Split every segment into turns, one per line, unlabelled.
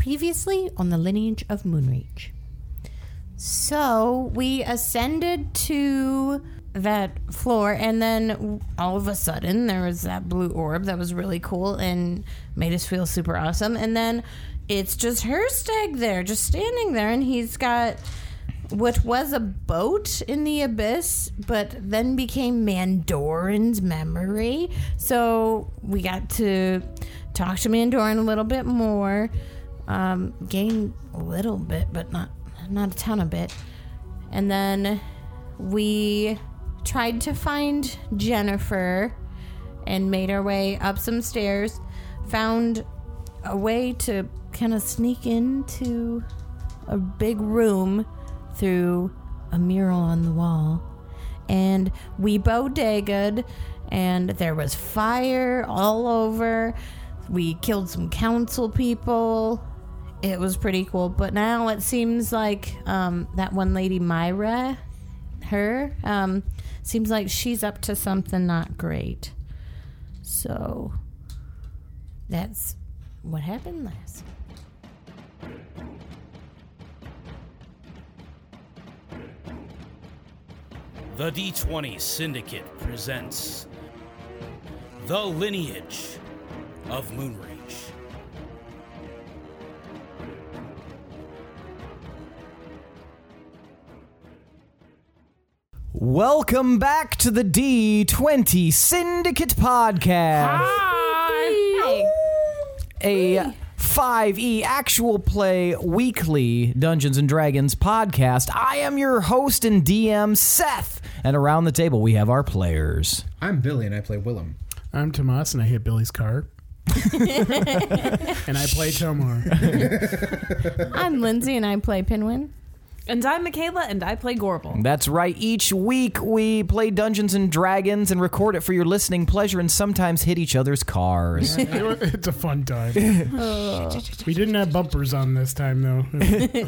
previously on the lineage of Moonreach. So we ascended to that floor, and then all of a sudden there was that blue orb that was really cool and made us feel super awesome. And then it's just Herstag there, just standing there, and he's got what was a boat in the abyss, but then became Mandoran's memory. So we got to talk to Mandoran a little bit more, um, gain a little bit, but not not a ton of bit. And then we tried to find Jennifer and made our way up some stairs, found a way to kind of sneak into a big room through a mural on the wall. And we bodegaed, and there was fire all over. We killed some council people. It was pretty cool. But now it seems like um, that one lady, Myra, her, um, seems like she's up to something not great. So that's what happened last.
The D20 Syndicate presents The Lineage of Moonreach.
Welcome back to the D20 Syndicate Podcast, a 5e actual play weekly Dungeons and Dragons podcast. I am your host and DM, Seth, and around the table we have our players.
I'm Billy and I play Willem.
I'm Tomas, and I hit Billy's car. and I play Tomar.
I'm Lindsay, and I play Pinwin.
And I'm Michaela, and I play Gorble.
That's right. Each week we play Dungeons and Dragons and record it for your listening pleasure and sometimes hit each other's cars.
it's a fun time. we didn't have bumpers on this time, though.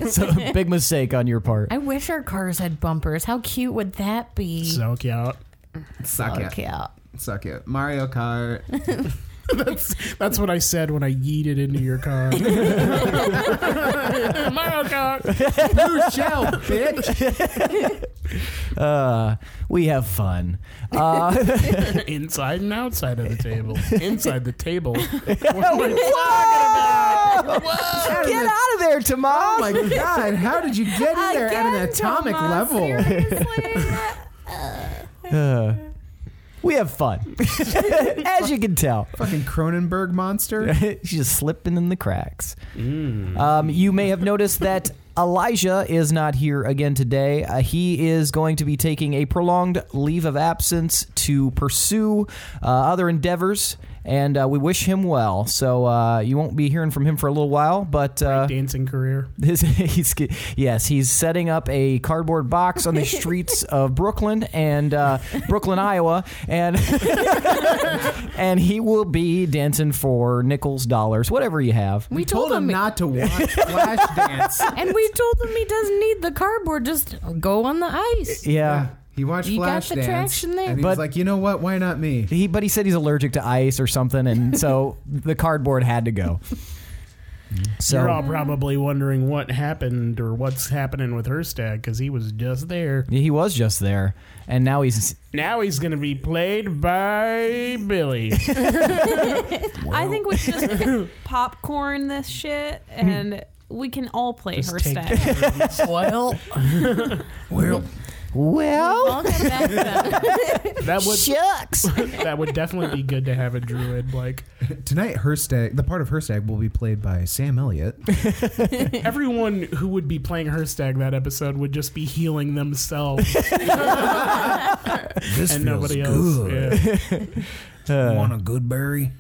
so, big mistake on your part.
I wish our cars had bumpers. How cute would that be?
Soak you out.
Suck
Oh, Okay, out.
it. Suck it. Mario Kart.
That's what I said when I yeeted into your car. Mario Kart.
Shell, bitch.
Uh, we have fun. Uh,
Inside and outside of the table. Inside the table.
get out of there, Tomas.
Oh my god, how did you get in there at an atomic level?
We have fun, as you can tell.
Fucking Cronenberg monster.
She's just slipping in the cracks. Um, you may have noticed that Elijah is not here again today. Uh, he is going to be taking a prolonged leave of absence to pursue uh, other endeavors, and uh, we wish him well. So uh, you won't be hearing from him for a little while, but. Uh,
Dancing career.
His, he's yes, he's setting up a cardboard box on the streets of Brooklyn and uh, Brooklyn, Iowa, and and he will be dancing for nickels, dollars, whatever you have.
We
Told him not to watch Flash Dance.
and we told him he doesn't need the cardboard. Just go on the ice.
Yeah.
He watched
You got
Flash
the
Dance.
traction there.
And he
But-
was like, you know what? Why not me?
He, but he said he's allergic to ice or something, and so the cardboard had to go. So
You're all probably wondering what happened or what's happening with her stag because he was just there.
he was just there, and now he's
Now he's going to be played by Billy.
I think we should just popcorn this shit, and we can all play her
take
stack.
Well,
well.
I'll get back to that.
That would
Shucks.
that would definitely be good to have a druid. Like
Tonight, Herstag, the part of Herstag will be played by Sam Elliott.
everyone who would be playing Herstag that episode would just be healing themselves
This
and nobody else. Yeah.
uh,
Want a good berry?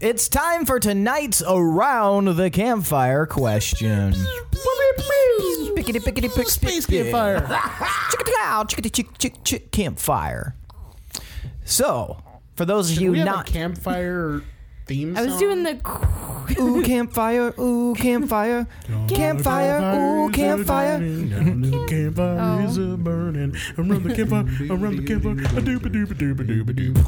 It's time for tonight's Around the Campfire question. Pickety, pickety, pick, Space campfire. Campfire. So, for those of
Should
you
we have
not.
a campfire theme.
I was
song?
doing the
Ooh, campfire. Ooh, campfire. campfire. Ooh, campfire.
The campfire is a burning. Around the campfire, around the campfire. A doop a doop a doop a doop a doop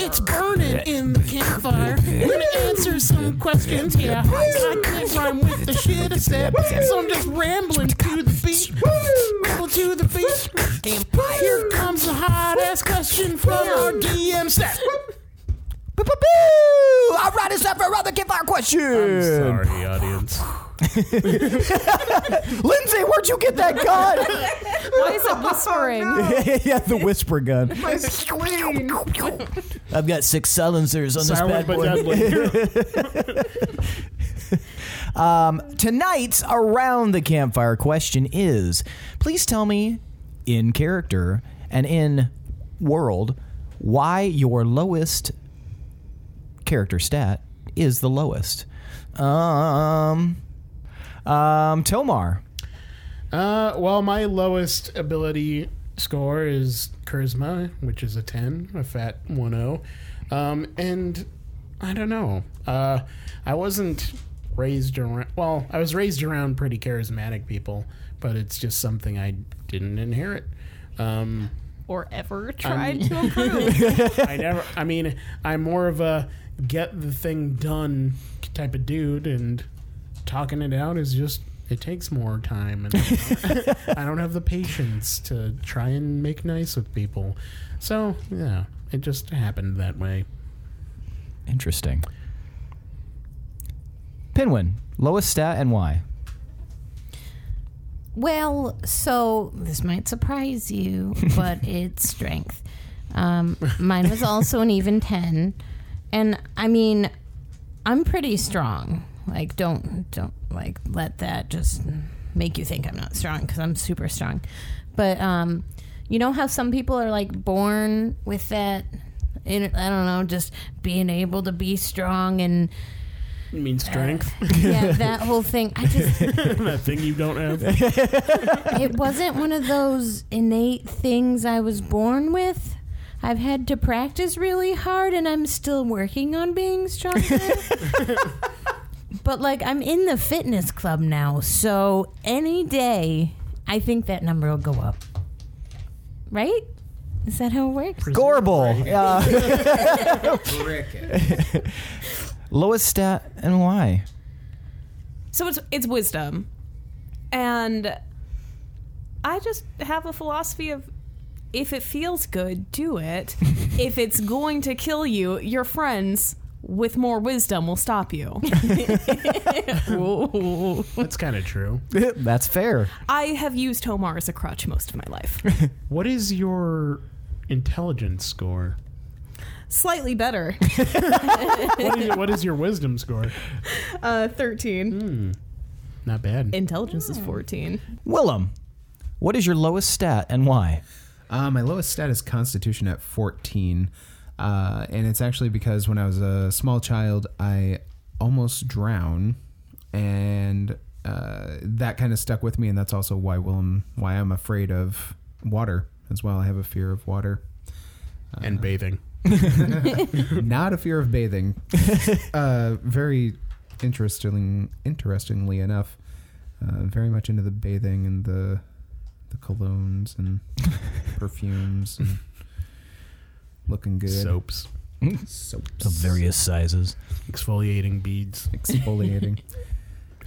It's burning in the campfire. We're gonna answer some questions here. I can't rhyme with the shit I said, so I'm just rambling to the beat. Ramble to the beat. Campfire. Here comes a hot ass question from our DM set.
Boo, boo, boo. All right, it's time for another campfire question.
Sorry, audience.
Lindsay, where'd you get that gun?
Why is it whispering?
yeah, the whisper gun. I've got six silencers on
Silent but
this bad boy.
deadly.
Tonight's Um, around the campfire question is: Please tell me, in character and in world, why your lowest character stat is the lowest. Um, um, Tomar.
Uh, well, my lowest ability score is charisma, which is a 10, a fat 1 0. Um, and I don't know. Uh, I wasn't raised around, well, I was raised around pretty charismatic people, but it's just something I didn't inherit. Um,
Or ever tried to improve.
I never, I mean, I'm more of a get the thing done type of dude, and talking it out is just, it takes more time. And I don't have the patience to try and make nice with people. So, yeah, it just happened that way.
Interesting. Pinwin, lowest stat and why?
Well, so this might surprise you, but it's strength. Um, mine was also an even 10. And I mean, I'm pretty strong. Like, don't, don't, like, let that just make you think I'm not strong because I'm super strong. But, um, you know how some people are like born with that, in, I don't know, just being able to be strong and
You mean strength?
yeah, that whole thing. I just,
that thing you don't have?
it wasn't one of those innate things I was born with. I've had to practice really hard, and I'm still working on being stronger. but like, I'm in the fitness club now, so any day, I think that number will go up. Right? Is that how it works?
Gorble. Uh,
Cricket.
lowest stat and why?
So it's it's wisdom, and I just have a philosophy of if it feels good, do it. if it's going to kill you, your friends with more wisdom will stop you. Ooh.
That's kind of true.
That's fair.
I have used Homar as a crutch most of my life.
What is your intelligence score?
Slightly better,
What is, what is your wisdom score?
uh, thirteen.
Not bad.
Intelligence is fourteen.
Willem, what is your lowest stat and why?
Uh, my lowest stat is Constitution at 14. Uh, and it's actually because when I was a small child, I almost drown. And uh, that kind of stuck with me. And that's also why Willem, why I'm afraid of water as well. I have a fear of water.
And bathing.
Not a fear of bathing. uh, very interesting, interestingly enough, uh, very much into the bathing and the the colognes and perfumes and looking good.
Soaps.
Soaps.
Of various sizes,
Exfoliating beads.
Exfoliating.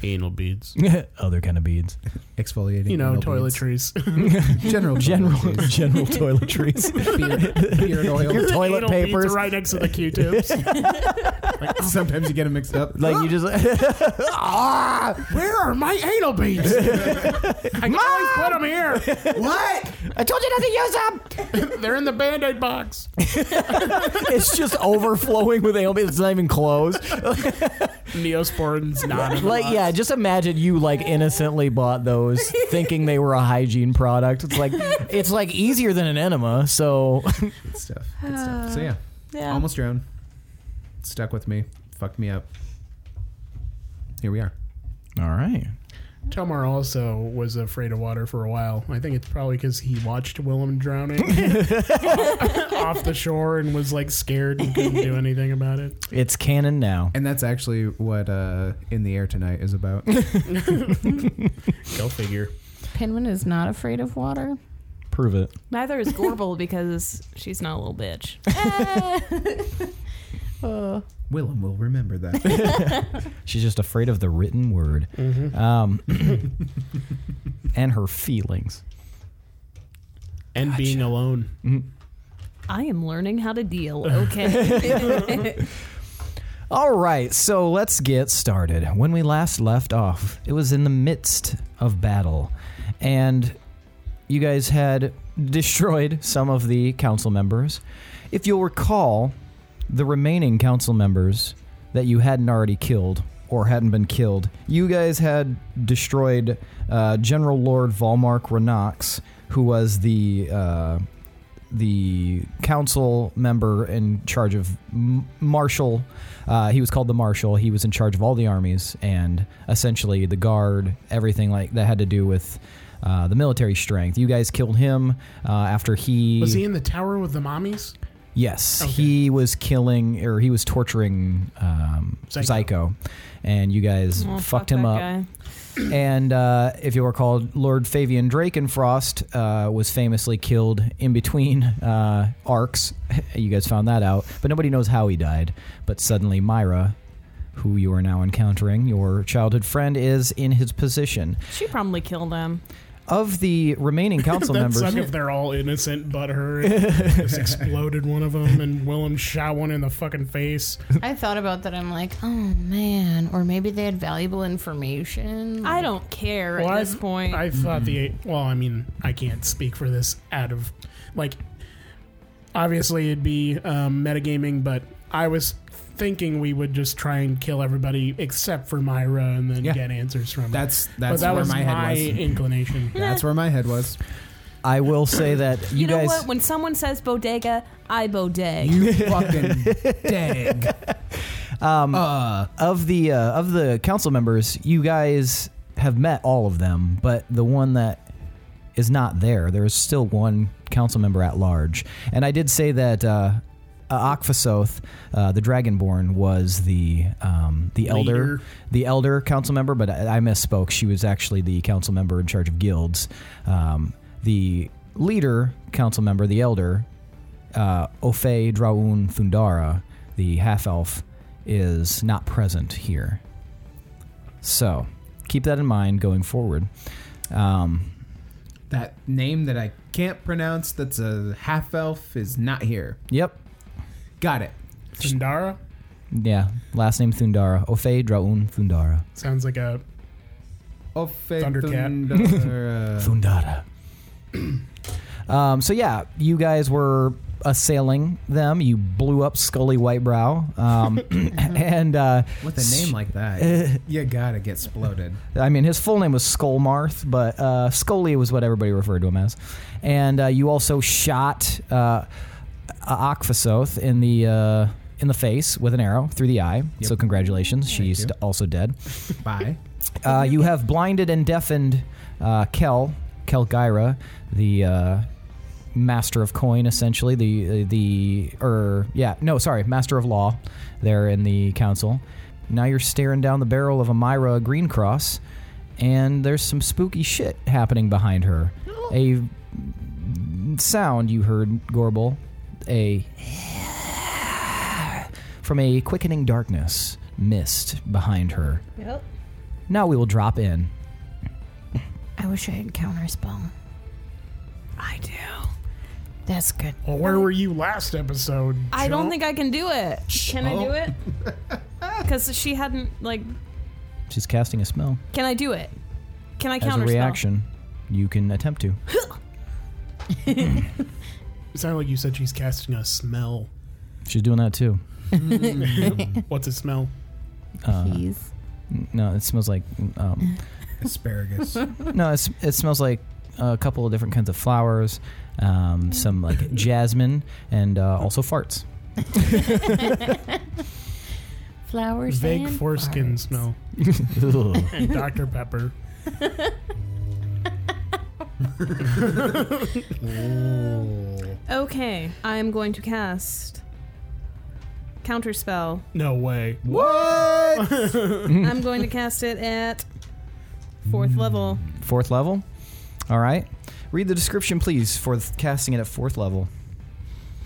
Anal beads.
other kind of beads,
Exfoliating.
You know,
anal beads.
toiletries.
General.
general
toiletries.
general toiletries,
Beard oil.
toilet
Anal beads
papers.
right next to the Q-tips.
Sometimes you get them mixed up.
Like you just Ah!
Where are my anal beads? I can always put them
what?
I told you not to use them.
here. They're in the band-aid box.
It's just overflowing with anal beads. It's not even closed.
Neosporin's not. in the
Like
box.
yeah, just imagine you like innocently bought those thinking they were a hygiene product. It's like it's like easier than an enema. So
Good stuff. Good stuff. So yeah. Almost drowned. Stuck with me. Fucked me up. Here we are.
all right.
Tomar also was afraid of water for a while. I think it's probably because he watched Willem drowning off the shore and was like scared and couldn't do anything about it.
It's canon now.
And that's actually what uh, In the Air Tonight is about.
Go figure.
Penguin is not afraid of water.
Prove it.
Neither is Gorbel because she's not a little bitch.
Oh.
Willem will remember that.
She's just afraid of the written word.
Mm-hmm.
Um, and her feelings.
And being alone.
I am learning how to deal. Okay.
All right, so let's get started. When we last left off, it was in the midst of battle, and you guys had destroyed some of the council members. If you'll recall, the remaining council members that you hadn't already killed or hadn't been killed, you guys had destroyed uh, General Lord Valmark Renox, who was the. Uh, the council member in charge of m- marshal. Uh, he was called the marshal. He was in charge of all the armies and essentially the guard, everything like that had to do with uh, the military strength. You guys killed him uh, after he.
Was he in the tower with the mommies?
Yes,
Okay.
he was killing or he was torturing um, Psycho.
Psycho.
and you guys
Well,
fucked
Oh, fuck
him
that
up.
guy.
And uh, if you recall, Lord Fabian Drakenfrost uh, was famously killed in between uh, arcs. You guys found that out, but nobody knows how he died. But suddenly, Myra, who you are now encountering, your childhood friend, is in his position.
She probably killed him.
Of the remaining council
That'd
members,
suck if they're all innocent but her. just exploded one of them and Willem shot one in the fucking face.
I thought about that. I'm like, oh man, or maybe they had valuable information.
I don't care
Well,
at
I-
this point.
I thought the
Mm-hmm.
well, I mean, I can't speak for this out of like obviously it'd be um, metagaming, but I was thinking we would just try and kill everybody except for Myra and then
Yeah.
get answers from.
That's
but
that's
that
where
was
my
my,
head was.
inclination.
That's where my head was.
I will say that you,
you know
guys.
what? When someone says bodega, I bodeg.
You fucking dag. Um, uh,
of the uh, of the council members, you guys have met all of them, but the one that is not there, there is still one council member at large. And I did say that uh, Akfasoth, uh, the Dragonborn, was the um, the elder
Leader.
the elder council member, but I, I misspoke. She was actually the council member in charge of guilds. Um, the leader council member, the elder, uh, Ofe Draun Thundara, the half elf, is not present here. So keep that in mind going forward. Um,
that name that I can't pronounce. That's a half elf is not here.
yep.
Got it.
Shandara
Yeah. Last name Thundara. Ofe Draun Thundara.
sounds like a
Ofe
Thundercat.
Thunder, uh,
Thundara. um, so yeah, you guys were assailing them. You blew up Scully Whitebrow. Um, and uh,
with a name like that, you gotta get exploded.
I mean, his full name was Skullmarth, but uh, Scully was what everybody referred to him as. And uh, you also shot uh, A- Akfasoth in the uh, in the face with an arrow through the eye. So congratulations, she's
you.
d- also dead.
Bye.
Uh, you have blinded and deafened uh, Kel Kelgyra, the uh, master of coin, essentially the uh, the or yeah no sorry master of law there in the council. Now you're staring down the barrel of a Myra Greencross, and there's some spooky shit happening behind her. A sound you heard, Gorbel, a from a quickening darkness mist behind her.
Yep.
Now we will drop in.
I wish I had counter spell.
I do.
That's good.
well, where were you last episode?
I don't
Jill?
think I can do it. Can I
Oh.
do it? Because she hadn't like.
She's casting a spell
Can I do it? Can I
as a
counter
reaction. You can attempt to.
it sounded like you said she's casting a smell.
She's doing that too.
What's a smell?
Uh.
Please.
No, it smells like. Um,
Asparagus.
Eh.
no, it's, it smells like a couple of different kinds of flowers,
Mm.
um, some like jasmine, and uh, also farts.
Flowers.
Vague
and
foreskin
flowers.
smell.
Ugh.
And Dr. Pepper.
Okay, I am going to cast counterspell.
No way.
What?
I'm going to cast it at fourth level.
Fourth level. All right. Read the description, please, for th- casting it at fourth level.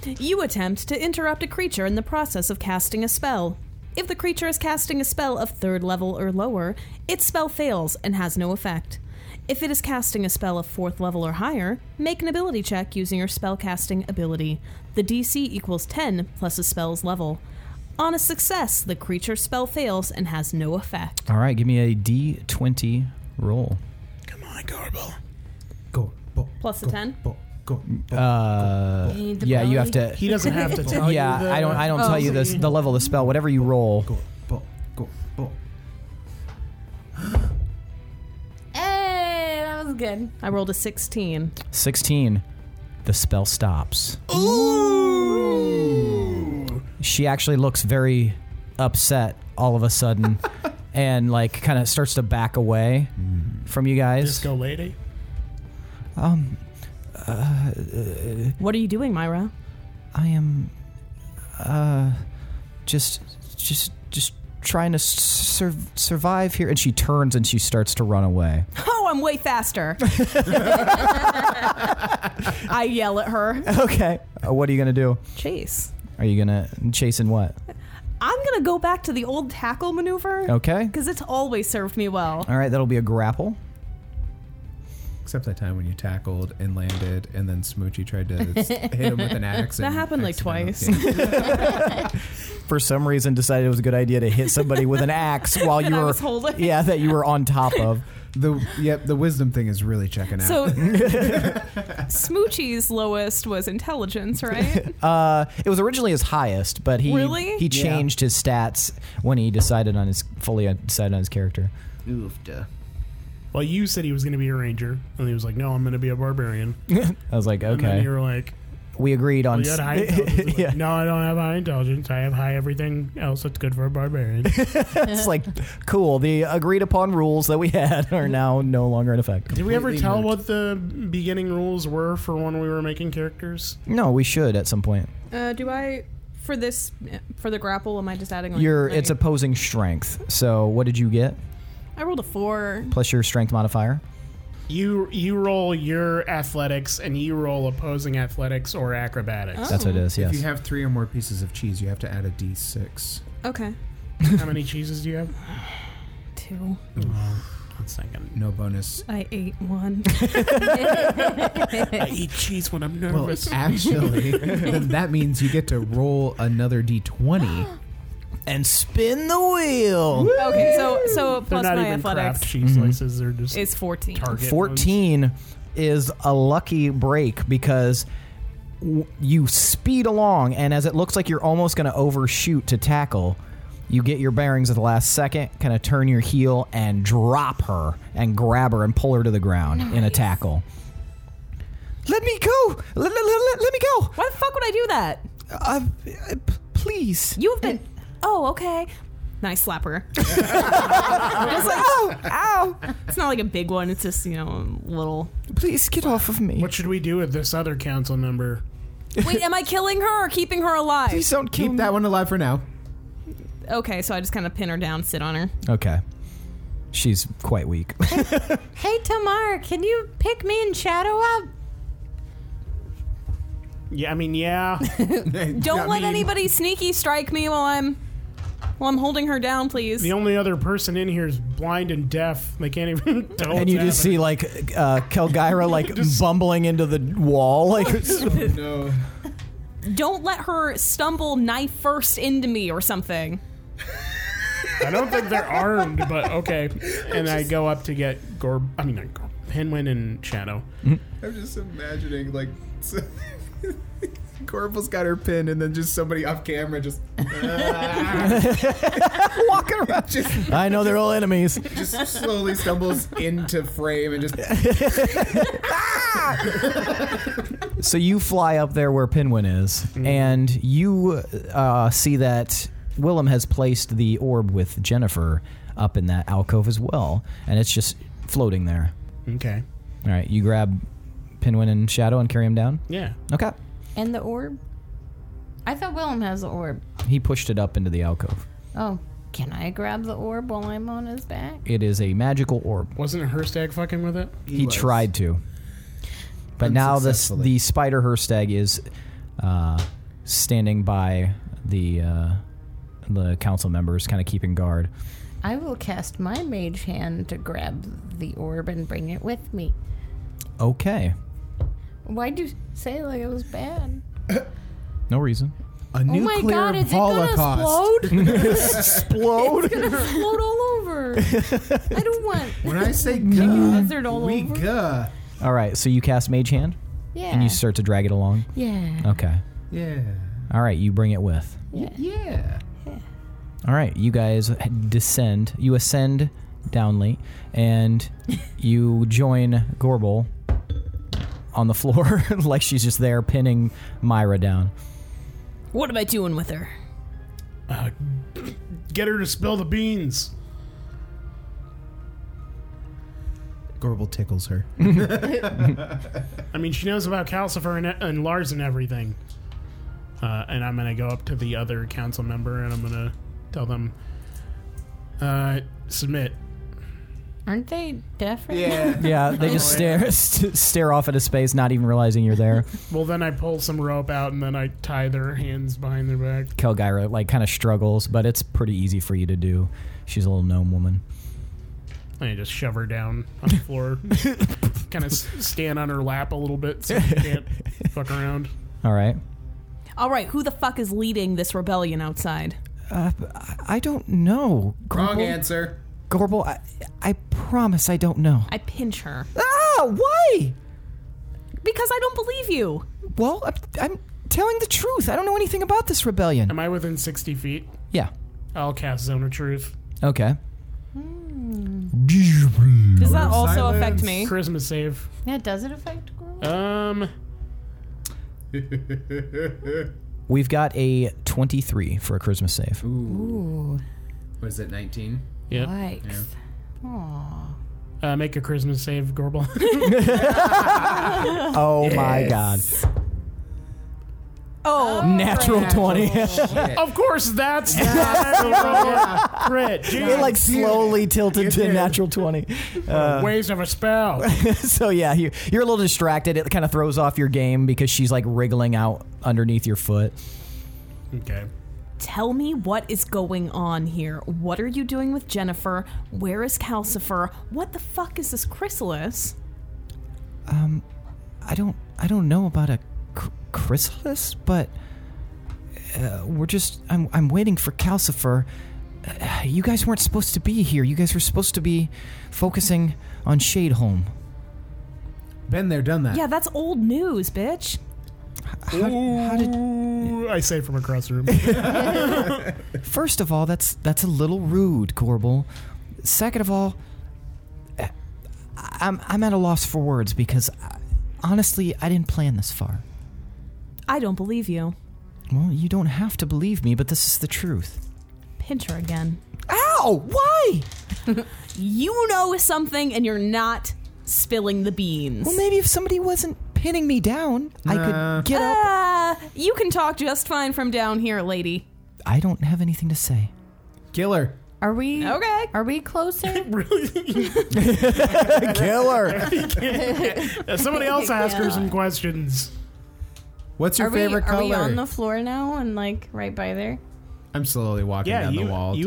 You attempt to interrupt a creature in the process of casting a spell. If the creature is casting a spell of third level or lower, its spell fails and has no effect. If it is casting a spell of fourth level or higher, make an ability check using your spellcasting ability. The DC equals 10 plus the spell's level. On a success, the creature's spell fails and has no effect.
All right. Give me a D20 roll.
Come on, Garble.
Go, bo,
Plus a
go,
10?
Bo, go, bo.
Uh,
You need the
yeah, you have
belly? Oh.
to.
He doesn't have to tell
yeah,
you. the- Oh,
I don't. I don't tell you this. The level of the spell. Whatever you roll.
go, bo, go, bo.
Hey, that was good.
I rolled a 16.
16. The spell stops. Ooh. She actually looks very upset all of a sudden and like kind of starts to back away from you guys.
Disco lady.
What are you doing, Myra?
I am uh just just just trying to sur- survive here and she turns and she starts to run away.
Oh, I'm way faster. I yell at her.
Okay. Uh, what are you going to do?
Chase.
Are you going to chase in what?
I'm gonna go back to the old tackle maneuver
Okay.
because it's always served me well.
All right, that'll be a grapple.
Except that time when you tackled and landed, and then Smoochie tried to s- hit him with an axe.
That
and
happened, like,
accidentally-
for some reason decided it was a good idea to hit somebody with an axe while you
That I
were
was holding.
yeah that you were on top of
The yep, the wisdom thing is really checking out.
So Smoochie's lowest was intelligence, right?
uh, it was originally his highest but he
Really?
he changed his stats when he decided on his fully decided on his character
Well, you said he was going to be a ranger, and he was like, "No, I'm going to be a barbarian."
i was like
And then
okay
you were like,
we agreed on
"Well, you had high
s-
intelligence." Like,
yeah
No, I don't have high intelligence. I have high everything else that's good for a barbarian.
it's like cool the agreed upon rules that we had are now no longer in effect
Did we ever
Completely
tell
moot.
what the beginning rules were for when we were making characters?
no we should at some point
uh, do I for this for the grapple? Am I just adding? Like,
your
I-
it's opposing strength so what did you get
I rolled a four.
plus your strength modifier
You you roll your athletics and you roll opposing athletics or acrobatics.
that's what it is
if you
yes
have three or more pieces of cheese, you have to add a d6.
Okay,
Oh.
How many cheeses do you have?
two.
One second.
No bonus.
I ate one.
I eat cheese when I'm
Well,
nervous.
actually, then that means you get to roll another d20.
and spin the wheel
okay, so so
they're
plus
not
my
even craft
athletics
cheese
Mm-hmm.
slices. They're just
is fourteen.
target.
14 is a lucky break because w- you speed along and as it looks like you're almost going to overshoot to tackle you get your bearings at the last second kind of turn your heel and drop her and grab her and pull her to the ground in a tackle let me go let, let, let, let me go
Why the fuck would I do that?
uh, uh, p- please
You have been. Oh, okay. Nice slapper. just like, oh, ow. It's not like a big one. It's just, you know, little.
please get off of me
What should we do with this other council member?
Wait, am I killing her or keeping her alive?
please don't kill
Keep that one alive for now.
Okay, so I just kind of pin her down, sit on her.
okay she's quite weak
Hey, Tamar, can you pick me and Shadow up?
Yeah, I mean, yeah.
Don't
I
let
mean,
anybody sneaky strike me while I'm while I'm holding her down, please.
the only other person in here is blind and deaf. They can't even tell.
and you just see like uh, Kelgyra like bumbling into the wall, like
Oh, No.
Don't let her stumble knife first into me or something.
I don't think they're armed, but okay. And I go up to get Gorb. I mean, not Gorb. Penguin and Shadow.
I'm just imagining, like, Corporal's got her pin, and then just somebody off camera just.
walking around.
just
I know they're all enemies.
just slowly stumbles into frame and just
So you fly up there where Pinwin is, and you uh, see that Willem has placed the orb with Jennifer up in that alcove as well, and it's just floating there.
Okay.
All right, you grab Pinwin and Shadow and carry him down.
Yeah.
Okay.
And the orb? I thought Willem has the orb.
He pushed it up into the alcove.
Oh, can I grab the orb while I'm on his back?
It is a magical orb.
Wasn't Herstag fucking with it?
He, tried to, but now this
Unsuccessfully.
the spider Herstag is uh, standing by the uh, the council members, kind of keeping guard.
I will cast my mage hand to grab the orb and bring it with me.
Okay,
Why'd you say it like it was bad?
no reason.
A
Oh
nuclear
my god, is it gonna
holocaust.
explode?
Explode.
It's gonna explode all over. I don't want.
When I say guh,
Lizard all
we
over.
guh.
All right, so you cast Mage Hand
Yeah.
and you start to drag it along.
yeah.
Okay.
Yeah.
All right, you bring it with.
Yeah.
All right, you guys descend. You ascend downly, and you join Gorbel on the floor, like she's just there pinning Myra down.
What am I doing with her?
Uh, Get her to spill the beans.
Gorbel tickles her.
I mean, she knows about Calcifer and, and Lars and everything. Uh, and I'm gonna go up to the other council member and I'm gonna tell them, uh, submit.
Aren't they deaf right now?
Yeah.
Yeah, they just stare st- stare off into space, not even realizing you're there.
Well, then I pull some rope out and then I tie their hands behind their back.
Kelgyra like kind of struggles, but it's pretty easy for you to do. She's a little gnome woman.
And I just shove her down on the floor. kind of s- stand on her lap a little bit so she can't fuck around.
All right.
All right, who the fuck is leading this rebellion outside?
Uh, I don't know.
Wrong answer.
Gorbel, I, I promise I don't know.
I pinch her
Ah, why?
because I don't believe you.
Well, I'm, I'm telling the truth. I don't know anything about this rebellion.
Am I within 60 feet?
Um, yeah.
I'll cast Zone of Truth.
Okay. Hmm.
Does that also affect me?
Charisma save.
Yeah, does it affect girls?
Um,
We've got a 23 for a Christmas save.
Ooh,
Was it 19?
yeah.
yikes. Aw.
Uh, make a charisma save, Gorbel.
Oh my god.
Oh,
Natural 20.
Of course, that's not a crit.
it
Jeez.
like uh, slowly tilted to
did.
natural 20.
waste of a spell.
so yeah, you, you're a little distracted. It kind of throws off your game because she's like wriggling out underneath your foot.
okay.
Tell me what is going on here. What are you doing with Jennifer? Where is Calcifer? What the fuck is this chrysalis?
Um, I don't I don't know about a cr- chrysalis, but uh, we're just I'm I'm waiting for Calcifer. Uh, you guys weren't supposed to be here. You guys were supposed to be focusing on Shadeholm.
Been there, done that.
Yeah, that's old news, bitch.
Ooh, I say from across the room.
First of all, that's that's a little rude, Gorbel. Second of all, uh, I'm I'm at a loss for words because I, honestly, I didn't plan this far.
I don't believe you.
Well, you don't have to believe me, but this is the truth.
Pinch her again.
Ow! Why?
You know something and you're not spilling the beans.
Well, maybe if somebody wasn't pinning me down, I
Nah.
could get up.
Ah, you can talk just fine from down here, lady.
I don't have anything to say.
Killer.
Are we
Okay.
Are we closer?
Killer.
Uh, Somebody else ask her some questions.
What's your
are we
favorite
Are
color?
we on the floor now and like right by there?
I'm slowly walking
Yeah,
down
you.
the wall.
you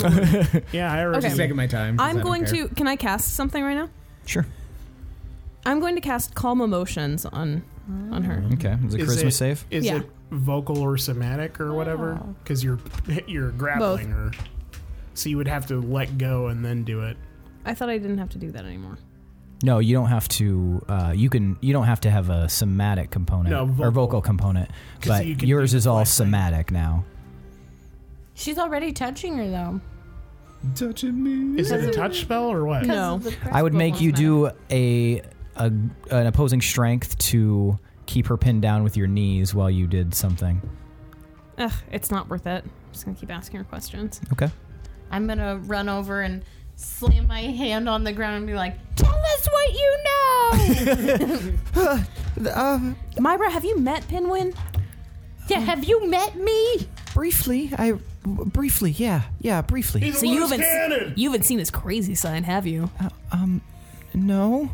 yeah, I already.
Just taking my time. 'cause I
I'm
don't
going
care.
to. Can I cast something right now?
sure.
I'm going to cast calm emotions on on her.
Okay. Is it
Is
charisma
it-
save?
Is
Yeah.
it vocal or somatic or whatever?
Oh.
Because you're you're grappling her, so you would have to let go and then do it.
I thought I didn't have to do that anymore.
No, you don't have to. Uh, you can. You don't have to have a somatic component
No, vocal.
or vocal component. But
you can
yours
do
is all
flashing.
somatic now.
She's already touching her though.
Touching me.
Is it a touch spell or what?
'Cause
No.
of the
I would
principle
make you
doesn't
do a, a an opposing strength to keep her pinned down with your knees while you did something.
Ugh, it's not worth it. I'm just gonna keep asking her questions.
Okay.
matter. I'm gonna run over and slam my hand on the ground and be like, "Tell us us what you know.
Myra, have you met Pinwin?
yeah, have you met me?
Briefly, I briefly, yeah, yeah, briefly.
So you haven't se- you haven't seen his crazy sign, have you?
No,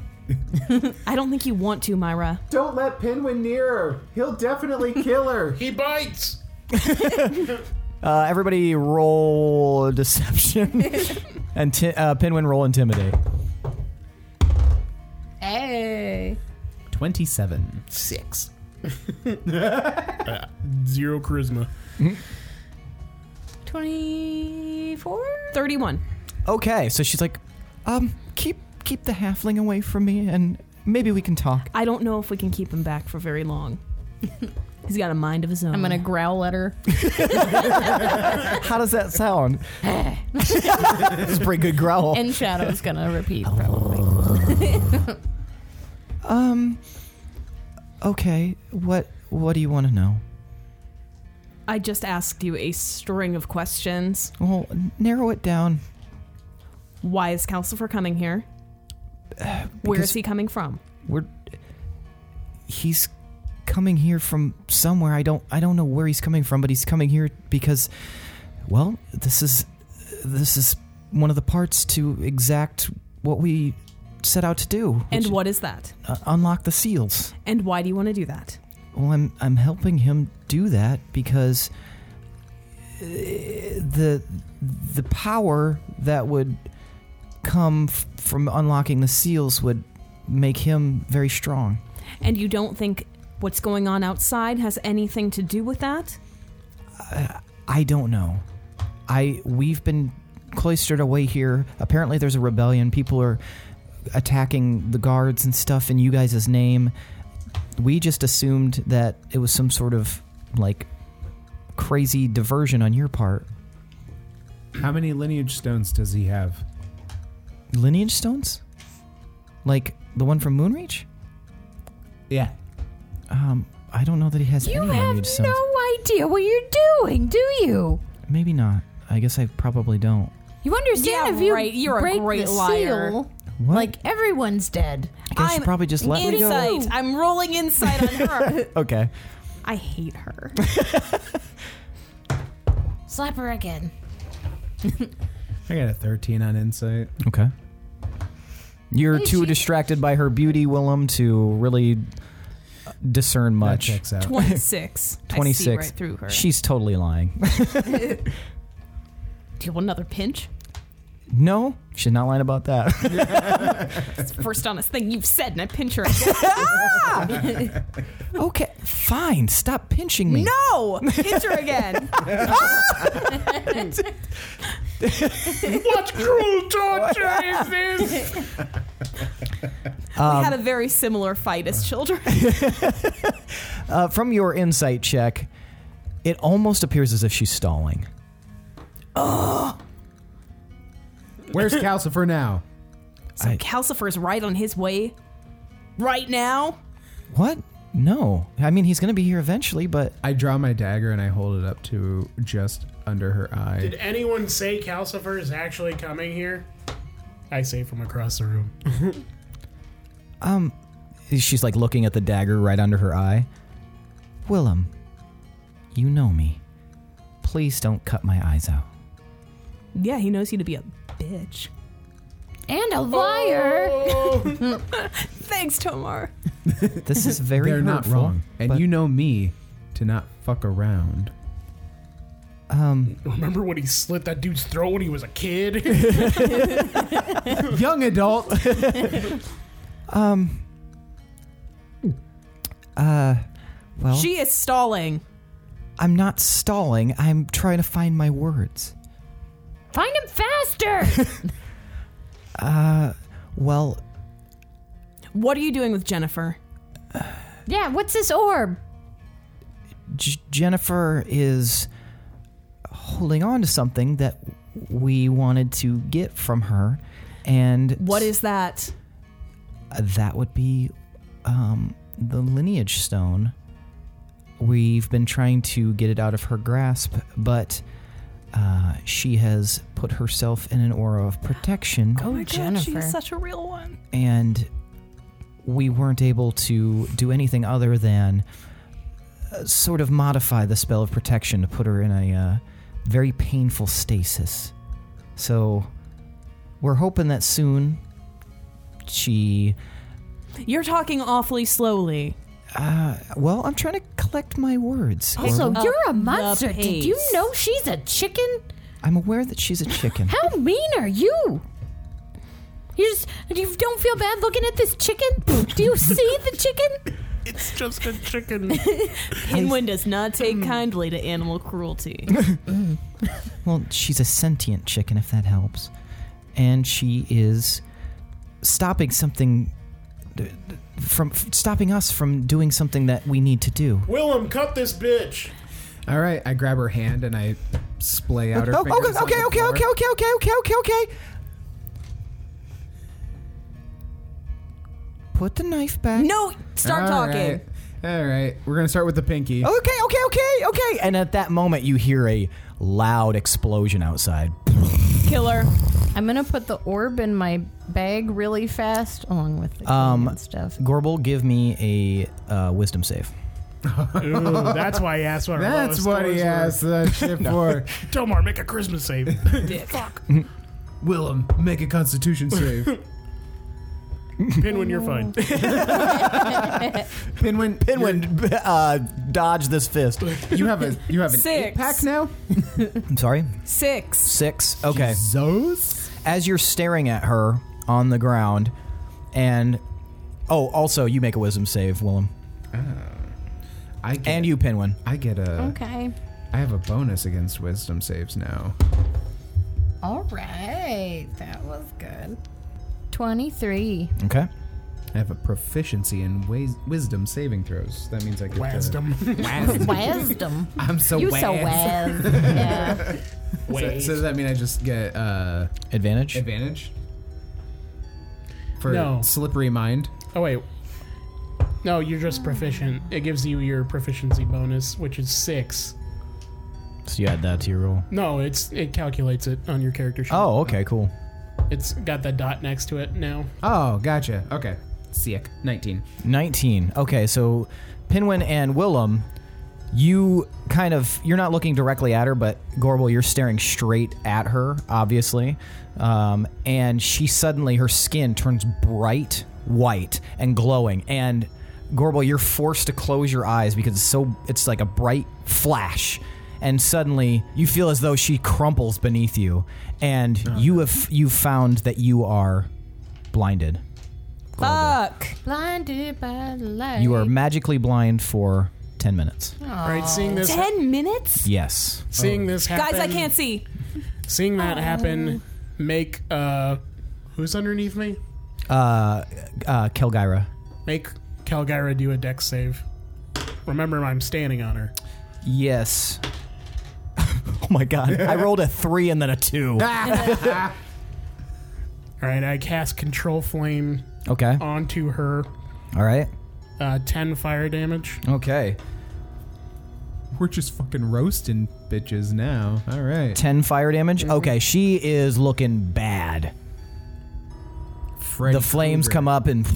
I don't think you want to, Myra.
Don't let Pinwin near her. He'll definitely kill her.
He bites.
uh, everybody roll deception, and ti- uh, Pinwin roll intimidate.
Hey.
Twenty-seven.
Six. Uh, zero charisma.
24?
Thirty-one.
Okay, so she's like, um, keep keep the halfling away from me, and maybe we can talk.
I don't know if we can keep him back for very long. He's got a mind of his own.
I'm
Oh.
gonna growl at her.
How does that sound? That's a pretty good growl.
And Shadow's gonna repeat,
Oh,
probably.
um, okay, what what do you want to know?
I just asked you a string of questions.
Well, narrow it down.
Why is Calcifer coming here? Where
because-
is he coming from?
We're he's coming here from somewhere. I don't I don't know where he's coming from, but he's coming here because well, this is this is one of the parts to exact what we set out to do.
And
which-
what is that?
uh, unlock the seals.
And why do you want to do that?
Well, I'm I'm helping him do that because uh, the the power that would come f- from unlocking the seals would make him very strong.
And you don't think what's going on outside has anything to do with that?
I don't know. I we've been cloistered away here. Apparently, there's a rebellion. People are attacking the guards and stuff in you guys' name. We just assumed that it was some sort of like crazy diversion on your part.
How many lineage stones does he have?
Lineage stones, like the one from Moonreach.
Yeah.
Um, I don't know that he has
You
any
have
lineage stones.
no idea what you're doing, do you?
Maybe not. I guess I probably don't.
You understand
Yeah,
if you
right, you're a
break
great
the
liar.
seal,
What?
like everyone's dead.
I guess you
I'm
probably just let me go.
Insight. I'm rolling insight on her.
Okay.
I hate her.
Slap her again.
I got a thirteen on insight.
Okay. You're
Hey,
too
she-
distracted by her beauty, Willem, to really uh, discern
That
much.
checks out.
26. I see
26.
right through her.
She's totally lying.
do you want another pinch?
no, she's not lying about that.
It's the first honest thing you've said, and I pinch her.
okay, fine. Stop pinching me.
no! Pinch her again.
What cruel torture is this?
we
Um,
had a very similar fight as children.
Uh, from your insight check, it almost appears as if she's stalling.
Where's Calcifer now?
So
I-
Calcifer's right on his way right now.
What? No. I mean, he's going to be here eventually, but
I draw my dagger and I hold it up to just under her eye.
Did anyone say Calcifer is actually coming here? I say from across the room.
she's like looking at the dagger right under her eye. Willem, you know me. Please don't cut my eyes out.
Yeah, he knows you to be a bitch.
And a
Oh.
liar.
Oh.
Thanks, Tomar.
This is very
They're not
hurtful,
wrong. And
but-
you know me to not fuck around.
um
Remember when he slit that dude's throat when he was a kid?
Young adult.
uh well
She is stalling.
I'm not stalling. I'm trying to find my words.
Find him faster.
Well,
What are you doing with Jennifer?
yeah, what's this orb?
J- Jennifer is holding on to something that we wanted to get from her and
What is that?
that would be um the lineage stone. We've been trying to get it out of her grasp, but uh, she has put herself in an aura of protection.
Oh,
my God,
Jennifer.
she is such a real one.
and we weren't able to do anything other than uh, sort of modify the spell of protection to put her in a uh, very painful stasis. So we're hoping that soon she.
You're talking awfully slowly.
Uh, well, I'm trying to collect my words.
Also,
Orwell.
you're a
up the
monster. Did you
pace.
know she's a chicken?
I'm aware that she's a chicken.
How mean are you? You just you don't feel bad looking at this chicken? Do you see the chicken?
It's just a chicken.
Penguin does not take kindly to animal cruelty.
Well, she's a sentient chicken, if that helps. And she is stopping something d- d- from f- stopping us from doing something that we need to do.
Willem, cut this bitch.
All right, I grab her hand and I splay out her
Oh,
fingers. on
okay,
the
okay,
floor.
okay, okay, okay, okay, okay, okay. Put the knife back.
no, start
All
talking.
right. All right, we're gonna start with the pinky.
Okay, okay, okay, okay. And at that moment, you hear a loud explosion outside.
Killer.
I'm gonna put the orb in my bag really fast, along with the
Um,
and stuff.
Gorbel, give me a uh, wisdom save.
Ooh, that's why he asked what our
That's
Oh,
lowest
what he
scores were.
asked that shit for.
Tomar, make a Christmas save.
Willem, Um, make a Constitution save.
Pinwin, you're fine.
Pinwin,
Pinwin, uh, dodge this fist.
you have a you have an
Six.
eight pack now.
I'm sorry.
Six.
Six. Okay.
Zos.
As you're staring at her on the ground, and oh, also you make a wisdom save, Willem,
I get,
and you, Pinwin.
I get a.
Okay.
I have a bonus against wisdom saves now.
All right. That was good. 23.
Okay.
I have a proficiency in wais- wisdom saving throws. That means I get. to-
Wisdom.
Wisdom.
I'm so.
You
waz.
so wise. Yeah.
So, so does that mean I just get uh,
Advantage.
advantage for
No.
slippery mind?
Oh wait. No, you're just proficient. It gives you your proficiency bonus, which is six.
so you add that to your roll.
No, it's it calculates it on your character sheet.
Oh, okay, cool.
It's got the dot next to it now.
Oh, gotcha. Okay. Sick. 19.
19. Okay, so Pinwin and Willem, you kind of you're not looking directly at her, but Gorbel, you're staring straight at her, obviously. Um, and she suddenly her skin turns bright white and glowing and Gorbel, you're forced to close your eyes because it's so it's like a bright flash. And suddenly you feel as though she crumples beneath you and you have you found that you are blinded.
Fuck.
Blinded by the light.
You are magically blind for 10 minutes.
All right, seeing this,
Ten minutes?
Yes.
seeing this happen,
Guys, I can't Oh. see.
Seeing that happen, make uh, who's underneath me?
Uh, uh, Kelgyra.
Make Calgyra do a dex save. Remember, I'm standing on her.
Yes. oh my god. I rolled a three and then a two.
All right, I cast control flame
Okay.
onto her.
All right.
Uh, Ten fire damage.
Okay.
We're just fucking roasting bitches now. All right.
10 fire damage. Okay. She is looking bad.
Freddy
the flames
Krueger.
come up and.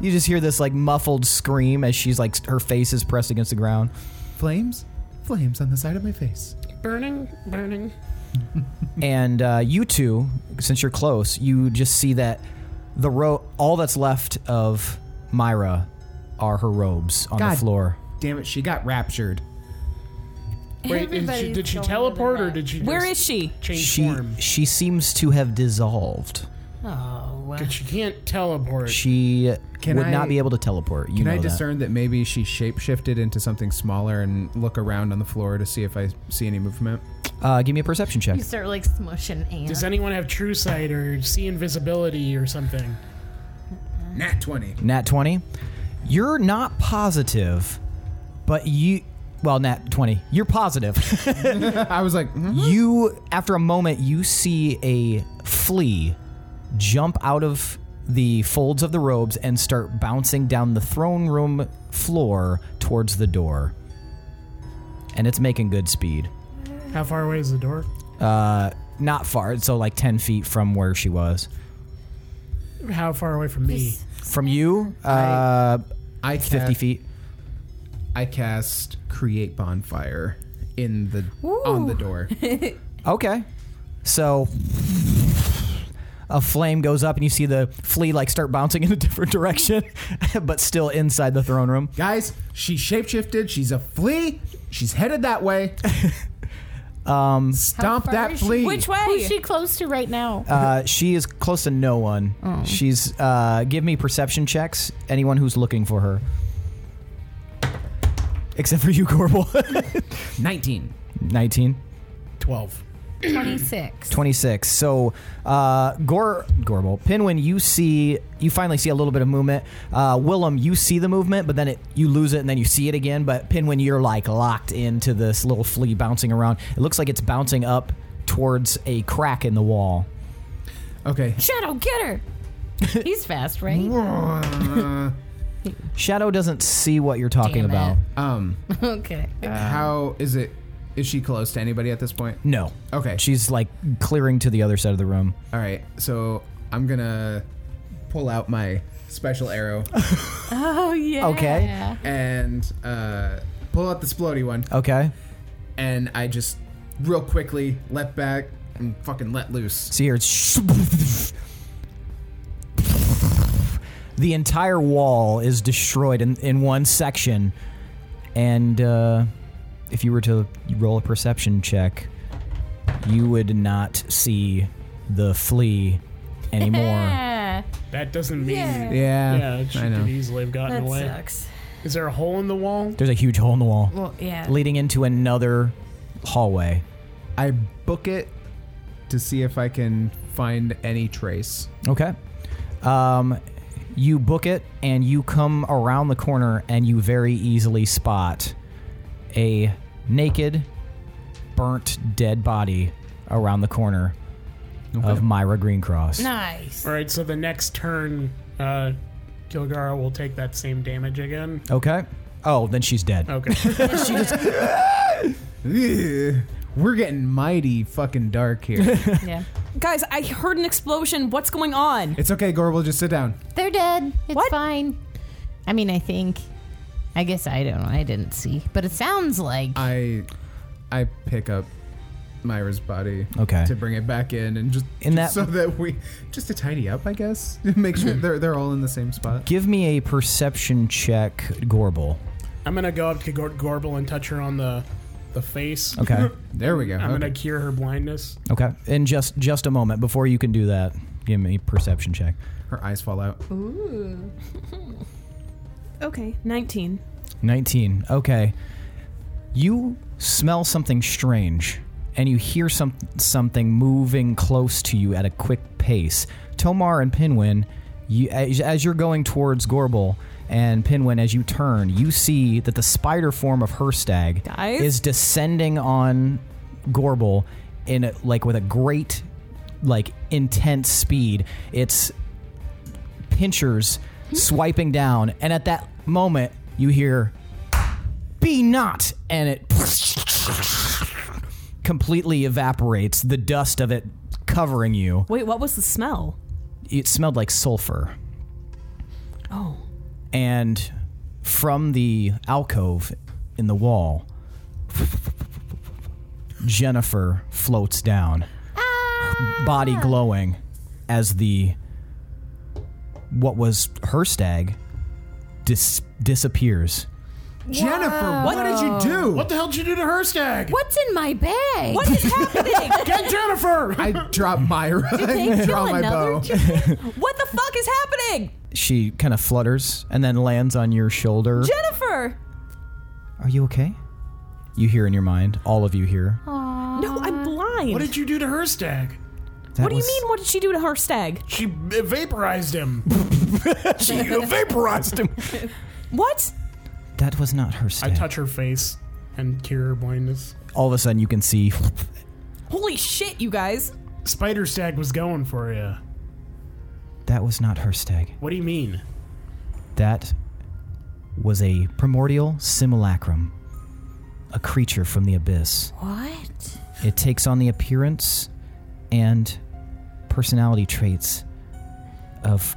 You just hear this like muffled scream as she's like her face is pressed against the ground.
Flames? Flames on the side of my face.
Burning, burning.
and uh, you two, since you're close, you just see that the ro- all that's left of Myra are her robes on the
God.
floor.
Damn it, she got raptured.
Wait, is she, did she teleport or did she?
Where
just
is she?
change
She
form?
she seems to have dissolved.
But she can't teleport.
She
Can
would
I-
not be able to teleport. You
Can
know
I
that.
discern that. maybe she shapeshifted into something smaller and look around on the floor to see if I see any movement?
Uh, give me a perception check.
You start like smushing ants.
Does anyone have true sight or see invisibility or something?
Nat 20.
Nat twenty. You're not positive, but you. Well, Nat twenty. You're positive.
I was like, hmm?
you after a moment you see a flea jump out of the folds of the robes and start bouncing down the throne room floor towards the door and it's making good speed
How far away is the door?
uh not far, so like ten feet from where she was.
How far away from me?
From you, uh,
I cast,
fifty feet.
I cast create bonfire in the on the door.
Okay. So a flame goes up and you see the flea like start bouncing in a different direction, but still inside the throne room.
Guys, she shapeshifted. She's a flea. She's headed that way. um, stomp
far
that
is she-
flea.
Which way?
Who's she close to right now?
Uh, she is close to no one.
Oh.
She's uh, give me perception checks. Anyone who's looking for her, except for you, Gorbel.
Nineteen.
19
Twelve.
26.
26 so uh gore gorbel pinwin you see you finally see a little bit of movement uh willem you see the movement but then it you lose it and then you see it again but pinwin you're like locked into this little flea bouncing around it looks like it's bouncing up towards a crack in the wall
Okay.
Shadow, get her! He's fast, right?
shadow doesn't see what you're talking
Damn it.
about
Um,
Okay.
Uh,
how is it? Is she close to anybody at this point?
no
Okay.
she's like clearing to the other side of the room
All right. So I'm gonna pull out my special arrow
Oh, yeah.
Okay.
and uh, pull out the splody one,
okay
and I just real quickly let back and fucking let loose.
See here, it's the entire wall is destroyed in, in one section, and uh, if you were to roll a perception check, you would not see the flea anymore.
Yeah.
That doesn't mean. Yeah,
Yeah,
she
I know.
could easily have gotten
That
away.
sucks.
Is there a hole in the wall?
There's a huge hole in the wall
Well, yeah.
leading into another hallway.
I book it to see if I can find any trace.
Okay. Um, you book it and you come around the corner and you very easily spot a naked, burnt, dead body around the corner of Myra Greencross.
Nice.
All right, so the next turn, uh, Kilgara will take that same damage again.
Okay. Oh, then she's dead.
Okay.
Ugh. We're getting mighty fucking dark here.
Yeah.
Guys, I heard an explosion. What's going on?
it's okay, Gorbel, just sit down.
They're dead. It's
What?
fine. I mean, I think. I guess I don't know. I didn't see. But it sounds like.
I I pick up Myra's body
Okay.
to bring it back in and just,
In
just
that-
so that we just to tidy up, I guess. Make sure they're they're all in the same spot.
Give me a perception check, Gorble.
I'm gonna go up to Gor- Gorbel and touch her on the the face.
Okay.
There we go.
I'm gonna
Okay.
cure her blindness.
okay. In just just a moment, before you can do that, give me a perception check.
Her eyes fall out.
Okay, 19.
19. Okay. You smell something strange and you hear some something moving close to you at a quick pace. Tomar and Pinwin, you, as, as you're going towards Gorbel and Pinwin as you turn, you see that the spider form of Herstag
Guys?
is descending on Gorbel in a, like with a great like intense speed. It's pinchers swiping down, and at that moment, you hear "Be not," and it completely evaporates. The dust of it covering you.
Wait, what was the smell?
It smelled like sulfur,
Oh.
and from the alcove in the wall, Jennifer floats down, body
Ah.
glowing, as the what was her stag dis- disappears.
Jennifer, what did you do?
What the hell did you do to her stag?
What's in my bag?
What is happening?
Get Jennifer!
I drop Myra and draw my bow.
what the fuck is happening?
She kind of flutters and then lands on your shoulder.
Jennifer!
Are you okay? You hear in your mind, all of you hear.
No,
Uh,
I'm blind.
what did you do to her stag?
That
What do you
was-
mean? What did she do to her stag?
She uh, vaporized him.
She vaporized him.
What?
That was not her
I
stag.
touch her face and cure her blindness.
all of a sudden, you can see
Holy shit, you guys.
Spider stag was going for you.
that was not her stag.
What do you mean?
That was a primordial simulacrum, a creature from the abyss.
What?
It takes on the appearance and personality traits of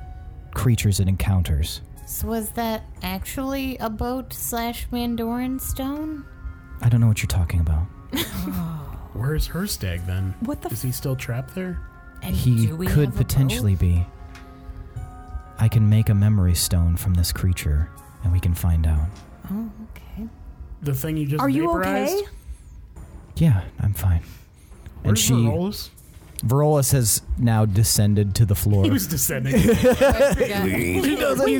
creatures it encounters.
So was that actually a boat slash Mandoran stone?
I don't know what you're talking about.
Where's her stag then?
What the
Is he still trapped there?
And
He
do we
could
have a boat?
potentially be. I can make a memory stone from this creature, and we can find out.
Oh, okay.
The thing you just
Are you
vaporized?
okay?
Yeah, I'm fine. and
Where's
she,
Verolas?
Verolis has now descended to the floor.
He was descending.
He's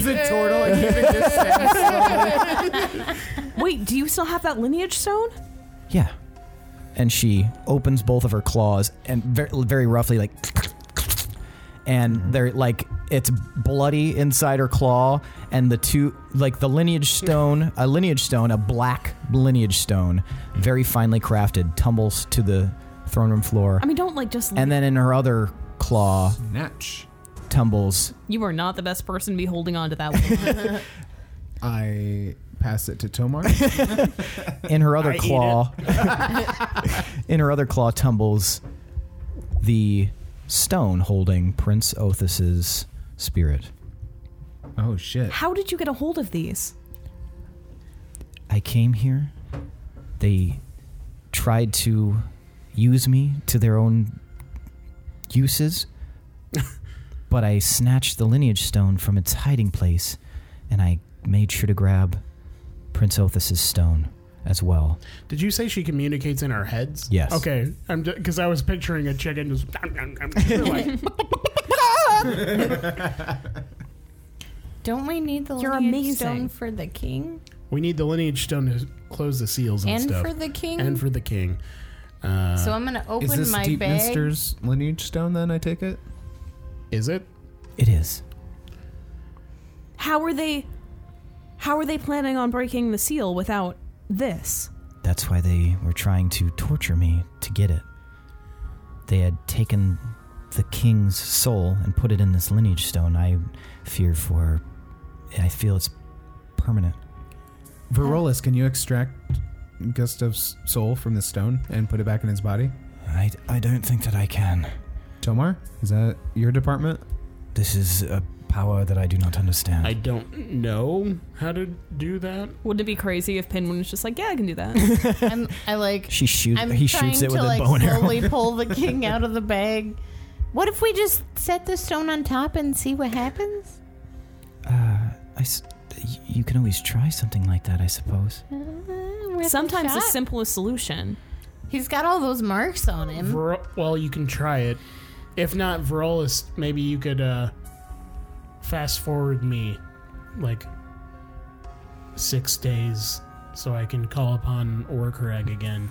a turtle. And he
Wait, do you still have that lineage stone?
yeah, and she opens both of her claws and very, very roughly, like, and they're like it's bloody inside her claw, and the two, like the lineage stone, a lineage stone, a black lineage stone, very finely crafted, tumbles to the throne room floor,
I mean, don't like just.
and then in her other claw
Natch.
tumbles
you are not the best person to be holding on to that one.
I pass it to Tomar.
in her other
I eat
claw in her other claw tumbles the stone holding prince othis's spirit
oh shit.
How did you get a hold of these?
i came here they tried to use me to their own uses but i snatched the lineage stone from its hiding place and i made sure to grab prince othis's stone as well
Did you say she communicates in our heads?
Yes.
Okay, I'm because I was picturing a chicken just like
Don't we need the
You're
lineage
amazing.
stone for the king
we need the lineage stone to close the seals and,
and
stuff
for the king?
and for the king. Uh,
so I'm gonna
Is
open
this
my
Deep
bag.
Minster's lineage stone? Then I take it.
is it?
it is
How are they? How are they planning on breaking the seal without this?
That's why they were trying to torture me to get it. They had taken the king's soul and put it in this lineage stone. I fear for. I feel it's permanent.
Verolis, can you extract Gustav's soul from the stone and put it back in his body?
I, I don't think that I can.
Tomar, is that your department?
This is a power that I do not understand.
I don't know how to do that.
Wouldn't it be crazy if Pinwin was just like, yeah, I can do that?
I'm, I like.
she shoot,
I'm
he
trying
shoots it
to
with a
like
bow and arrow.
slowly pull the king out of the bag. What if we just set the stone on top and see what happens?
Uh, I s- y- you can always try something like that, I suppose.
Uh, worth a
Sometimes the
shot.
simplest solution.
He's got all those marks on him.
Ver- well, you can try it. If not, Verolis, maybe you could uh, fast forward me like six days so I can call upon Orkarag again.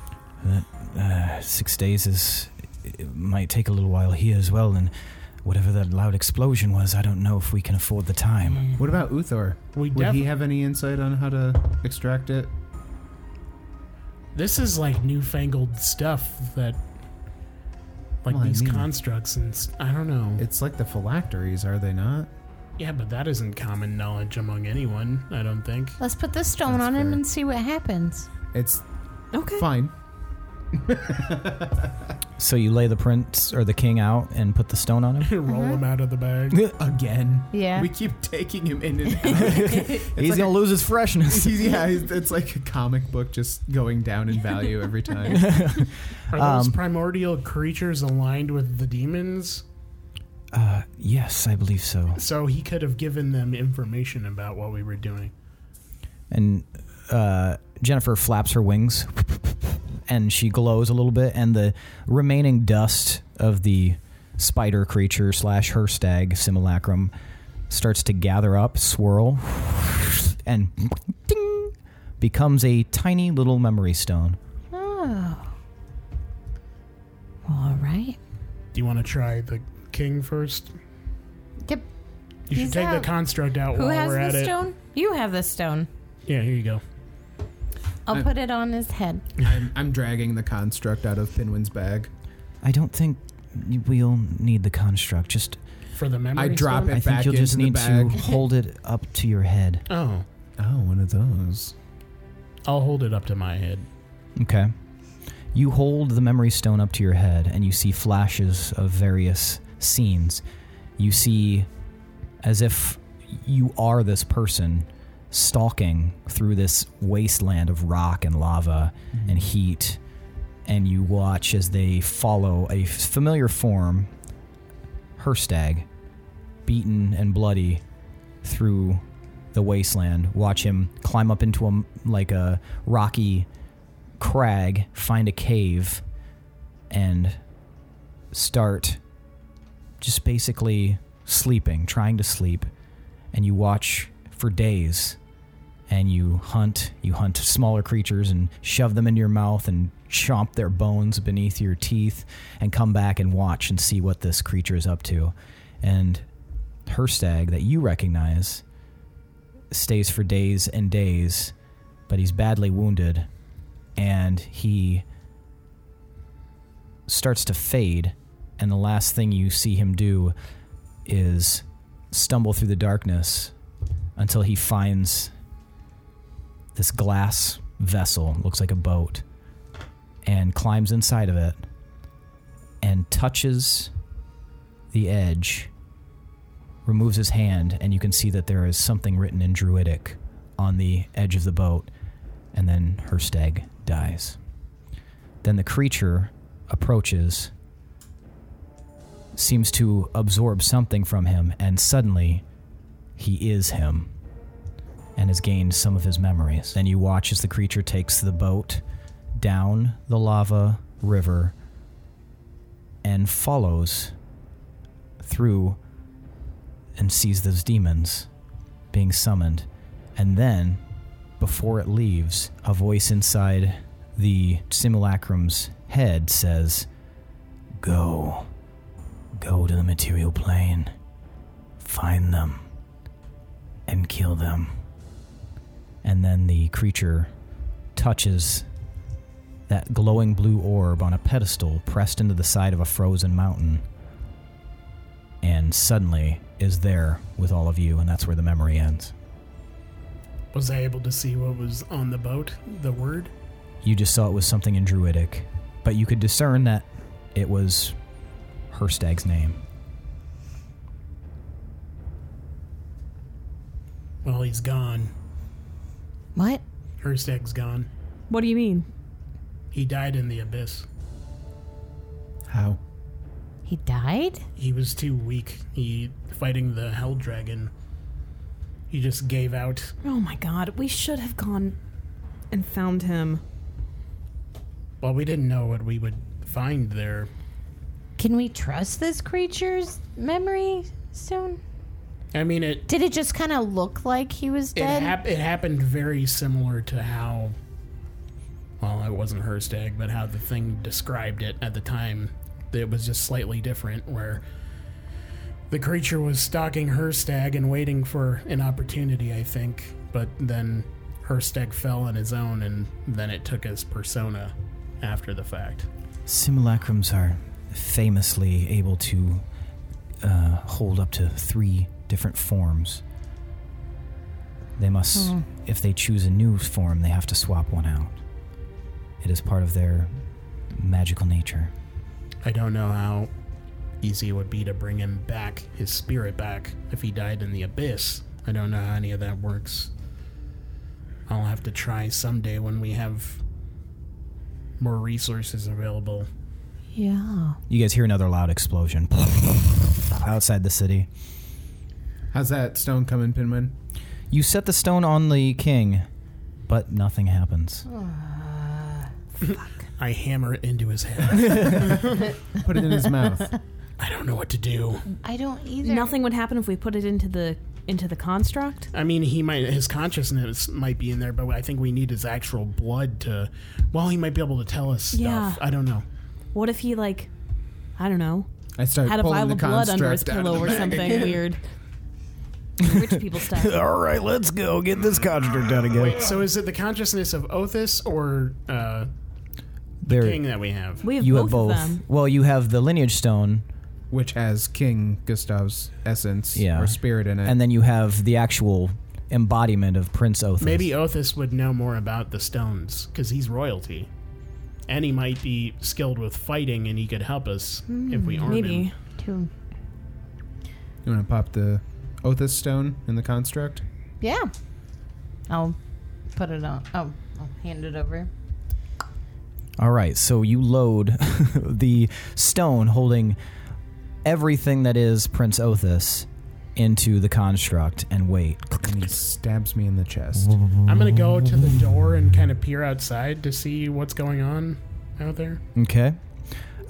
Uh, six days is. It might take a little while here as well, and whatever that loud explosion was, I don't know if we can afford the time.
What about Uthor?
We
Would
def-
he have any insight on how to extract it?
This is like newfangled stuff that, like
Well, I
these
mean-
constructs and s- I don't know.
It's like the phylacteries, are they not?
yeah, but that isn't common knowledge among anyone. I don't think.
Let's put the stone
That's
on him
fair.
and see what happens.
It's
Okay.
fine.
So you lay the prince or the king out and put the stone on him.
Roll him out of the bag.
Again.
Yeah.
We keep taking him in and out.
He's gonna lose his freshness.
He's- yeah, he's- it's like a comic book just going down in value every time.
Are those
Um,
primordial creatures aligned with the demons?
Uh, yes, I believe so.
So he could have given them information about what we were doing.
And uh, Jennifer flaps her wings, and she glows a little bit, and the remaining dust of the spider creature slash her stag simulacrum starts to gather up, swirl, and ding, becomes a tiny little memory stone.
Oh. All right.
Do you want to try the king first?
Yep.
You should
He's
take
out.
the construct out
Who
while
has
we're at
the
it.
stone? You have the stone.
Yeah, here you go.
I'll
I-
put it on his head.
I'm, I'm dragging the construct out of Pinwin's bag.
I don't think we'll need the construct. Just
For the memory.
I drop
stone?
it
I
back
think you'll just
into
need
the bag.
to hold it up to your head.
Oh,
Oh, one of those.
I'll hold it up to my head.
Okay. You hold the memory stone up to your head and you see flashes of various scenes. You see as if you are this person stalking through this wasteland of rock and lava and heat and you watch as they follow a familiar form herstag beaten and bloody through the wasteland watch him climb up into a like a rocky crag find a cave and start just basically sleeping, trying to sleep, and you watch for days and you hunt, you hunt smaller creatures and shove them into your mouth and chomp their bones beneath your teeth and come back and watch and see what this creature is up to. And her stag that you recognize stays for days and days, but he's badly wounded and he starts to fade and the last thing you see him do is stumble through the darkness until he finds this glass vessel, looks like a boat, and climbs inside of it and touches the edge, removes his hand, and you can see that there is something written in Druidic on the edge of the boat, and then her stag dies. Then the creature approaches seems to absorb something from him, and suddenly he is him and has gained some of his memories. And you watch as the creature takes the boat down the lava river and follows through and sees those demons being summoned. And then, before it leaves, a voice inside the simulacrum's head says, Go. Go to the material plane, find them, and kill them. And then the creature touches that glowing blue orb on a pedestal pressed into the side of a frozen mountain, and suddenly is there with all of you, and that's where the memory ends.
Was I able to see what was on the boat? The word?
You just saw it was something in Druidic, but you could discern that it was Herstag's name.
Well, he's gone.
What?
Hersteg's gone.
What do you mean?
He died in the abyss.
How?
He died?
He was too weak. He fighting the hell dragon. He just gave out.
Oh my god, we should have gone and found him.
Well, we didn't know what we would find there.
Can we trust this creature's memory stone?
I mean, it
Did it just kind of look like he was
it,
dead?
hap- it happened very similar to how. Well, it wasn't Hersteg, but how the thing described it at the time. It was just slightly different, where the creature was stalking Herstag and waiting for an opportunity, I think. But then Hersteg fell on his own, and then it took his persona after the fact.
Simulacrums are famously able to uh, hold up to three different forms. They must, if they choose a new form, they have to swap one out. It is part of their magical nature.
I don't know how easy it would be to bring him back, his spirit back, if he died in the abyss. I don't know how any of that works. I'll have to try someday when we have more resources available.
yeah.
You guys hear another loud explosion outside the city.
How's that stone coming, Pinman?
You set the stone on the king, but nothing happens.
I hammer it into his head.
Put it in his mouth.
I don't know what to do.
I don't either.
Nothing would happen if we put it into the into the construct.
I mean, he might his consciousness might be in there, but I think we need his actual blood to. Well, he might be able to tell us
Yeah.
stuff. I don't know.
What if he like I don't know,
I start
had a
pulling
vial
the
of blood under his
construct out of
pillow
the
or
bag
something
again.
weird. Rich people stuff.
All right, let's go get this contract done again.
So is it the consciousness of Othis or uh,
there,
King that we have?
We have
you
both,
have both.
of them.
Well, you have the lineage stone,
Which has King Gustav's essence
Yeah.
or spirit in it.
and then you have the actual embodiment of Prince Othos.
Maybe Othis would know more about the stones because he's royalty, and he might be skilled with fighting, and he could help us if we arm him.
Maybe.
Two.
You want to pop the Othus stone in the construct?
Yeah. I'll put it on. Oh, I'll hand it over.
All right, so you load the stone holding everything that is Prince Othis into the construct and wait.
And he stabs me in the chest.
I'm gonna go to the door and kind of peer outside to see what's going on out there.
Okay.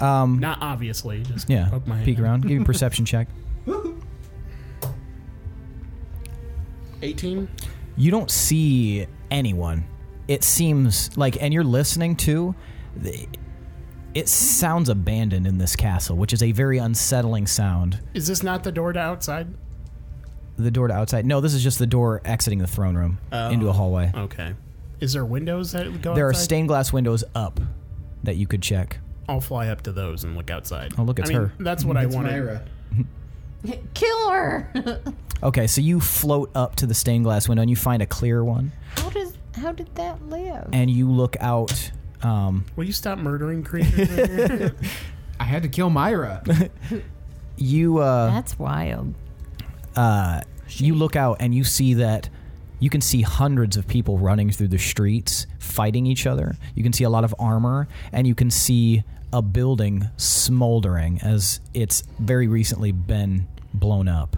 Um,
Not obviously, just
yeah,
poke my
peek around. Give me a perception check.
18.
You don't see anyone. It seems like, and you're listening to. the- It sounds abandoned in this castle, which is a very unsettling sound.
Is this not the door to outside?
The door to outside. No, this is just the door exiting the throne room
Oh.
into a hallway.
Okay. Is there windows that go
There are
outside?
stained glass windows up that you could check.
I'll fly up to those and look outside.
Oh, look, it's
I mean,
her.
That's what I wanted.
Kill her.
Okay, so you float up to the stained glass window and you find a clear one,
how does how did that live?
and you look out. Um,
Will you stop murdering creatures? over here?
I had to kill Myra.
you uh,
That's wild.
uh, you look out and you see that you can see hundreds of people running through the streets fighting each other. You can see a lot of armor and you can see a building smoldering as it's very recently been blown up.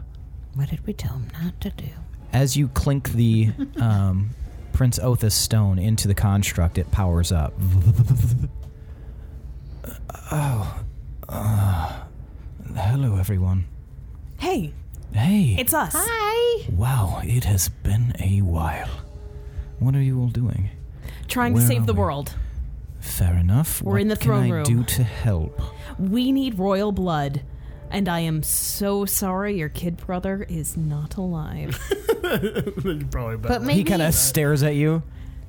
What did we tell him not to do?
As you clink the um, Prince Othis stone into the construct, it powers up. oh, ah. Oh, hello everyone.
Hey,
Hey.
it's us.
Hi.
Wow, it has been a while. What are you all doing?
Trying to
Where
save
are
the
we?
world.
Fair enough.
We're
what
in the
can
throne
I
room.
do to help?
We need royal blood. And I am so sorry your kid brother is not alive.
Probably better.
But maybe.
he kind of stares at you.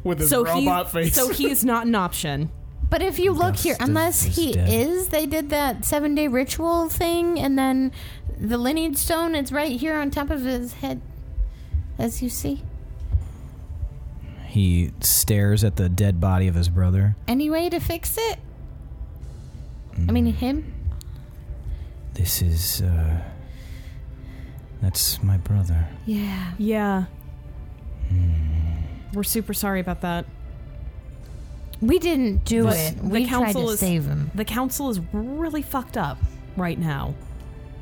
With his
so he
robot face.
so he is not an option.
but if you look
Gus
here,
is-
unless
is
he
dead.
is, they did that seven day ritual thing, and then the lineage stone is right here on top of his head, as you see.
He stares at the dead body of his brother.
Any way to fix it? I mean, him?
This is. Uh, that's my brother.
Yeah.
Yeah.
Hmm.
We're super sorry about that.
We didn't do
The-
it.
the
We tried
council
to
is-
save him.
The council is really fucked up right now.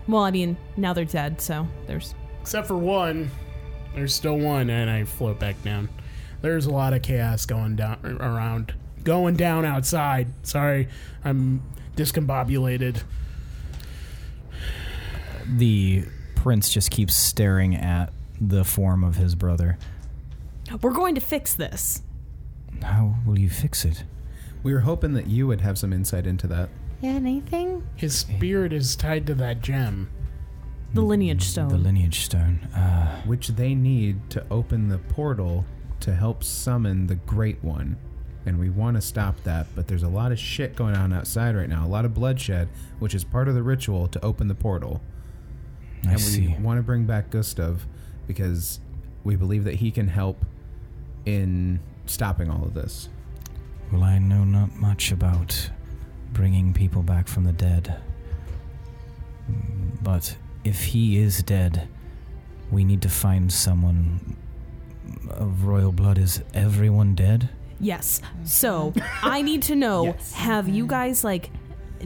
Well, I mean, now they're dead, so there's
Except for one. There's still one, and I float back down. There's a lot of chaos going down ar- around. Going down outside. Sorry, I'm discombobulated.
The prince just keeps staring at the form of his brother.
we're going to fix this.
How will you fix it?
we were hoping that you would have some insight into that.
Yeah, anything?
His spirit is tied to that gem.
The lineage stone.
Hmm, The lineage stone. Uh,
which they need to open the portal to help summon the Great One. And we want to stop that, but there's a lot of shit going on outside right now, a lot of bloodshed, which is part of the ritual to open the portal.
I
And
see.
we want to bring back Gustav because we believe that he can help in stopping all of this.
Well, I know not much about bringing people back from the dead. But if he is dead, we need to find someone of royal blood. Is everyone dead?
Yes. So I need to know have you guys, like,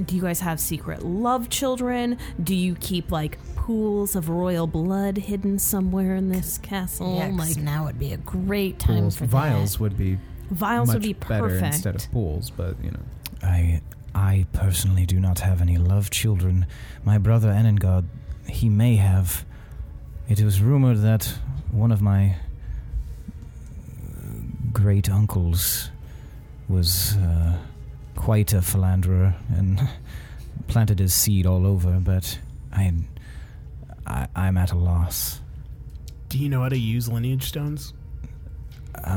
do you guys have secret love children? Do you keep, like, pools of royal blood hidden somewhere in this castle?
Yeah, 'cause
like,
now would be a Oh great time
Pools-
for
vials
that.
would be
vials
much
would be
better
perfect.
instead of pools, but you know.
I I personally do not have any love children. My brother Enengard, he may have. It was rumored that one of my uh, great uncles was uh, quite a philanderer and planted his seed all over, but I, I I'm at a loss.
Do you know how to use lineage stones?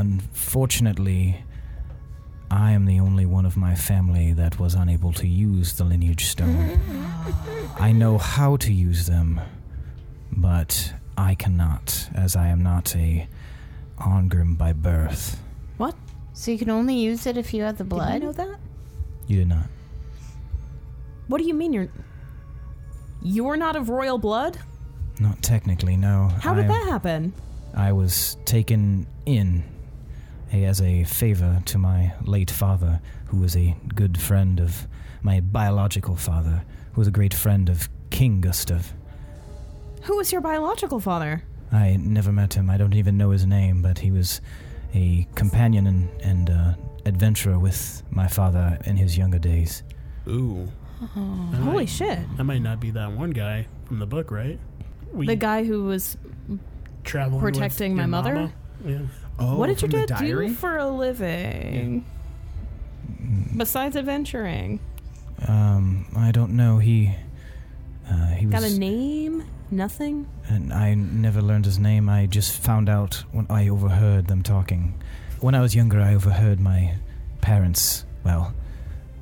Unfortunately, I am the only one of my family that was unable to use the lineage stone. I know how to use them, but I cannot, as I am not a Ongrim by birth.
So you can only use it if you have the
Did I
blood?
know that?
You did not.
What do you mean you're you're not of royal blood?
Not technically, no.
How
I,
did that happen?
I was taken in a- as a favor to my late father, who was a good friend of my biological father, who was a great friend of King Gustav.
Who was your biological father?
I never met him. I don't even know his name, but he was a companion and, and uh, adventurer with my father in his younger days.
Ooh.
Holy shit.
That might not be that one guy from the book, right? We
The guy who was
traveling with
protecting my
your
mother?
mama? Yeah.
Oh,
What did you
from
do,
the diary?
do for a living? Besides adventuring.
Um, I don't know. He uh, he
Got
was,
a name? Nothing?
and I never learned his name. I just found out when I overheard them talking. When I was younger, I overheard my parents, well,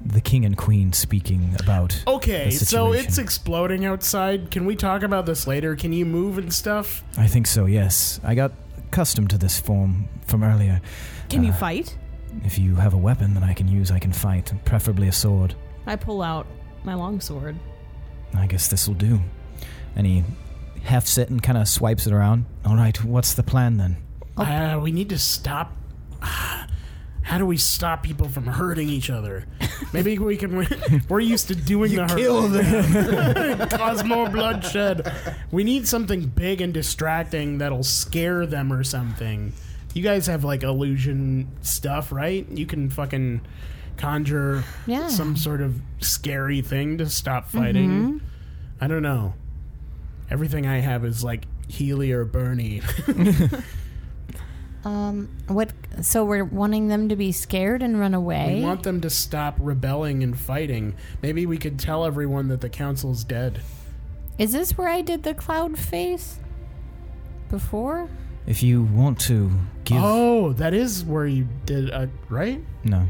the king and queen speaking about.
Okay,
the
so
situation.
it's exploding outside. Can we talk about this later? Can you move and stuff?
I think so. Yes, I got accustomed to this form from earlier.
Can you
Uh,
fight?
If you have a weapon that I can use, I can fight, preferably a sword.
I pull out my longsword.
I guess this will do. And he hefts it and kind of swipes it around. All right, what's the plan then?
Uh, we need to stop. How do we stop people from hurting each other? Maybe we can. We're used to doing the kill them, cause more bloodshed. We need something big and distracting that'll scare them or something. You guys have like illusion stuff, right? You can fucking conjure
Yeah.
some sort of scary thing to stop fighting. I don't know. Everything I have is like Healy or Bernie.
Um, what? So we're wanting them to be scared and run away.
We want them to stop rebelling and fighting. Maybe we could tell everyone that the council's dead.
Is this where I did the cloud face? Before?
If you want to give.
Oh, that is where you did, uh, right?
No,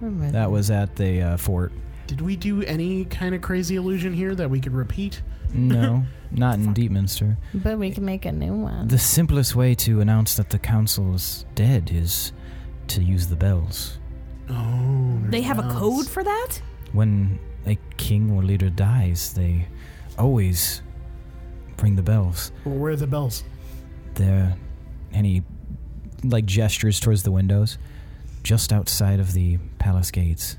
Remember
that was at the uh, fort.
Did we do any kind of crazy illusion here that we could repeat?
No, not in Deepminster.
But we can make a new one.
The simplest way to announce that the council is dead is to use the bells.
Oh, there's
They have a
bells.
code for that?
When a king or leader dies, they always bring the bells.
Well, where are the bells?
there any like gestures towards the windows just outside of the palace gates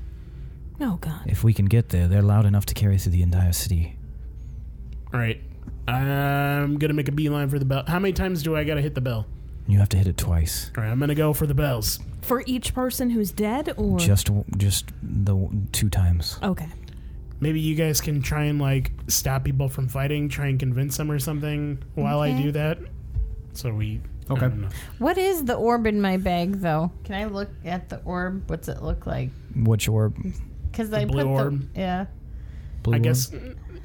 Oh god.
if we can get there they're loud enough to carry through the entire city
All right, I'm gonna make a beeline for the bell. How many times do I gotta hit the bell?
you have to hit it twice
All right, I'm gonna go for the bells.
For each person who's dead or
just just the two times
Okay.
Maybe you guys can try and like stop people from fighting, try and convince them or something while I
Okay.
do that. So we I
Okay.
don't know.
what is the orb in my bag, though? Can I look at the orb? What's it look like?
what's your
Because I
blue
put
orb?
the yeah.
blue
I
one?
guess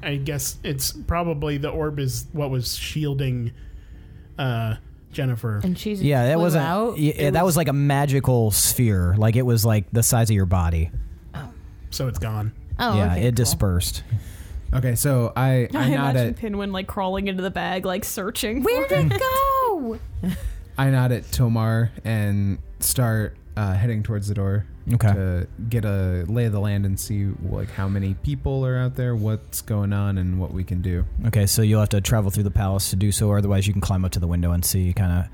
I guess it's probably the orb is what was shielding uh Jennifer.
And she's
yeah that e
flew
wasn't
out.
yeah, that was like a magical sphere like it was like the size of your body
So it's gone.
Oh,
yeah
okay,
it
cool.
dispersed
Okay, so I I,
I
nod
imagine
at
Pinwin like crawling into the bag, like searching. for-
Where'd it go?
I nod at Tomar and start uh, heading towards the door
Okay.
to get a lay of the land and see like how many people are out there, what's going on, and what we can do.
okay so you'll have to travel through the palace to do so or otherwise you can climb up to the window and see kind of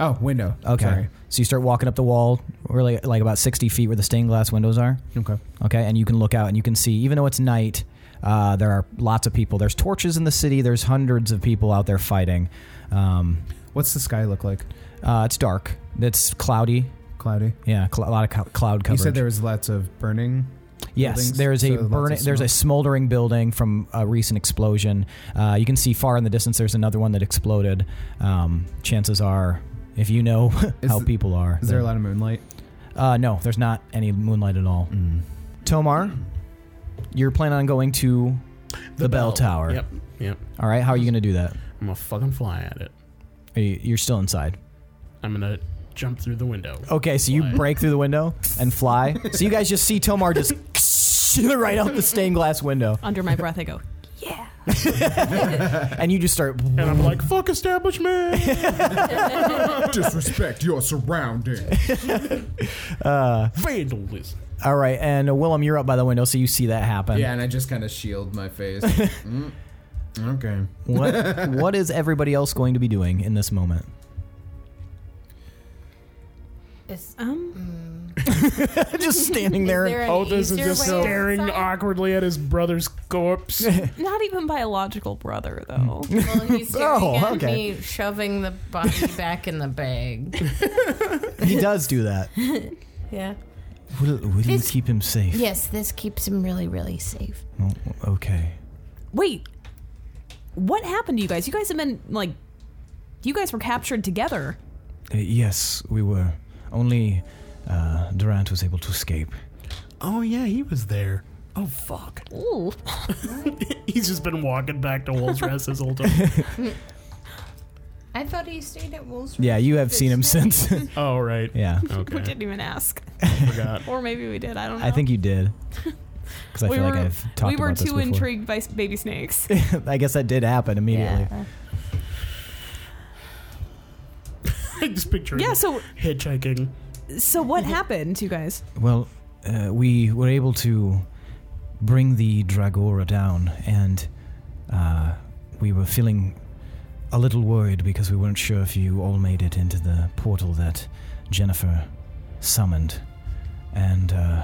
Oh, window.
Okay.
Sorry.
So you start walking up the wall, really like about 60 feet where the stained glass windows are.
Okay.
Okay. And you can look out and you can see, even though it's night, uh, there are lots of people. There's torches in the city, there's hundreds of people out there fighting. Um,
What's the sky look like?
uh, it's dark, it's cloudy.
Cloudy.
Yeah, cl- a lot of co- cloud
You
coverage.
said there was lots of burning.
yes,
buildings,
there's
so
a
lots of
burning, there's a
smoke.
smoldering building from a recent explosion. Uh, you can see far in the distance there's another one that exploded. Um, chances are, if you know
Is
how
th-
people are,
Is there a
then-
lot of moonlight?
Uh, no, there's not any moonlight at all.
Mm.
Tomar, you're planning on going to the, bell, tower.
Yep. Yep.
All right, how are you going to do that?
I'm gonna fucking fly at it.
Are you- You're still inside.
I'm gonna jump through the window.
Okay, so you
Fly.
break through the window and fly. so you guys just see Tomar just right out the stained glass window,
Under my breath I go, Yeah.
and you just start.
And I'm like, fuck establishment.
Disrespect your surrounding.
Vandalism.
All right, and uh, Willem, you're up by the window, so you see that happen.
Yeah, and I just kind of shield my face. Mm, okay.
What What is everybody else going to be doing in this moment?
Is,
Um,
Just standing there.
there an
Oh, this is
easier
just
way to
staring
decide?
awkwardly at his brother's corpse.
not even biological brother though.
Well, he's staring
Oh,
at
okay.
me, shoving the body back in the bag.
he does do that.
Yeah.
Will, will you
It's-
keep him safe?
Yes, this keeps him really, really safe.
Oh, okay.
Wait, what happened to you guys? You guys have been like, you guys were captured together.
Uh, yes, we were. Only uh, Durant was able to escape.
oh yeah, he was there. Oh fuck.
Ooh.
He's just been walking back to Wolf's Rest his whole time.
I thought he stayed at Wolves.
Yeah, you have seen him since.
Oh right.
yeah,
Okay.
We didn't even ask,
Forgot.
or maybe we did. I don't know.
I think you did. Because I
Oh. we
feel
were
like I've talked
we were
about this
too
before.
intrigued by s- baby snakes.
I guess that did happen immediately.
I just picture
yeah.
him
So
hitchhiking.
so what happened, to you guys?
Well, uh, we were able to bring the Dragora down, and uh, we were feeling a little worried because we weren't sure if you all made it into the portal that Jennifer summoned. And uh,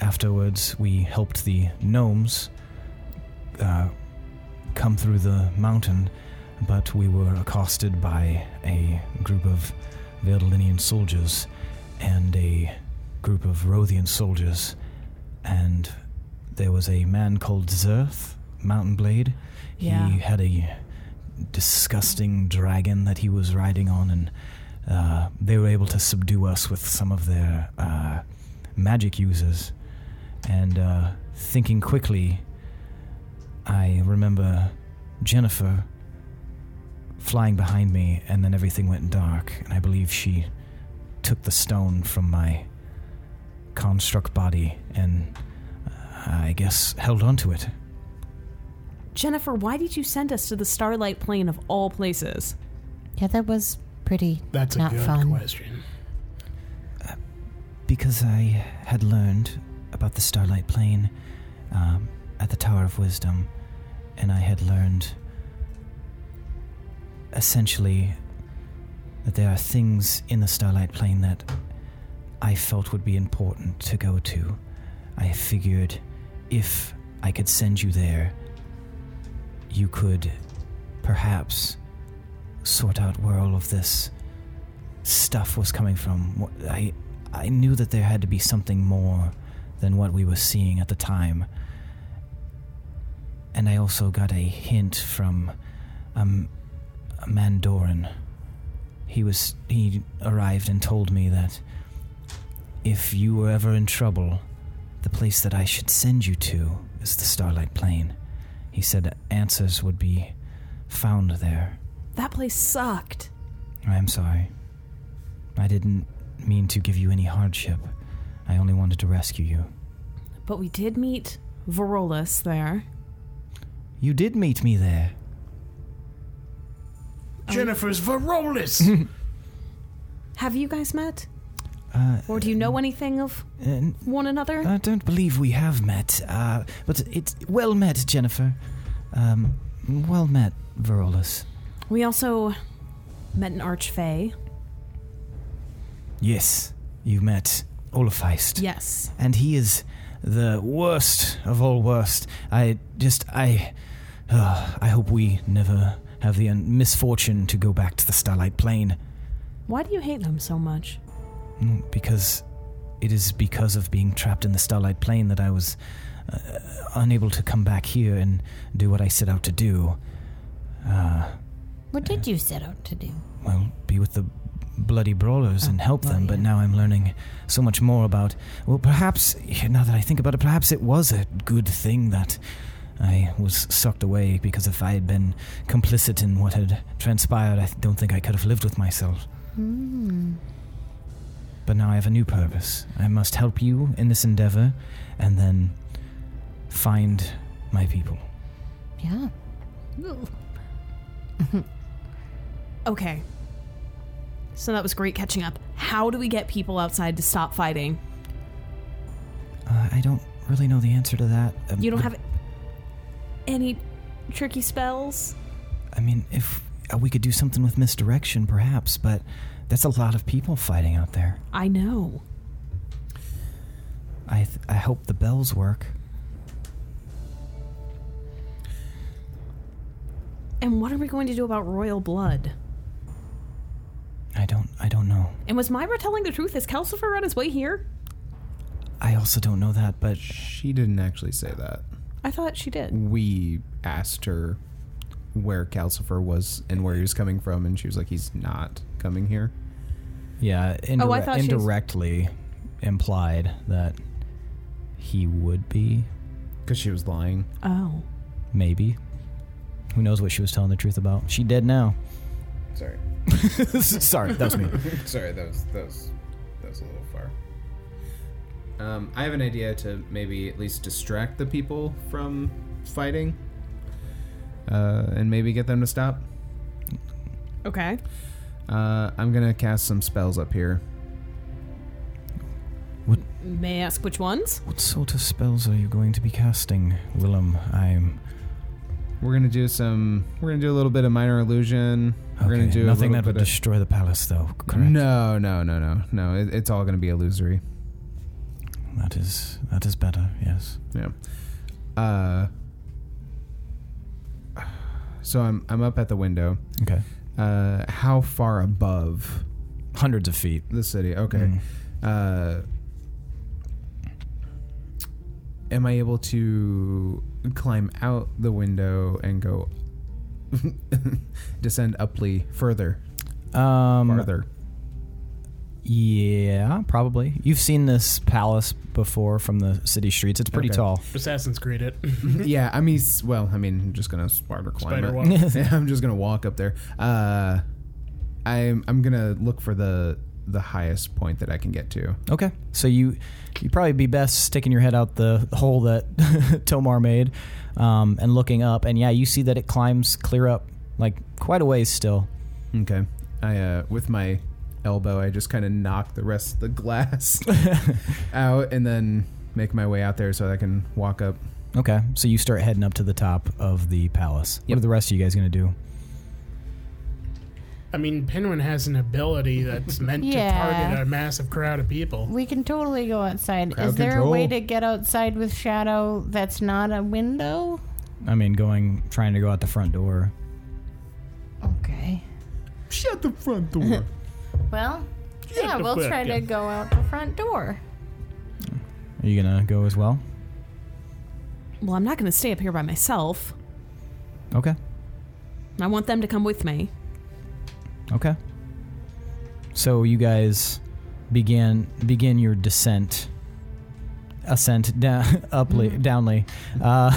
afterwards, we helped the gnomes uh, come through the mountain, but we were accosted by a group of Verdalinian soldiers and a group of Rothian soldiers, and there was a man called Zerth, Mountain Blade.
Yeah.
He had a disgusting dragon that he was riding on, and uh, they were able to subdue us with some of their uh, magic users. And uh, thinking quickly, I remember Jennifer flying behind me, and then everything went dark, and I believe she took the stone from my construct body and uh, I guess held onto it.
Jennifer, why did you send us to the Starlight Plane of all places?
Yeah, that was pretty
That's a
not
good
fun.
question.
Because I had learned about the Starlight Plane um, at the Tower of Wisdom, and I had learned essentially that there are things in the Starlight Plane that I felt would be important to go to. I figured if I could send you there, you could perhaps sort out where all of this stuff was coming from. What- I I knew that there had to be something more than what we were seeing at the time. And I also got a hint from um, a Mandoran. He was he arrived and told me that if you were ever in trouble, the place that I should send you to is the Starlight Plain. He said answers would be found there.
That place sucked.
I'm sorry. I didn't mean to give you any hardship. I only wanted to rescue you.
But we did meet Varolus there.
You did meet me there.
Oh.
Jennifer's Varolus.
Have you guys met?
Uh,
Or do you know anything of
and
one another?
I don't believe we have met. Uh, but it's well met, Jennifer. Um, well met, Verolus.
we also met an archfey.
Yes, you met Olafeist.
Yes.
and he is the worst of all worst. I just I uh, I hope we never have the un- misfortune to go back to the Starlight Plane
Why do you hate them so much?
Mm, because it is because of being trapped in the Starlight Plane that I was uh, unable to come back here and do what I set out to do. Uh,
What did you set out to do?
well, be with the bloody brawlers and help
well,
them, but
yeah.
now I'm learning so much more about. Well, perhaps, now that I think about it, perhaps it was a good thing that I was sucked away, because if I had been complicit in what had transpired, I don't think I could have lived with myself.
Hmm.
But now I have a new purpose. I must help you in this endeavor, and then find my people.
Yeah.
Okay. So that was great catching up. How do we get people outside to stop fighting?
Uh, I don't really know the answer to that. Um,
You don't
the-
have any tricky spells?
I mean, if uh, we could do something with misdirection, perhaps, but that's a lot of people fighting out there.
I know.
I th- I hope the bells work.
And what are we going to do about royal blood?
I don't I don't know.
And was Myra telling the truth? Is Calcifer on his way here?
I also don't know that, but
She didn't actually say that.
I thought she did.
We asked her where Calcifer was and where he was coming from, and she was like, "He's not coming here."
yeah,
Oh, I thought she was-
indirectly implied that he would be
Because she was lying.
Oh.
maybe. Who knows what she was telling the truth about? She dead now.
Sorry.
Sorry, that was me.
Sorry, that was that was that was a little far. Um, I have an idea to maybe at least distract the people from fighting, uh, and maybe get them to stop.
Okay.
Uh, I'm gonna cast some spells up here.
May I ask which ones?
What sort of spells are you going to be casting, Willem? I'm
We're gonna do some. We're gonna do a little bit of minor illusion. We're
okay,
gonna do a
nothing
little
that would
bit of-
destroy the palace, though. Correct.
No, no, no, no, no. It, it's all gonna be illusory.
That is that is better. Yes.
Yeah. Uh. So I'm I'm up at the window.
Okay.
Uh, how far above
Hundreds of feet.
the city? Okay.
Mm.
Uh, am I able to climb out the window and go descend uply further,
Um,
farther?
Yeah, probably. You've seen this palace before from the city streets. It's pretty
Okay.
tall.
Assassin's Creed it.
yeah, I mean, s- well, I mean, I'm just gonna spider climb
Spider
it.
walk.
Yeah, I'm just gonna walk up there. Uh, I'm I'm gonna look for the the highest point that I can get to.
Okay, so you you probably be best sticking your head out the hole that Tomar made um, and looking up. And yeah, you see that it climbs clear up like quite a ways still.
Okay, I uh, with my elbow, I just kind of knock the rest of the glass out, and then make my way out there so that I can walk up.
Okay, so you start heading up to the top of the palace. What are the rest of you guys gonna do?
I mean, Penguin has an ability that's meant to
Yeah.
target a massive crowd of people.
We can totally go outside.
Crowd
Is there a way
control.
to get outside with shadow that's not a window?
I mean, going trying to go out the front door.
Okay.
Shut the front door.
Well, yeah,
the
we'll
fuck
try to
up.
go out the front door.
Are you gonna go as well?
Well, I'm not going to stay up here by myself.
Okay,
I want them to come with me.
okay. So you guys begin begin your descent, ascent down uply
Mm-hmm.
downly. Uh,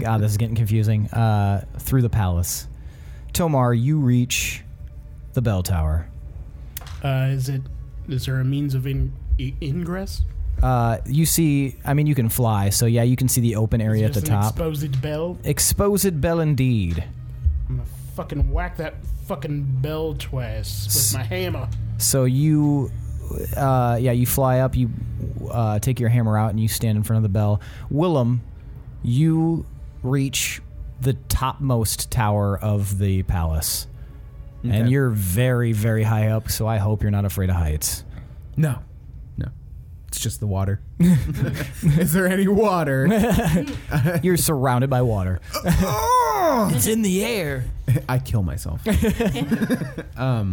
God, this is getting confusing. Uh, through the palace, Tomar, you reach the bell tower.
Uh, is it? Is there a means of in, i- ingress?
Uh, you see, I mean, you can fly, so yeah, you can see the open area at
Just
the
an
top.
Exposed bell.
Exposed bell indeed.
I'm gonna fucking whack that fucking bell twice
S-
with my hammer.
So you, uh, yeah, you fly up. You uh, take your hammer out and you stand in front of the bell. Willem, you reach the topmost tower of the palace, and
Okay.
you're very, very high up. So I hope you're not afraid of heights.
No. No. It's just the water. Is there any water?
You're surrounded by water. it's in the air.
I kill myself. um all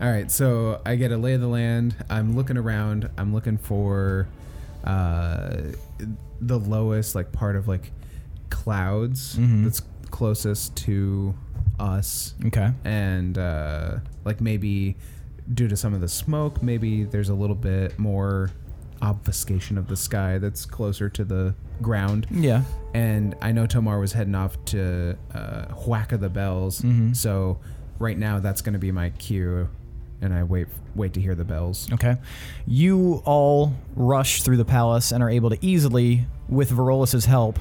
right, so I get a lay of the land. I'm looking around. I'm looking for uh the lowest like part of like clouds that's closest to us
Okay.
and uh, like maybe due to some of the smoke, maybe there's a little bit more obfuscation of the sky that's closer to the ground.
Yeah.
And I know Tomar was heading off to uh, Huaca the Bells,
Mm-hmm.
so right now that's going to be my cue, and I wait wait to hear the bells.
Okay. You all rush through the palace and are able to easily, with Verolus's help,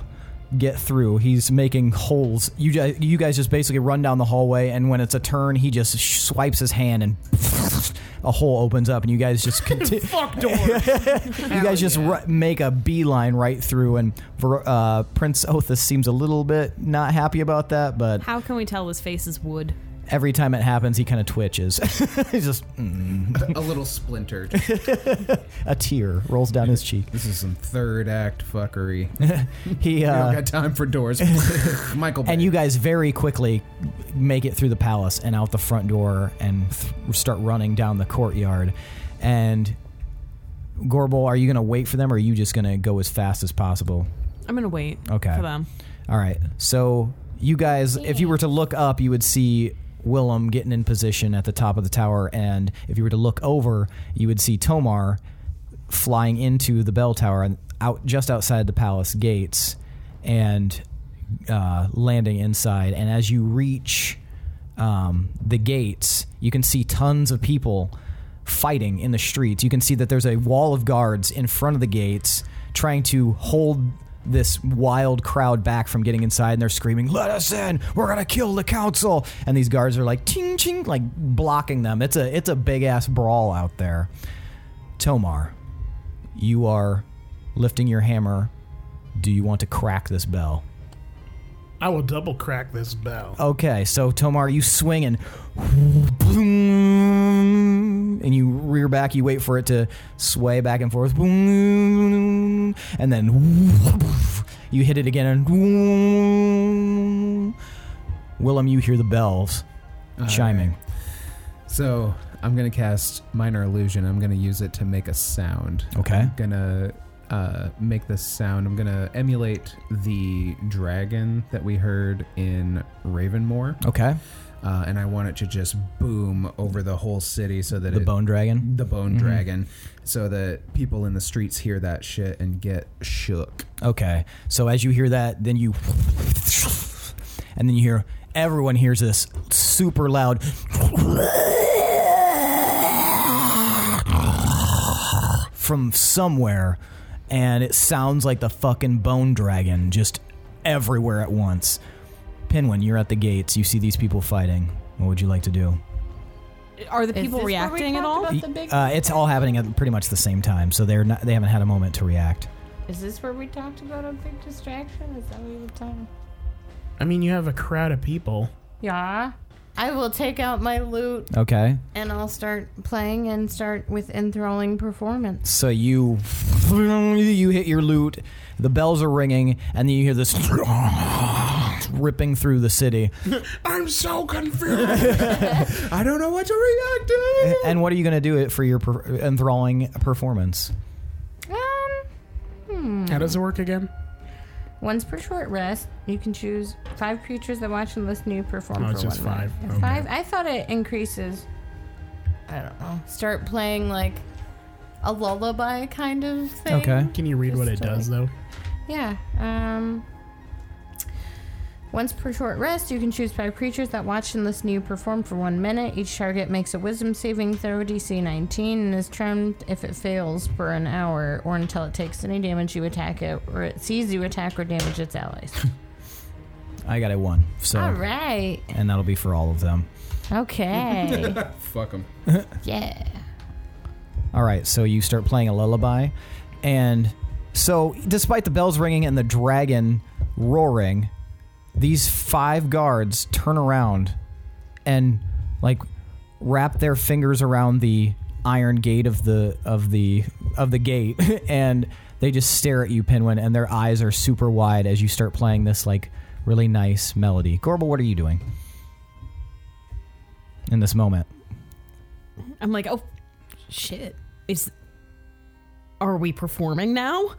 get through. He's making holes. You guys, you guys just basically run down the hallway, and when it's a turn, he just sh- swipes his hand and a hole opens up, and you guys just continue.
Fuck door.
you guys just ru- make a beeline right through, and Ver- uh, Prince Othis seems a little bit not happy about that, but
How can we tell his face is wood?
every time it happens, he kind of twitches. He's just
a little splintered.
a tear rolls down his cheek.
This is some third act fuckery.
He
I don't
uh,
got time for doors. Michael Bay.
and you guys very quickly make it through the palace and out the front door and th- start running down the courtyard. And Gorbel, are you going to wait for them, or are you just going to go as fast as possible?
I'm gonna wait.
Okay.
For them.
All right. So you guys, if you were to look up, you would see Willem getting in position at the top of the tower, and if you were to look over, you would see Tomar flying into the bell tower and out just outside the palace gates, and uh, landing inside. And as you reach um, the gates, you can see tons of people fighting in the streets. You can see that there's a wall of guards in front of the gates trying to hold this wild crowd back from getting inside and they're screaming let us in we're gonna kill the council and these guards are like ting ching like blocking them it's a it's a big ass brawl out there tomar you are lifting your hammer do you want to crack this bell
I will double crack this bell.
Okay, so Tomar, you swing and boom, and you rear back. You wait for it to sway back and forth, boom, and then you hit it again. And boom. Willem, you hear the bells chiming.
So I'm gonna cast minor illusion. I'm gonna use it to make a sound.
Okay.
I'm gonna uh, make this sound. I'm gonna emulate the dragon that we heard in Ravenmoor,
Okay,
uh, and I want it to just boom over the whole city so that
the
it,
bone Mm-hmm. dragon.
the bone dragon, so that people in the streets hear that shit and get shook.
Okay, so as you hear that, then you, and then you hear everyone hears this super loud. from somewhere and it sounds like the fucking bone dragon just everywhere at once. Pinwin, you're at the gates. You see these people fighting. What would you like to do?
Are the
Is
people
this where we
reacting at
talked
all?
about the big-
Uh, it's all happening at pretty much the same time, so they're not, they haven't had a moment to react.
Is this where we talked about a big distraction? Is that what you were talking?
I mean, you have a crowd of people.
Yeah. I will take out my lute
Okay,
and I'll start playing and start with enthralling performance.
so you you hit your loot. The bells are ringing, and then you hear this ripping through the city.
I'm so confused.
I don't know what to react to.
And what are you going to do it for your per- enthralling performance?
Um,
How does it work again?
once per short rest, you can choose five creatures that watch and listen to you perform.
Oh,
for
it's just
one minute.
five.
It's
Okay.
Five. I thought it increases. I don't know. Start playing like a lullaby kind of thing.
Okay.
Can you read what it does, though?
Yeah. Um. Once per short rest, you can choose five creatures that watch and listen to you perform for one minute. Each target makes a wisdom saving throw DC 19 and is charmed if it fails for an hour or until it takes any damage you attack it or it sees you attack or damage its allies.
I got a one. So
All right.
and that'll be for all of them.
Okay.
Fuck them.
yeah.
All right, so you start playing a lullaby, and so despite the bells ringing and the dragon roaring, these five guards turn around and like wrap their fingers around the iron gate of the of the of the gate and they just stare at you pinwin and their eyes are super wide as you start playing this like really nice melody gorbel what are you doing in this moment
I'm like, oh, shit. Is are we performing now?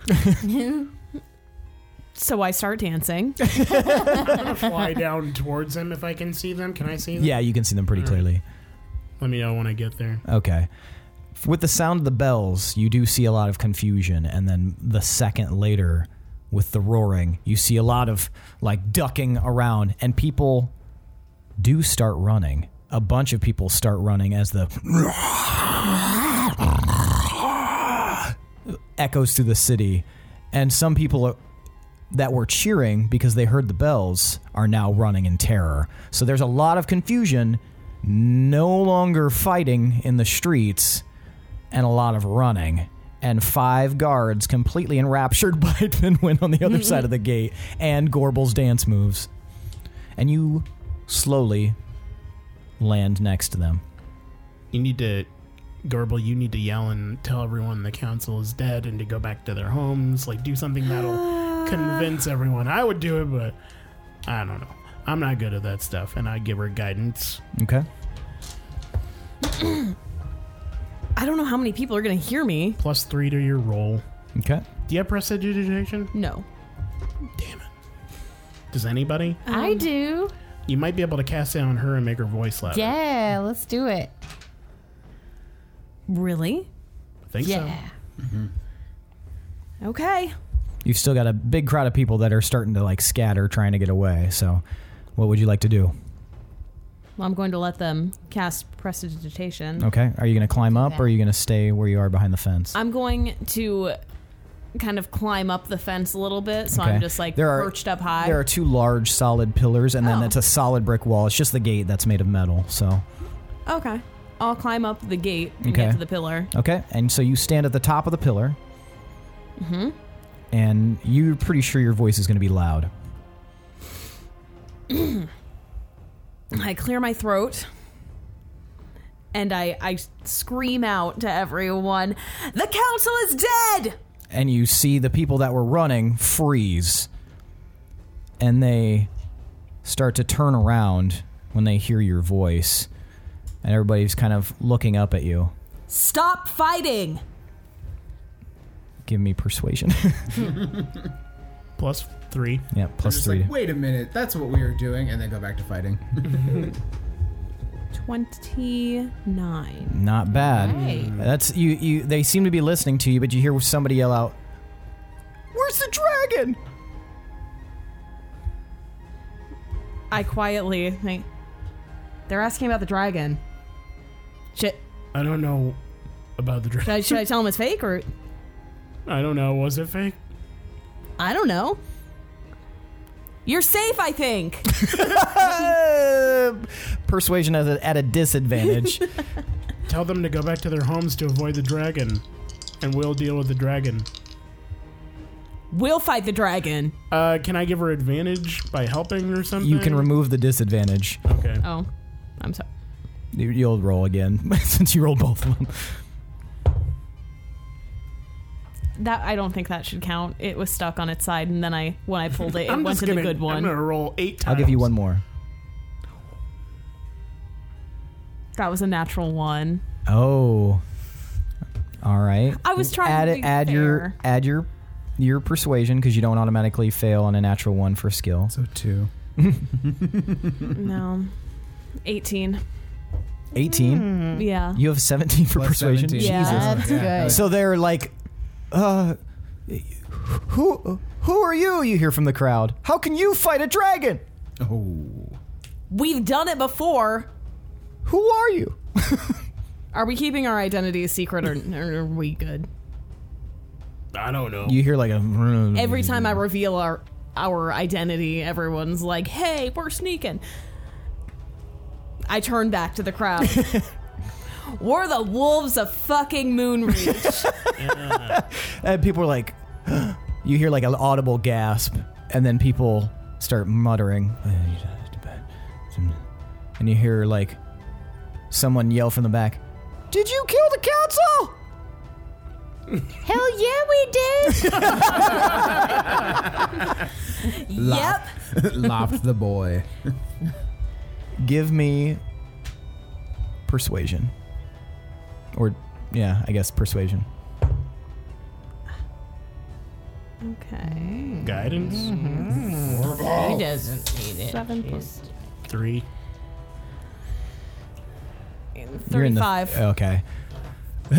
so I start dancing.
Fly down towards them if I can see them. Can I see them?
yeah you can see them pretty clearly
Let me know when I get there.
Okay. With the sound of the bells, you do see a lot of confusion, and then the second later, with the roaring, you see a lot of like ducking around, and people do start running. A bunch of people start running as the echoes through the city, and some people are- that were cheering because they heard the bells are now running in terror. So there's a lot of confusion. no longer fighting in the streets and a lot of running. And five guards, completely enraptured by Pinwin on the other side of the gate, and Gorbel's dance moves. And you slowly land next to them.
You need to, Gorbel, you need to yell and tell everyone the council is dead and to go back to their homes. Like, do something that'll convince everyone. I would do it, but I don't know. I'm not good at that stuff, and I give her guidance.
Okay.
I don't know how many people are going to hear me.
Plus three to your roll.
Okay.
Do you have prestidigitation?
No.
Damn it. Does anybody?
I do.
You might be able to cast it on her and make her voice louder.
Yeah, let's do it.
Really?
I think so.
Yeah.
Okay.
You've still got a big crowd of people that are starting to like scatter, trying to get away. So, what would you like to do?
Well, I'm going to let them cast prestidigitation.
Okay. Are you going to climb up or are you going to stay where you are behind the fence?
I'm going to kind of climb up the fence a little bit, so I'm
Okay.
just like
There are-
perched up high.
There are two large solid pillars, and then
Oh.
it's a solid brick wall. It's just the gate that's made of metal. So,
okay. I'll climb up the gate and get
Okay.
to the pillar.
okay. And so you stand at the top of the pillar. Mm-hmm. And you're pretty sure your voice is going to be loud.
I clear my throat and I, I scream out to everyone The council is dead!
And you see the people that were running freeze. And they start to turn around when they hear your voice. And everybody's kind of looking up at you.
Stop fighting!
Give me persuasion.
Plus three.
yeah, plus
Just
three.
like, wait a minute, that's what we were doing, and then go back to fighting.
29.
Not bad.
Right.
That's you. You. They seem to be listening to you, but you hear somebody yell out, "Where's the dragon?"
I quietly think they're asking about the dragon. Should,
I don't know about the
should, I,
dragon.
should I tell them it's fake or
I don't know. Was it fake?
I don't know? You're safe, I think.
Uh, persuasion at a, at a disadvantage.
Tell them to go back to their homes to avoid the dragon, and we'll deal with the dragon.
we'll fight the dragon.
Uh, can I give her advantage by helping or something?
you can remove the disadvantage.
Okay.
Oh, I'm sorry.
You- You'll roll again since you rolled both of them.
That I don't think that should count. It was stuck on its side, and then I when I pulled it, it
I'm
went
just
to
gonna,
the good one.
I'm gonna roll eight times.
I'll give you one more.
That was a natural one.
Oh, all right.
I was trying
add
to
it-
be
add your
fair.
add your your persuasion because you don't automatically fail on a natural one for skill.
so two.
No, eighteen.
Eighteen.
Yeah.
You have seventeen for
Plus
persuasion.
17.
Yeah.
Jesus.
That's good.
So they're like, uh, who who are you? You hear from the crowd. How can you fight a dragon?
Oh.
We've done it before.
Who are you?
Are we keeping our identity a secret, or, or are we good?
I don't know.
You hear like a
Every time I reveal our our identity, everyone's like, "Hey, we're sneaking." I turn back to the crowd. we're the wolves of fucking Moonreach.
and people are like, you hear like an audible gasp, and then people start muttering, and you hear like someone yell from the back, "Did you kill the council?"
Hell yeah, we did.
yep.
Lopped the boy.
Give me persuasion. Or, yeah, I guess persuasion.
Okay.
Guidance
he doesn't need it.
Seven plus
three.
You're in the-
thirty-five.
okay.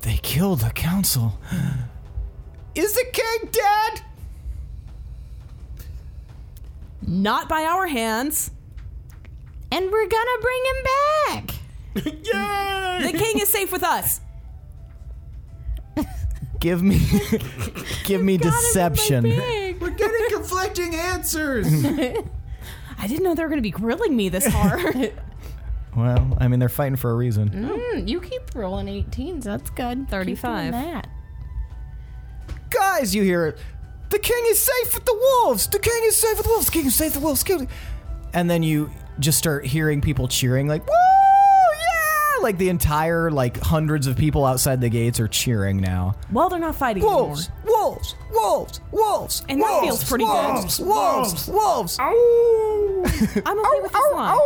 They killed the council. Is the king dead?
Not by our hands.
And we're gonna bring him back.
Yay!
The king is safe with us.
Give me, give me deception.
We're getting conflicting answers.
I didn't know they were going to be grilling me this hard.
Well, I mean, they're fighting for a reason.
Mm, you keep rolling 18s. That's good. Keep
35.
doing that.
Guys, you hear it. The king is safe with the wolves. The king is safe with the wolves. The king is safe with the wolves. The king- And then you just start hearing people cheering, like, woo, yeah! Like the entire, like, hundreds of people outside the gates are cheering now.
Well, they're not fighting
Wolves,
anymore.
wolves, wolves, wolves.
And that
wolves,
feels pretty good.
wolves, Wolves, wolves.
I'm okay with this one.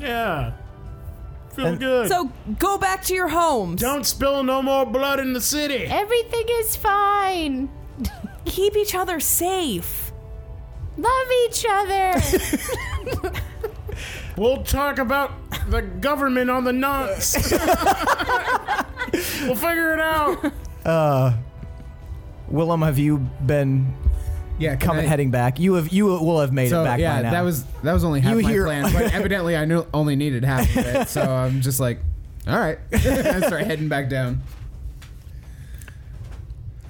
Yeah. Feel
And-
good.
So go back to your homes.
Don't spill no more blood in the city.
Eh?
Everything is fine.
keep each other safe.
Love each other.
We'll talk about the government on the nuts. we'll figure it out.
Willem, um, have you been
Yeah, can
coming
I-
heading back? You have you will have made
So
it back
yeah,
by now.
that was that was only half
You
my
hear-
plan. But evidently, I knew only needed half of it. So I'm just like, all right, I start heading back down.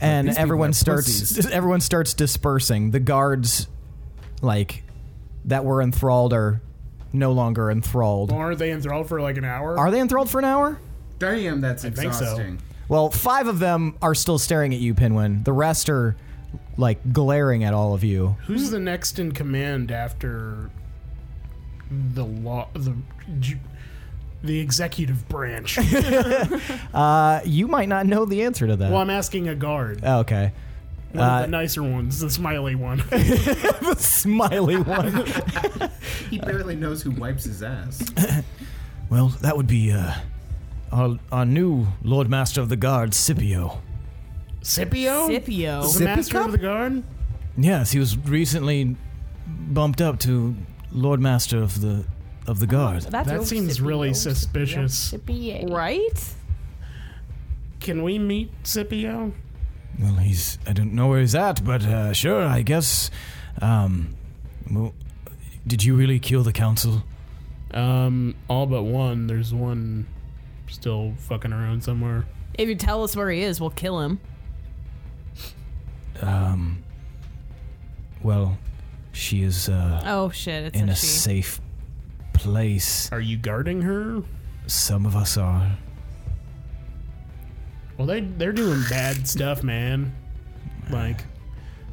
and
These people
everyone
are
starts
pussies.
everyone starts dispersing. The guards, like that were enthralled, are no longer enthralled.
Aren't they enthralled for like an hour?
Are they enthralled for an hour?
Damn, that's
think so.
exhausting.
Well, five of them are still staring at you, Pinwin. The rest are like glaring at all of you.
Who's the next in command after the law, the ju- the executive branch? well,
Uh, you might not know the answer to that.
I'm asking a guard.
Oh, okay.
One of the nicer ones, the smiley one.
The smiley one.
He barely knows who wipes his ass.
Well, that would be uh, our, our new Lord Master of the Guard, Scipio.
Scipio?
Scipio.
The
Sippy
master
cup?
of the guard?
Yes, he was recently bumped up to Lord Master of the of the Guard.
That's
That
over
seems
Scipio.
really suspicious.
right.
Can we meet Scipio?
Well, he's I don't know where he's at, but uh, sure, I guess. Um, well, did you really kill the council?
Um, all but one. There's one still fucking around somewhere.
If you tell us where he is, we'll kill him.
Um, well, she is uh,
Oh shit! It's
in
a
a
she.
safe place.
Are you guarding her?
Some of us are.
Well, they they're doing bad stuff, man. Like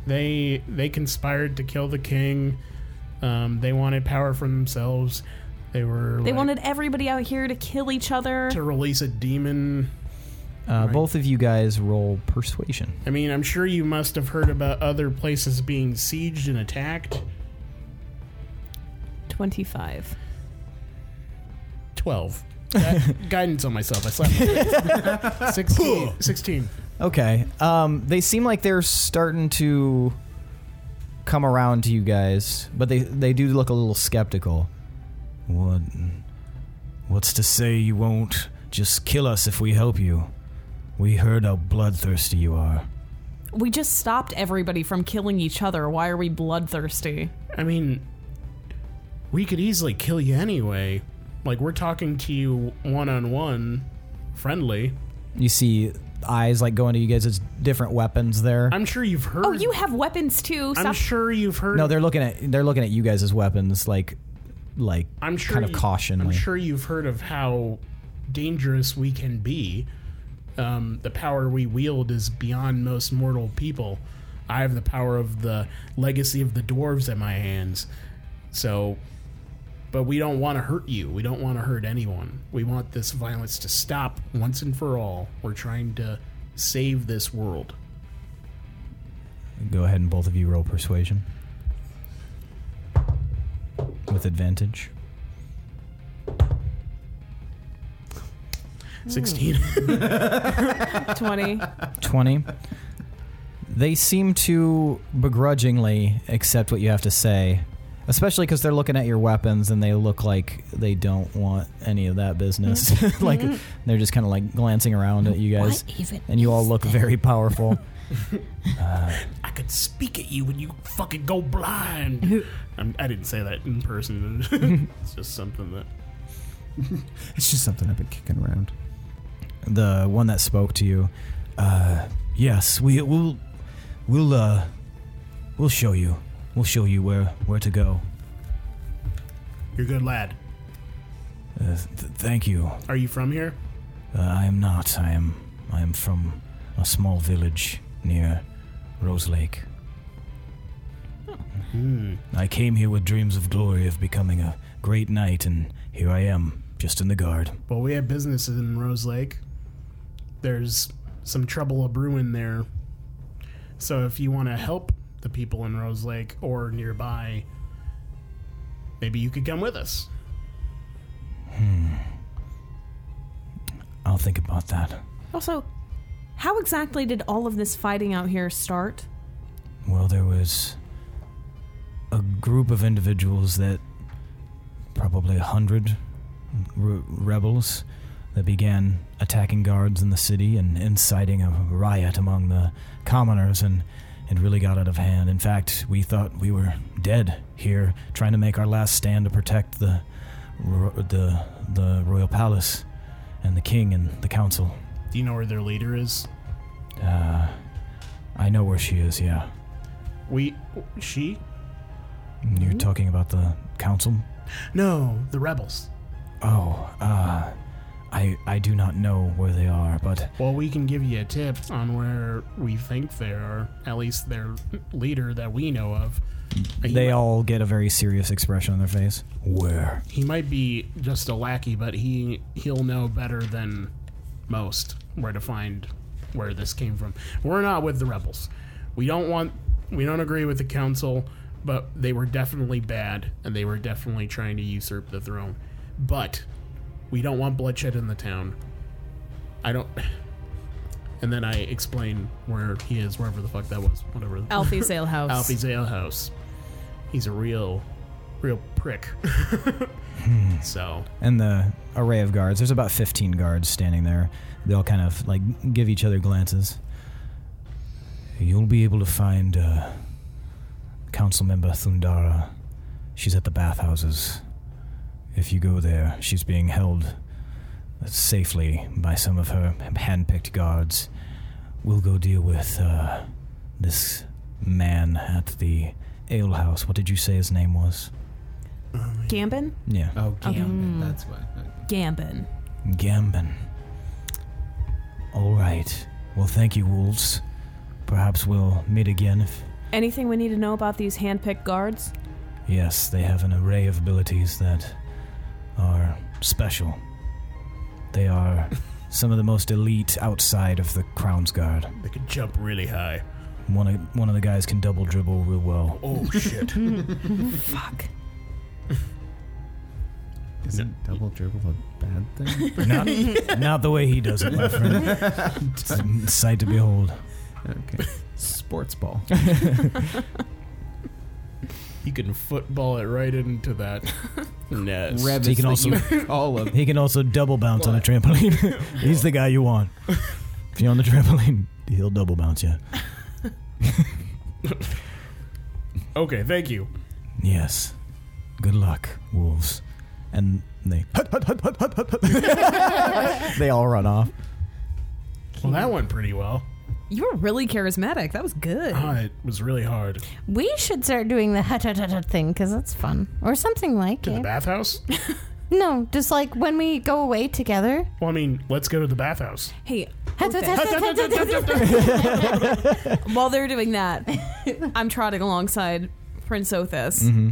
they they conspired to kill the king. Um, they wanted power for themselves. They were
They
like,
wanted everybody out here to kill each other.
to release a demon.
Uh, Both of you guys roll persuasion.
I mean, I'm sure you must have heard about other places being sieged and attacked.
Twenty-five.
Twelve. Gu- guidance on myself. I slapped. My face. 16, 16.
Okay. Um, they seem like they're starting to come around to you guys, but they they do look a little skeptical. What? What's to say you won't just kill us if we help you? We heard how bloodthirsty you are.
We just stopped everybody from killing each other. Why are we bloodthirsty?
I mean, we could easily kill you anyway. Like we're talking to you one on one, friendly.
You see eyes like going to you guys. It's different weapons there.
I'm sure you've heard.
Oh, you have weapons too.
I'm
Stop.
sure you've heard.
no, they're looking at they're looking at you guys as weapons, like like
I'm sure
kind of
you-
cautionly.
I'm sure you've heard of how dangerous we can be. Um, the power we wield is beyond most mortal people. I have the power of the legacy of the dwarves at my hands. So, but we don't want to hurt you. We don't want to hurt anyone. We want this violence to stop once and for all. We're trying to save this world.
Go ahead and both of you roll persuasion with advantage.
16.
Hmm. 20.
20. They seem to begrudgingly accept what you have to say, especially because they're looking at your weapons and they look like they don't want any of that business. like they're just kind of like glancing around at you guys,
even
and you all look very powerful.
I could speak at you and you fucking go blind. I'm, I didn't say that in person. it's just something that.
It's just something I've been kicking around.
the one that spoke to you. Uh, yes, we will. We'll uh, we'll show you. We'll show you where where to go.
You're a good lad.
Uh, th- thank you.
Are you from here?
Uh, I am not. I am. I am from a small village near Rose Lake. I came here with dreams of glory of becoming a great knight, and here I am, just in the guard.
Well, we have business in Rose Lake. There's some trouble a brewing there. So if you want to help the people in Rose Lake or nearby, maybe you could come with us.
I'll think about that.
Also, how exactly did all of this fighting out here start?
Well, there was a group of individuals that, probably a hundred re- rebels, that began attacking guards in the city and inciting a riot among the commoners, and it really got out of hand. In fact, we thought we were dead here, trying to make our last stand to protect the ro- the the royal palace and the king and the council.
Do you know where their leader is?
Uh, I know where she is. Yeah,
We. She?
you're talking about the council.
No, the rebels.
Oh, uh, I I do not know where they are, but
Well, we can give you a tip on where we think they are, at least their leader that we know of. He
they
might-
all get a very serious expression on their face. Where?
He might be just a lackey, but he he'll know better than most where to find where this came from. We're not with the rebels. We don't want we don't agree with the council, but they were definitely bad and they were definitely trying to usurp the throne. But we don't want bloodshed in the town. I don't and then I explain where he is, wherever the fuck that was, whatever.
Alfie's Ale House.
Alfie's Ale House. He's a real, real prick. so
And the array of guards. There's about 15 guards standing there. They all kind of like give each other glances. You'll be able to find uh, council member Thundara. She's at the bathhouses. If you go there, she's being held safely by some of her handpicked guards. We'll go deal with uh, this man at the alehouse. What did you say his name was?
Gambin?
Yeah.
Oh,
Okay.
damn it, that's why.
Gambin.
Gambin. All right. Well, thank you, wolves. Perhaps we'll meet again if.
Anything we need to know about these handpicked guards?
Yes, they have an array of abilities that are special. They are some of the most elite outside of the Crown's Guard.
They could jump really high.
One of, one of the guys can double dribble real well.
Oh shit!
Fuck.
Isn't double dribble a bad thing?
Not, not the way he does it, my friend. It's a sight to behold.
okay. Sports ball.
you can football it right into that net.
Revis
He can
that
also-
you call a
He can also double bounce on a trampoline. He's the guy you want. If you're on the trampoline, he'll double bounce you.
Okay, thank you.
Yes. Good luck, wolves. And they hut, hut, hut, hut, hut, hut, hut. they all run off.
Well, that went pretty well.
You were really charismatic. That was good.
Uh,
Ah, it was really hard.
We should start doing the hut hut hut hut thing because that's fun, or something like
To the
it.
bathhouse?
No, just like when we go away together.
Well, I mean, let's go to the bathhouse.
Hey,
Hut, hut, hut, hut, hut, hut, hut, hut.
while they're doing that, I'm trotting alongside Prince Othis.
Mm-hmm.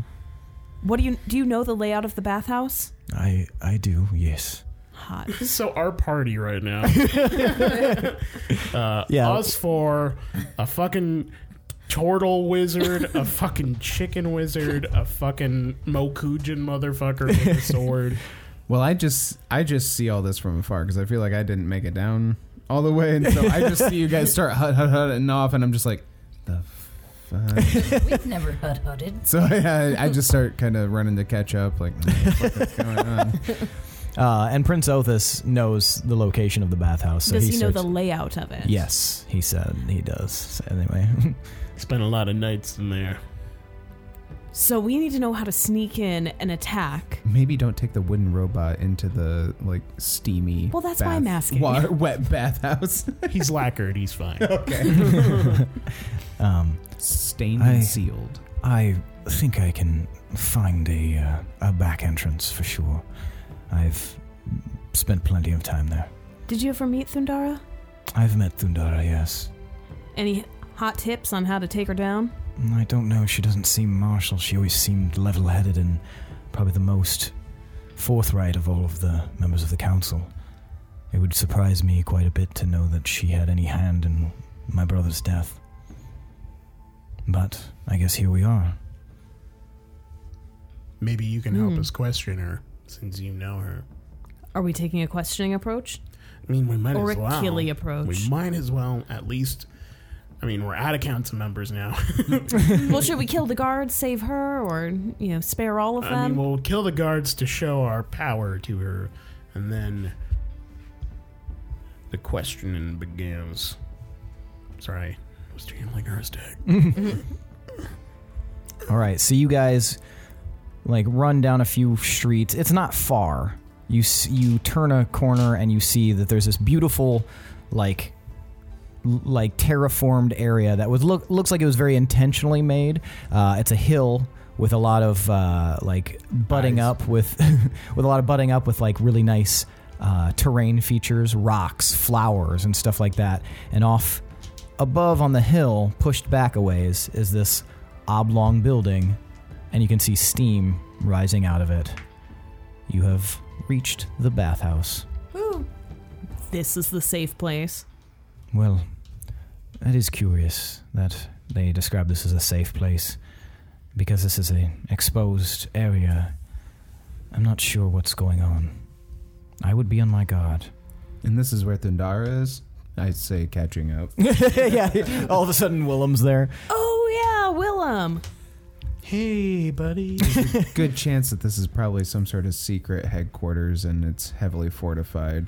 What do you do? You know the layout of the bathhouse?
I I do, yes.
Hot.
So our party right now, Uh,
Yeah.
us four, a fucking turtle wizard, a fucking chicken wizard, a fucking Mokujin motherfucker with a sword.
Well, I just I just see all this from afar because I feel like I didn't make it down all the way, and so I just see you guys start hut hut hutting off, and I'm just like, the fuck.
We've never hut hutted.
so yeah, I just start kind of running to catch up, like, what the fuck is going on?
Uh, and Prince Othis knows the location of the bathhouse. So
Does
he
he know
search-
the layout of it?
Yes, he said he does. So anyway,
Spent a lot of nights in there.
So we need to know how to sneak in and attack.
Maybe don't take the wooden robot into the like steamy.
Well, that's why I'm asking.
wa- wet bathhouse,
He's lacquered. He's fine.
Um
stained
I-
and sealed.
I think I can find a uh, a back entrance for sure. I've spent plenty of time there.
Did you ever meet Thundara?
I've met Thundara, yes.
Any hot tips on how to take her down?
I don't know. She doesn't seem martial. She always seemed level headed and probably the most forthright of all of the members of the council. It would surprise me quite a bit to know that she had any hand in my brother's death. But I guess here we are.
Maybe you can help
Hmm.
us question her since you know her.
Are we taking a questioning approach
I mean, we might
or
as
a
well.
killy
We
approach?
might as well at least. I mean, we're out of council members now.
well, should we kill the guards, save her, or you know, spare all of
I
them?
mean, we'll kill the guards to show our power to her, and then the questioning begins. Sorry, I was channeling her stick.
All right, so you guys
like run down a few streets. It's not far. You s- you turn a corner and you see that there's this beautiful like l- like terraformed area that was look looks like it was very intentionally made. Uh, it's a hill with a lot of uh, like butting
Eyes.
up with with a lot of butting up with like really nice uh, terrain features, rocks, flowers, and stuff like that. And off above on the hill, pushed back a ways, is this oblong building and you can see steam rising out of it. You have reached the bathhouse.
this is the safe place.
Well, it is curious that they describe this as a safe place because this is an exposed area. I'm not sure what's going on. I would be on my guard.
And this is where Thundara is. I'd say catching up.
yeah, all of a sudden Willem's there.
Oh yeah, Willem.
Hey, buddy.
Good chance that this is probably some sort of secret headquarters and it's heavily fortified.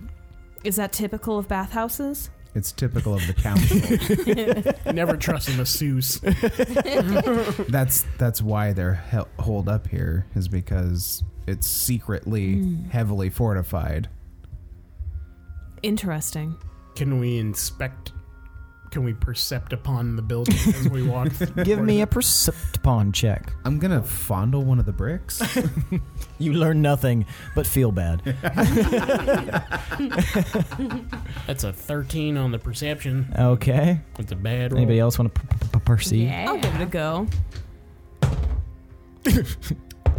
Is that typical of bathhouses?
It's typical of the council.
Never trust a masseuse.
that's that's why they're he- holed up here is because it's secretly
Hmm.
heavily fortified.
Interesting.
Can we inspect? Can we percept upon the building as we walk?
Give me a Perceptipon check.
I'm gonna fondle one of the bricks.
You learn nothing, but feel bad.
That's a thirteen on the perception.
Okay.
It's a bad roll.
Anybody else want to p- p- p- perceive?
I'll
Oh,
give it a go.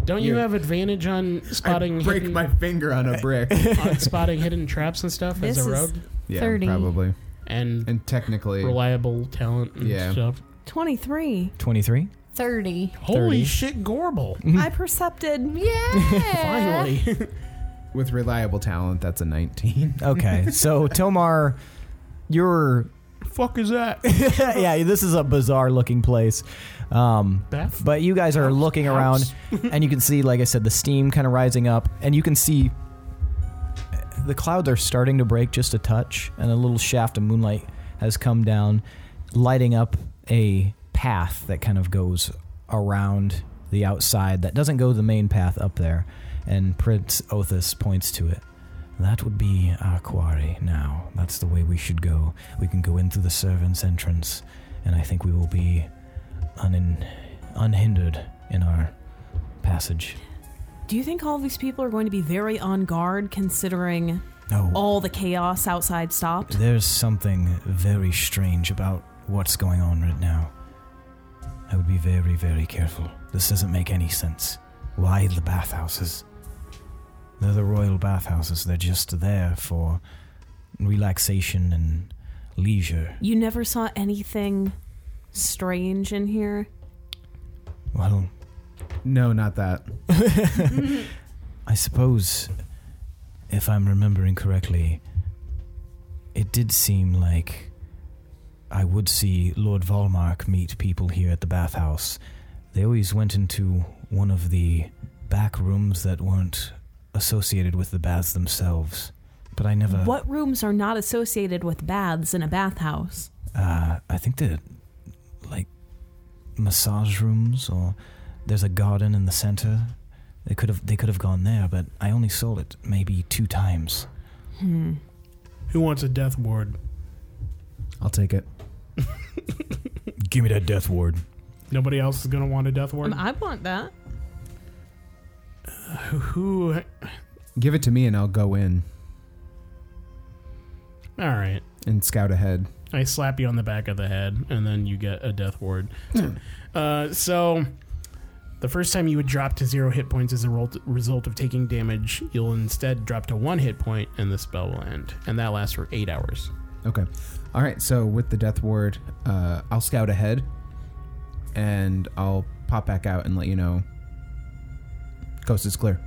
Don't you have advantage on spotting
break
hidden,
my finger on a brick.
on spotting hidden traps and stuff
This
as
is
a rogue
Yeah,
30.
probably.
and
And technically,
reliable talent and
Yeah.
stuff?
Twenty-three.
23?
30.
Holy shit, Gorble!
I percepted.
Yeah.
Finally,
with reliable talent, that's a 19.
Okay, so Tomar, you're
fuck is that?
yeah. This is a bizarre looking place, um,
Bath?
but you guys are looking around, and you can see, like I said, the steam kind of rising up, and you can see the clouds are starting to break just a touch, and a little shaft of moonlight has come down, lighting up a path that kind of goes around the outside that doesn't go the main path up there, and Prince Othis points to it. That would be our quarry now. That's the way we should go. We can go in through the servants' entrance, and I think we will be unin unhindered in our passage.
Do you think all these people are going to be very on guard considering
Oh,
all the chaos outside stopped?
there's something very strange about what's going on right now. I would be very, very careful. This doesn't make any sense. Why the bathhouses? They're the royal bathhouses. They're just there for relaxation and leisure.
You never saw anything strange in here?
Well,
No, not that.
I suppose, if I'm remembering correctly, it did seem like I would see Lord Valmark meet people here at the bathhouse. They always went into one of the back rooms that weren't associated with the baths themselves. But I never.
what rooms are not associated with baths in a bathhouse?
Uh, I think they're like massage rooms, or there's a garden in the center. They could have they could have gone there, but I only saw it maybe two times.
Hmm.
who wants a death ward?
I'll take it.
Give me that death ward.
Nobody else is
Um,
gonna want a death ward.
I want that.
who?
Give it to me and I'll go in
All right.
and scout ahead.
I slap you on the back of the head, and then you get a death ward. uh, so, the first time you would drop to zero hit points as a rol- result of taking damage, you'll instead drop to one hit point, and the spell will end. And that lasts for eight hours.
Okay. All right. So with the death ward, uh, I'll scout ahead, and I'll pop back out and let you know. Coast is clear.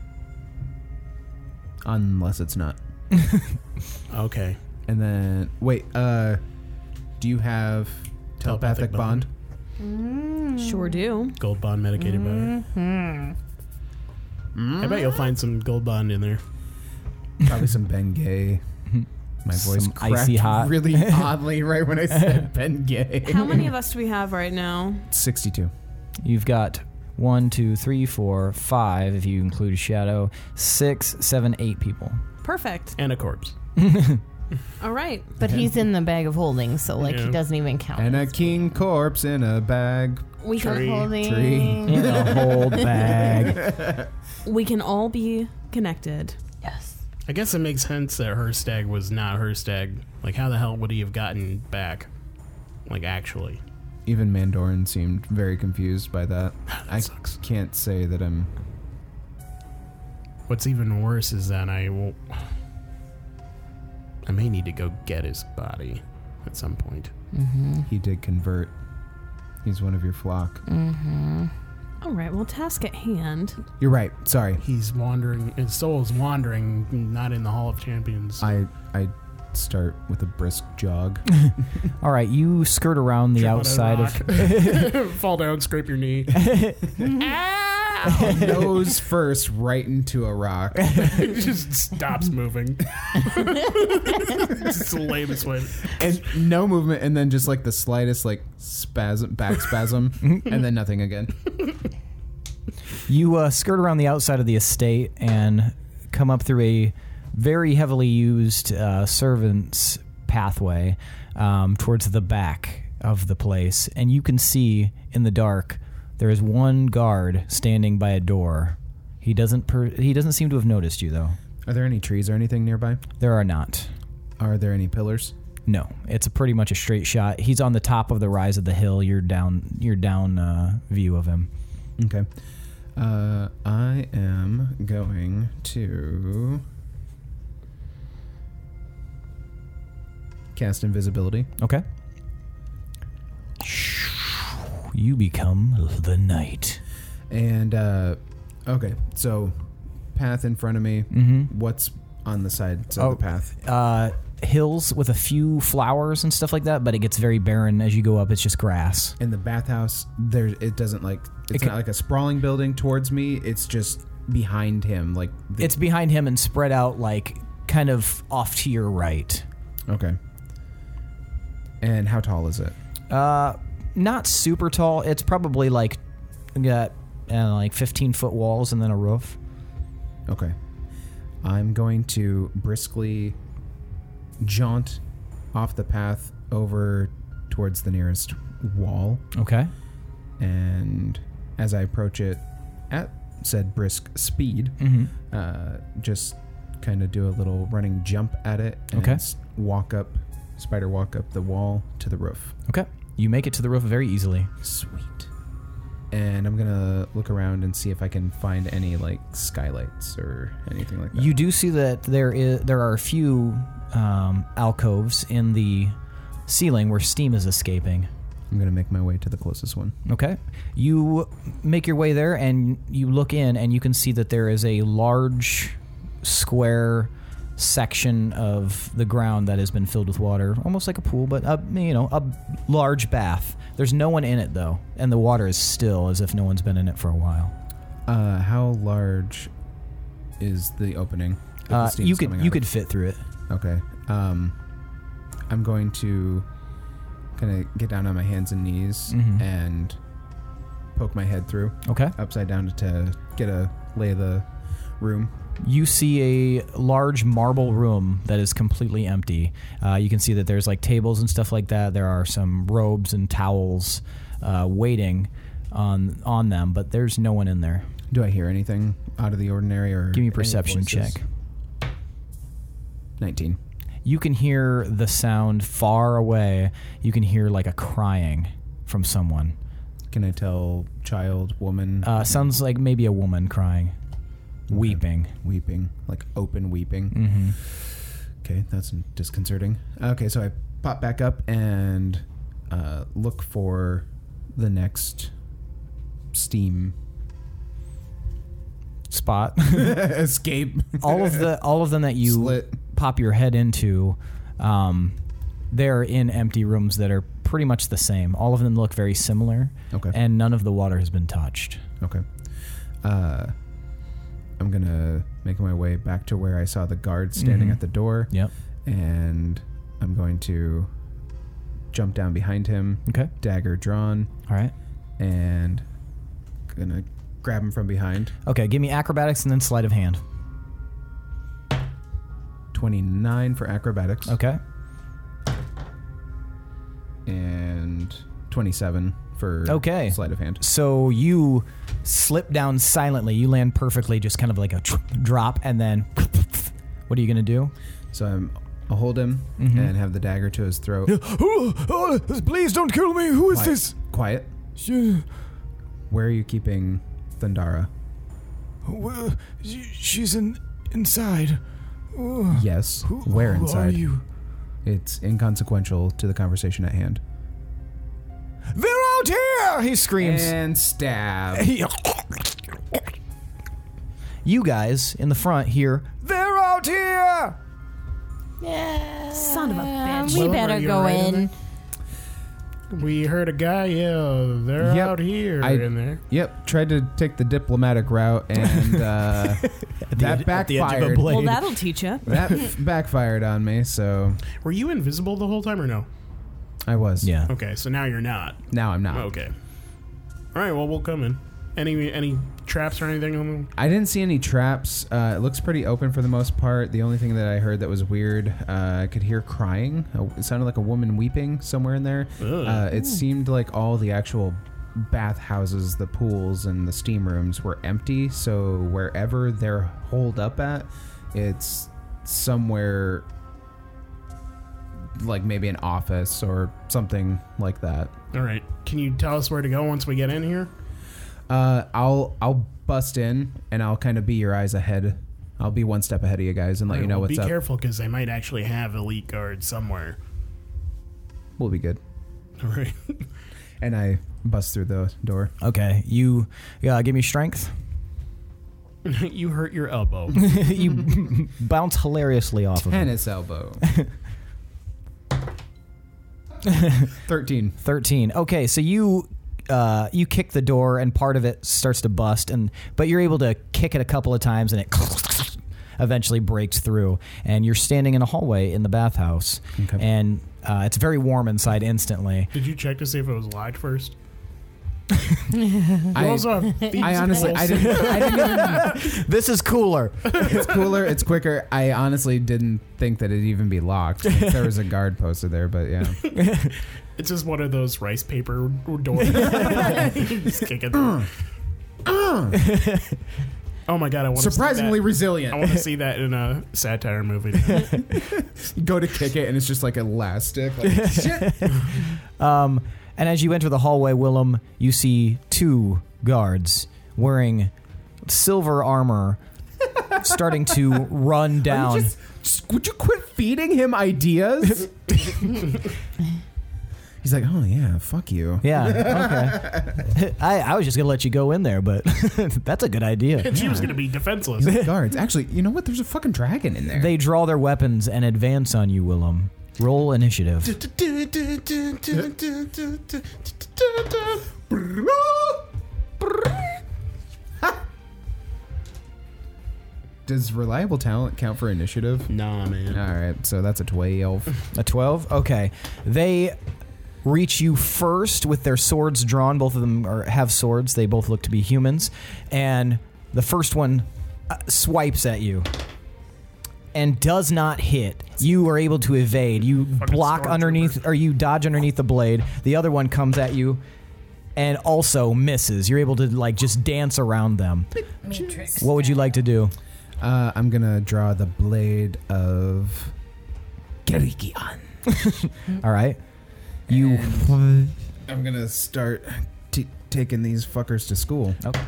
Unless it's not.
Okay.
And then wait. Uh, do you have telepathic,
Telepathic
bond?
bond.
Sure do.
Gold bond medicated by. I bet you'll find some gold bond in there.
Probably some Bengay. My voice
Some
cracked
icy hot.
really oddly right when I said Bengay.
How many of us do we have right now?
Sixty-two.
You've got one, two, three, four, five, if you include a shadow, six, seven, eight people.
Perfect.
And a corpse.
All right.
But he's in the bag of holding, so like he
Yeah.
doesn't even
Oh,
count.
And a king corpse in a bag.
We
Bag of
can,
holding.
tree.
In a whole bag.
we can all be connected.
Yes.
I guess it makes sense that her stag was not her stag. Like, how the hell would he have gotten back? Like, actually.
Even Mandorin seemed very confused by that. I
sucks.
can't say that um, I'm.
What's even worse is that I will. I may need to go get his body at some point.
He did convert. He's one of your flock.
All right. Well, task at hand.
You're right. Sorry.
He's wandering. His soul is wandering, not in the Hall of Champions.
I I start with a brisk jog.
All right, you skirt around the outside of.
of. Fall down, scrape your knee.
Nose first, right into a rock.
It just stops moving. just the lamest way.
and no movement, and then just like the slightest like spasm, back spasm, and then nothing again.
You uh, skirt around the outside of the estate and come up through a very heavily used uh, servants' pathway um, towards the back of the place, and you can see in the dark there is one guard standing by a door. He doesn't. Per- he doesn't seem to have noticed you though.
Are there any trees or anything nearby?
There are not.
Are there any pillars?
No, it's a pretty much a straight shot. He's on the top of the rise of the hill. You're down. You're down uh, view of him.
Okay. Uh, I am going to cast invisibility.
Okay. You become the knight.
And uh, okay, so path in front of me. What's on the sides of
Oh.
the path?
Uh, hills with a few flowers and stuff like that, but it gets very barren as you go up. It's just grass.
In the bathhouse, there it doesn't like it's
ca-
not like a sprawling building towards me. It's just behind him, like the,
It's behind him and spread out like kind of off to your right.
okay. And how tall is it?
Not super tall. It's probably like got I don't know, like 15 foot walls and then a roof.
Okay. I'm going to briskly jaunt off the path over towards the nearest wall.
Okay.
And as I approach it at said brisk speed,
Mm-hmm.
uh, just kind of do a little running jump at it and
Okay.
s- walk up, spider walk up the wall to the roof.
Okay. You make it to the roof very easily.
Sweet. And I'm going to look around and see if I can find any like skylights or anything like that.
You do see that there is there are a few um, alcoves in the ceiling where steam is escaping.
I'm going to make my way to the closest one.
Okay. You make your way there and you look in and you can see that there is a large square section of the ground that has been filled with water, almost like a pool, but a you know, a large bath. There's no one in it though, and the water is still as if no one's been in it for a while.
Uh, how large is the opening? that the
Uh,
steam's
you could
coming
you
out
could fit through it.
of? Okay. Um, I'm going to kind of get down on my hands and knees
Mm-hmm.
and poke my head through
Okay.
upside down to get a lay of the room.
You see a large marble room that is completely empty. Uh, you can see that there's like tables and stuff like that. There are some robes and towels uh, waiting on on them, but there's no one in there.
Do I hear anything out of the ordinary or
Give me
any
a perception
voices?
check.
19.
you can hear the sound far away. You can hear like a crying from someone.
Can I tell child, woman,
Uh, sounds like maybe a woman crying, weeping.
weeping, like open weeping? Mm-hmm. Okay, that's disconcerting. Okay, so I pop back up and uh, look for the next steam
Spot.
escape.
all of the all of them that you
Slit.
pop your head into, um, they're in empty rooms that are pretty much the same. All of them look very similar.
Okay.
And none of the water has been touched.
Okay. Uh, I'm gonna make my way back to where I saw the guard
Mm-hmm.
standing at the door.
Yep.
And I'm going to jump down behind him,
Okay.
dagger drawn,
All right.
and gonna grab him from behind.
Okay. Give me acrobatics and then sleight of hand.
29 for acrobatics.
Okay.
And 27 for
Okay.
sleight of hand.
So you slip down silently. You land perfectly, just kind of like a drop, and then what are you gonna do?
So I'm. I'll hold him
Mm-hmm.
and have the dagger to his throat.
please don't kill me. Who is
Quiet. Quiet.
She,
Where are you keeping Thundara?
she's in inside.
Yes. Where inside? It's inconsequential to the conversation at hand.
They're out here! He screams.
And stab.
you guys in the front hear, They're out here!
Yeah.
Son of a bitch.
We
Wilbur,
better
you
go
alright in
in.
We heard a guy yell, they're
Yep.
out here
I-
in there.
yep. Tried to take the diplomatic route, and uh, that backfired.
Well, that'll teach you.
that f- backfired on me. So
Were you invisible the whole time or no?
I was.
yeah.
Okay, so now you're not.
Now I'm not.
Okay. All right, well, we'll come in. Any any traps or anything on them?
I didn't see any traps. Uh, it looks pretty open for the most part. The only thing that I heard that was weird, uh, I could hear crying. It sounded like a woman weeping somewhere in there. Uh, it seemed like all the actual bathhouses, the pools, and the steam rooms were empty. So wherever they're holed up at, it's somewhere like maybe an office or something like that.
All right. Can you tell us where to go once we get in here?
Uh, I'll I'll bust in and I'll kind of be your eyes ahead. I'll be one step ahead of you guys and let you know
Well,
what's
be
up.
careful because they might actually have elite guards somewhere.
We'll be good.
All right.
And I bust through the door.
Okay. You uh, give me strength.
you hurt your elbow.
you bounce hilariously off of him.
Tennis elbow. Thirteen.
13 okay so you uh, you kick the door and part of it starts to bust and but you're able to kick it a couple of times and it eventually breaks through and you're standing in a hallway in the bathhouse
Okay.
and uh, it's very warm inside instantly
Did you check to see if it was locked first?
I,
also have thieves'
I honestly, I
tools.
didn't. I didn't even,
this is cooler
it's cooler. It's quicker. I honestly didn't think that it'd even be locked. There was a guard posted there, but yeah.
It's just one of those rice paper doors. just kick it. oh my god! I want
Surprisingly
To see that. I
resilient.
want to see that in a satire movie. now.
Go to kick it, and it's just like elastic. Like, shit.
Um, and as you enter the hallway, Willem, you see two guards wearing silver armor starting to run down.
Just, just- would you quit feeding him ideas? He's like, oh yeah, fuck you.
Yeah. Okay. I, I was just gonna let you go in there, but that's a good idea.
she was going to be defenseless.
Guards, actually, you know what? There's a fucking dragon in there.
They draw their weapons and advance on you, Willem. Roll initiative.
Does reliable talent count for initiative?
nah, man.
All right, so that's a twelve.
A twelve. Okay. They reach you first with their swords drawn. Both of them are, have swords. They both look to be humans, and the first one uh, swipes at you and does not hit. You are able to evade. You block
stormtrooper.
underneath, or you dodge underneath the blade. The other one comes at you. And also misses. You're able to like just dance around them. What would you like to do?
Uh, I'm gonna draw the blade of Kerikian.
All right. You.
I'm gonna start t- taking these fuckers to school.
Okay.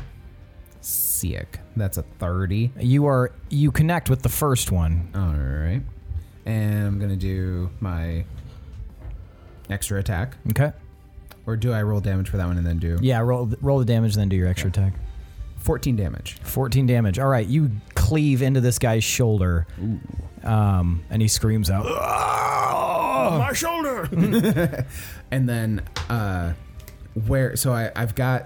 Sick. That's a thirty.
You are you connect with the first one.
All right. And I'm gonna do my extra attack,
Okay.
or do I roll damage for that one and then do
Yeah, roll roll the damage, then do your extra attack.
14 damage?
Fourteen damage. All right, you cleave into this guy's shoulder, um, and he screams out.
my shoulder. and then uh where so I I've got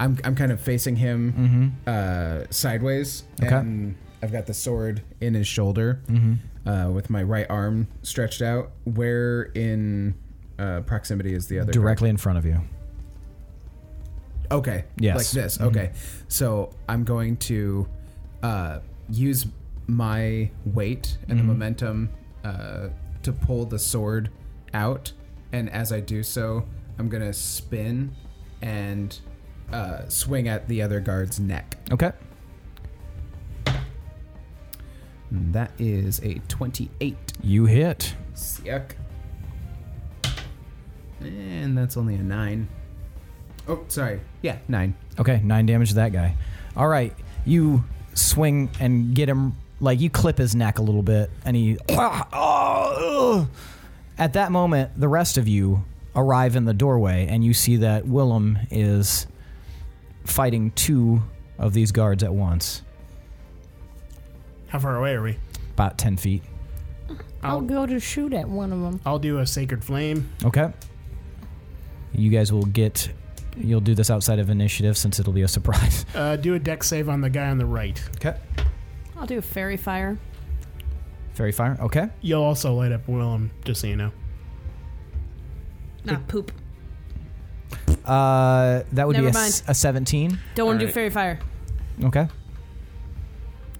I'm I'm kind of facing him uh sideways
Okay.
and I've got the sword in his shoulder uh with my right arm stretched out where in uh proximity is the other guy?
Directly in front of you.
Okay.
Yes.
Like this. Okay. So I'm going to uh, use my weight and the momentum uh, to pull the sword out, and as I do so, I'm gonna spin and uh, swing at the other guard's neck.
Okay.
Mm, That is a 28.
You hit.
Yuck. And that's only a nine. Oh, sorry. Yeah, nine.
Okay, nine damage to that guy. All right, you swing and get him. Like you clip his neck a little bit, and he. At that moment, the rest of you arrive in the doorway, and you see that Willem is fighting two of these guards at once,
How far away are we?
about ten feet.
I'll go to shoot at one of them.
I'll do a sacred flame.
Okay. You guys will get. You'll do this outside of initiative since it'll be a surprise.
Uh, do a deck save on the guy on the right.
Okay.
I'll do a fairy fire.
Fairy fire. Okay.
You'll also light up Willem, just so you know.
Not poop.
Uh, that would be
Never
a s-
mind.
a seventeen.
Don't want to do
Alright.
fairy fire.
Okay.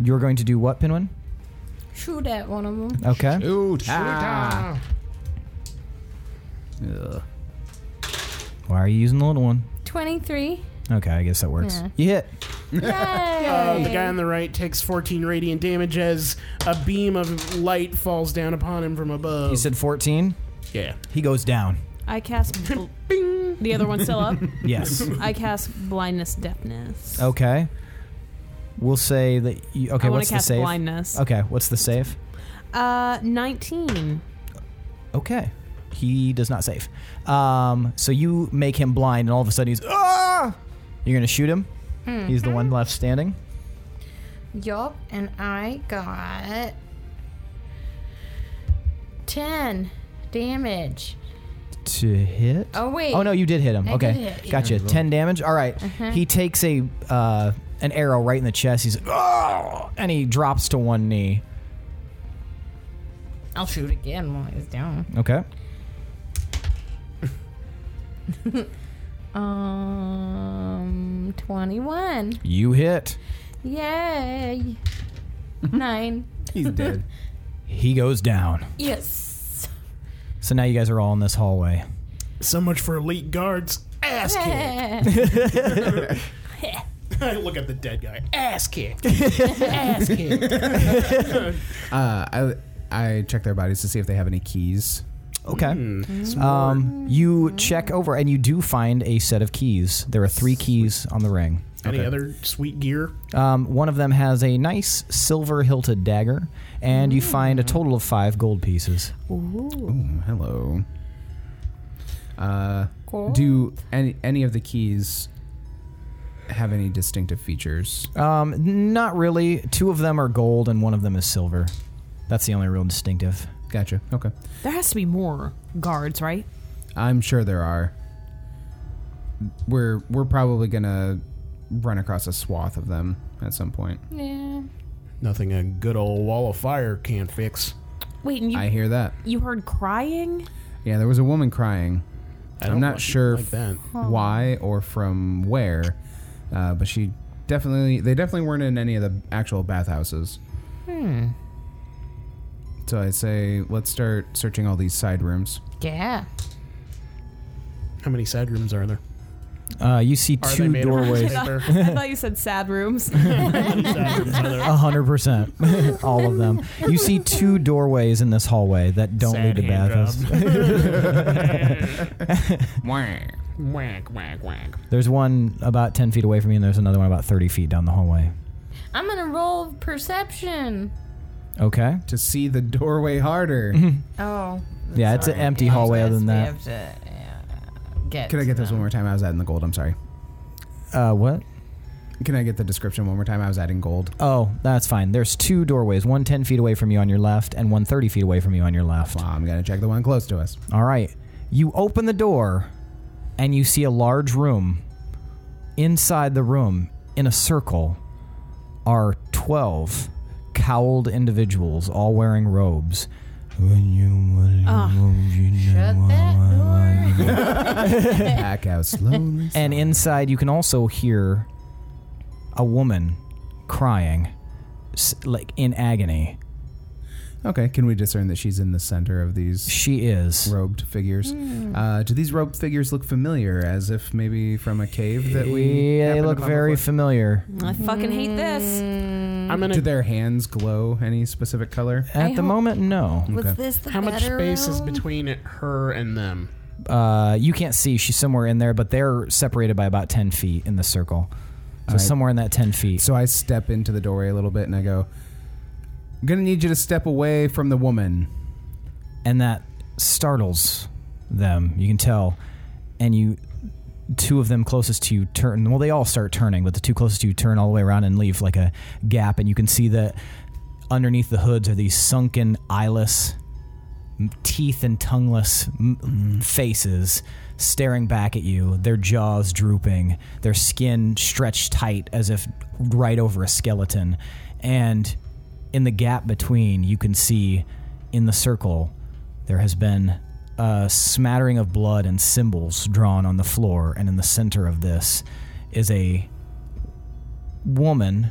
You're going to do what, Pinwin?
Shoot at one of them.
Okay.
Shoot. Ah. Ugh.
Why are you using the little one?
23.
Okay, I guess that works.
Yeah.
You hit.
Yay!
Uh, the guy on the right takes 14 radiant damage as a beam of light falls down upon him from above.
You said 14.
yeah.
He goes down.
I cast. Bl- the other one's still up.
Yes.
I cast blindness, deafness.
okay. We'll say that. You, okay,
I want
what's
to
the
cast
save?
blindness.
Okay, what's the save?
Uh, nineteen.
Okay. He does not save. Um, so you make him blind, and all of a sudden he's. Ah! You're going to shoot him. He's the one left standing.
Yup, and I got 10 damage.
to hit.
Oh, wait.
Oh no, you did hit him.
I
okay,
did hit Uh-huh. you.
gotcha. Ten damage. All right. He takes a uh, an arrow right in the chest. He's oh, and he drops to one knee.
I'll shoot again while he's down.
Okay.
Um, 21.
You hit.
Yay! Nine.
He's dead.
He goes down.
Yes.
So now you guys are all in this hallway.
So much for elite guards. Ass kick.
Yeah.
Look at the dead guy. Ass kick.
Uh, I I check their bodies to see if they have any keys.
Okay.
Mm-hmm.
um, you check over and you do find a set of keys. There are three keys on the ring.
Any
Okay.
other sweet gear?
Um, one of them has a nice silver hilted dagger, and you find
Mm.
a total of five gold pieces.
Ooh, Mm, hello. Uh,
Cool.
do any any of the keys have any distinctive features?
Um, not really. Two of them are gold and one of them is silver. That's the only real distinctive.
Gotcha. Okay.
There has to be more guards, right?
I'm sure there are. We're we're probably gonna run across a swath of them at some point.
Nothing a good old wall of fire can't fix.
Wait, and you
I hear that.
you heard crying?
Yeah, there was a woman crying.
I
I'm
don't
not
like-
sure
like that.
why or from where, uh, but she definitely they definitely weren't in any of the actual bathhouses. Hmm. So I say let's start searching all these side rooms.
yeah.
How many side rooms are there?
Uh, you see
Are they
two
made of
doorways.
paper?
Uh, I thought you said sad rooms.
A hundred percent, all of them. You see two doorways in this hallway that don't
Sad
lead to
hand
bathhouse.
Whack.
Whack, whack, whack.
There's one about ten feet away from you, and there's another one about thirty feet down the hallway.
I'm gonna roll perception.
Okay.
to see the doorway harder.
Oh,
Yeah, it's an empty hallway. Other than that,
get.
Can I get this one more time? I was adding the gold. I'm sorry.
uh, what?
Can I get the description one more time? I was adding gold.
Oh, that's fine. There's two doorways, one 10 feet away from you on your left and one 30 feet away from you on your left.
Well, I'm gonna check the one close to us.
All right. You open the door and you see a large room. Inside the room, in a circle, are 12 cowled individuals, all wearing robes. When you-
Ah,
Shut that door.
Back out slowly.
And inside, you can also hear a woman crying, s- like in agony.
Okay, can we discern that she's in the center of these
She is.
robed figures?
Hmm.
Uh, do these robed figures look familiar, as if maybe from a cave that we?
Yeah, they
happened
look
upon
very
before?
familiar.
I fucking hate this.
I'm
do
gonna.
their hands glow any specific color?
At the
hope-
moment, no.
Was
Okay.
this the
How much
better
space is
room?
between her and them?
Uh, you can't see. She's somewhere in there, but they're separated by about 10 feet in the circle. So
All right.
somewhere in that 10 feet.
So I step into the doorway a little bit and I go, "I'm gonna need you to step away from the woman."
and that startles them. You can tell. And you, two of them closest to you turn. Well, they all start turning, but the two closest to you turn all the way around and leave like a gap. And you can see that underneath the hoods are these sunken, eyeless, m- teeth and tongueless m- faces staring back at you, their jaws drooping, their skin stretched tight as if right over a skeleton. And in the gap between, you can see in the circle there has been a smattering of blood and symbols drawn on the floor, and in the center of this is a woman.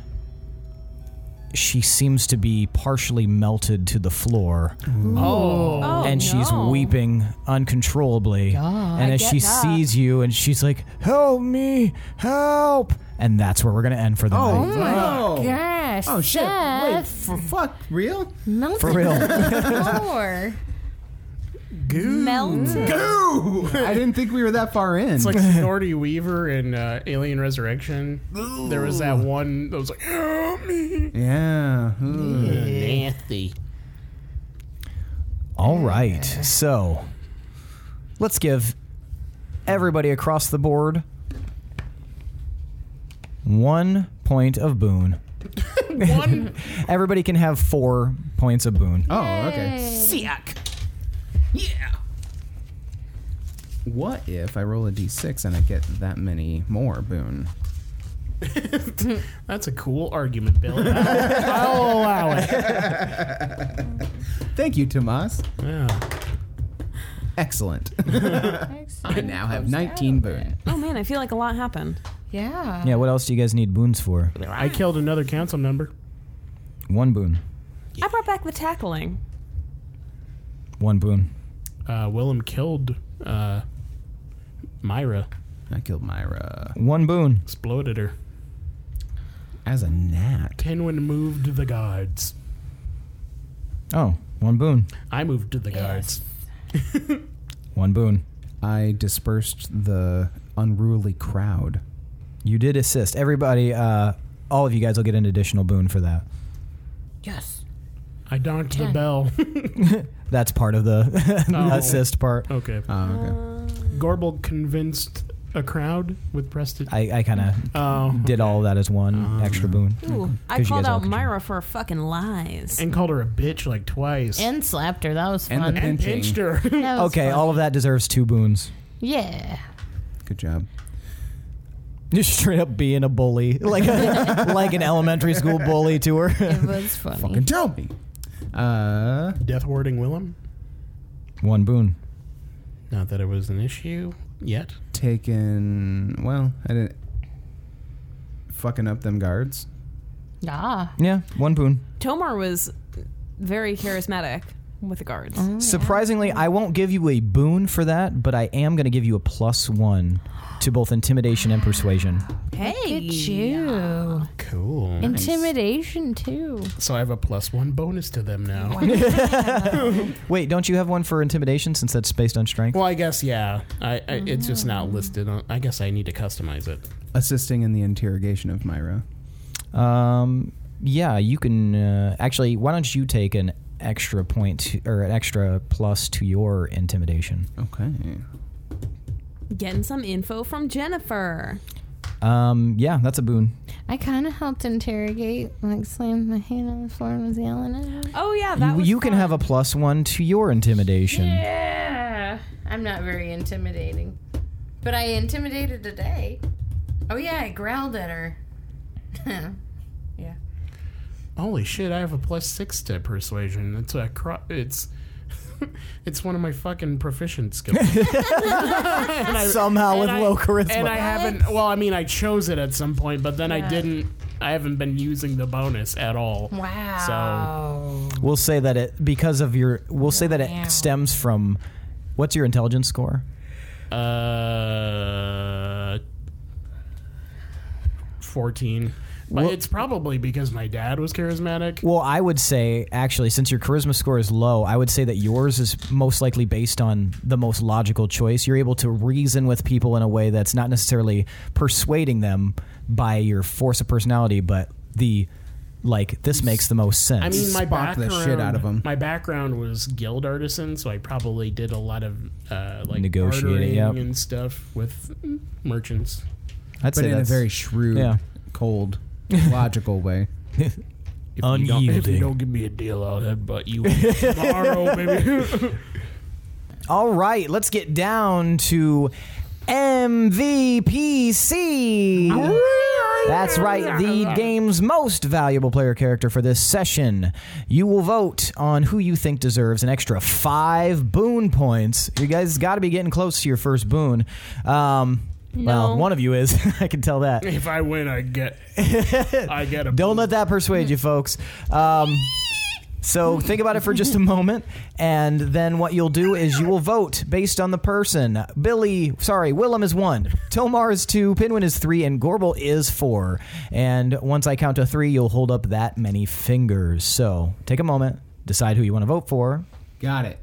She seems to be partially melted to the floor
Oh,
and she's
no.
weeping uncontrollably. and as she sees you, and she's like, "Help me, help!" And that's where we're gonna end for
Oh,
the night.
wow.
Gosh.
Oh shit! Wait,
Seth,
for fuck, real?
melted
For real.
floor.
Melt.
Goo! I didn't think we were that far in.
It's like Sigourney Weaver in uh, Alien Resurrection. There was that one that was like, help me.
yeah. Ugh.
Nasty.
All right. So let's give everybody across the board one point of boon.
One.
Everybody can have four points of boon.
Oh, okay.
Siak.
What if I roll a d6 and I get that many more, Boone?
That's a cool argument, Bill. I'll allow it.
Thank you, Tomas.
Yeah.
Excellent. I now have 19 Boone.
Oh man, I feel like a lot happened.
Yeah.
Yeah, what else do you guys need boons for?
I killed another council member.
One boon.
I brought back the tackling.
One boon.
Uh, Willem killed uh, Myra,
I killed Myra
One boon.
exploded her.
as a gnat.
Kenwin moved the guards.
Oh, one boon.
I moved to the guards.
One boon.
I dispersed the unruly crowd.
You did assist. Everybody, uh, all of you guys will get an additional boon for that.
Yes.
I donked the bell.
That's part of the
Oh.
assist part.
okay.
Oh, okay.
Gorbel convinced a crowd with Preston.
I, I kind of
Oh.
did all of that as one extra boon.
Ooh, I
Mm-hmm. 'Cause you
called
guys all
out
control.
Myra for her fucking lies.
and called her a bitch like twice.
And slapped her. That was
And the
fun.
pin-
And pinched her.
That was
Okay,
fun.
all of that deserves two boons.
Yeah.
Good job.
Just straight up being a bully, like a, like an elementary school bully to her.
It was funny.
Fucking tell me. Uh,
Death warding Willem.
One boon.
Not that it was an issue yet.
taken. Well, I didn't. Fucking up them guards.
Ah.
Yeah, one boon.
Tomar was very charismatic. with the guards.
Surprisingly, I won't give you a boon for that, but I am going to give you a plus one to both intimidation and persuasion.
Hey,
Good you.
Cool.
Intimidation too.
So I have a plus one bonus to them now.
Wait, don't you have one for intimidation since that's based on strength?
Well, I guess yeah. I, I it's just not listed. On, I guess I need to customize it.
Assisting in the interrogation of Myra.
Um, yeah, you can uh, actually. Why don't you take an extra point to, or an extra plus to your intimidation?
Okay.
Getting some info from Jennifer.
Um, yeah, that's a boon.
I kind of helped interrogate, like slammed my hand on the floor and was yelling at him.
Oh yeah, that
You,
was
you can have a plus one to your intimidation.
Yeah, I'm not very intimidating, but I intimidated today. Oh yeah, I growled at her. yeah.
Holy shit! I have a plus six to persuasion. It's a cro- it's it's one of my fucking proficient skills. And I-
Somehow with
and
low
I-
charisma.
And I haven't. Well, I mean, I chose it at some point, but then I didn't. I haven't been using the bonus at all.
Wow. So
We'll say that it because of your. We'll say that
Wow.
it stems from. What's your intelligence score?
Uh, fourteen. But it's probably because my dad was charismatic.
Well, I would say actually, since your charisma score is low, I would say that yours is most likely based on the most logical choice. You're able to reason with people in a way that's not necessarily persuading them by your force of personality, but the like this makes the most sense.
I mean, my
Spock the
background.
shit out of 'em.
My background was guild artisan, so I probably did a lot of uh, like
Negotiating,
bartering
yep.
and stuff with merchants.
I'd
But
say
in a
that's
very shrewd,
Yeah.
cold, logical way.
If you, don't, if you
Unyielding.
don't give me a deal, I'll headbutt you tomorrow, baby.
all right. Let's get down to MVPC. That's right, the game's most valuable player character for this session. You will vote on who you think deserves an extra five boon points. You guys got to be getting close to your first boon. Um,
No.
Well, one of you is. I can tell that.
if I win, I get, I get a.
Don't let that persuade you, folks. Um, so think about it for just a moment, and then what you'll do is you will vote based on the person. Billy, sorry, Willem is one, Tomar is two, Pinwin is three, and Gorbel is four. And once I count to three, you'll hold up that many fingers. So take a moment, decide who you want to vote for,
Got it.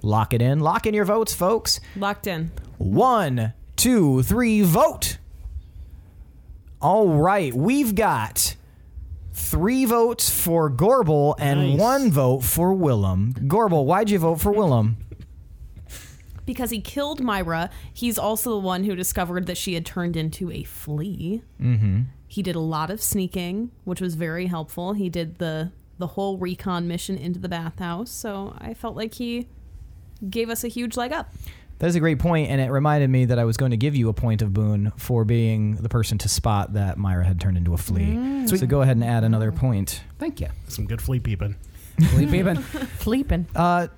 lock it in, lock in your votes, folks.
locked in.
One, two, three, vote. All right, we've got three votes for Gorbel and
Nice.
one vote for Willem. Gorbel, why'd you vote for Willem?
Because he killed Myra, he's also the one who discovered that she had turned into a flea. Mm-hmm. He did a lot of sneaking, which was very helpful. He did the the whole recon mission into the bathhouse, so I felt like he gave us a huge leg up.
That is a great point, and it reminded me that I was going to give you a point of boon for being the person to spot that Myra had turned into a flea.
Mm.
So go ahead and add another point.
Thank you.
Some good flea peeping.
Sleep even.
sleeping.
Uh,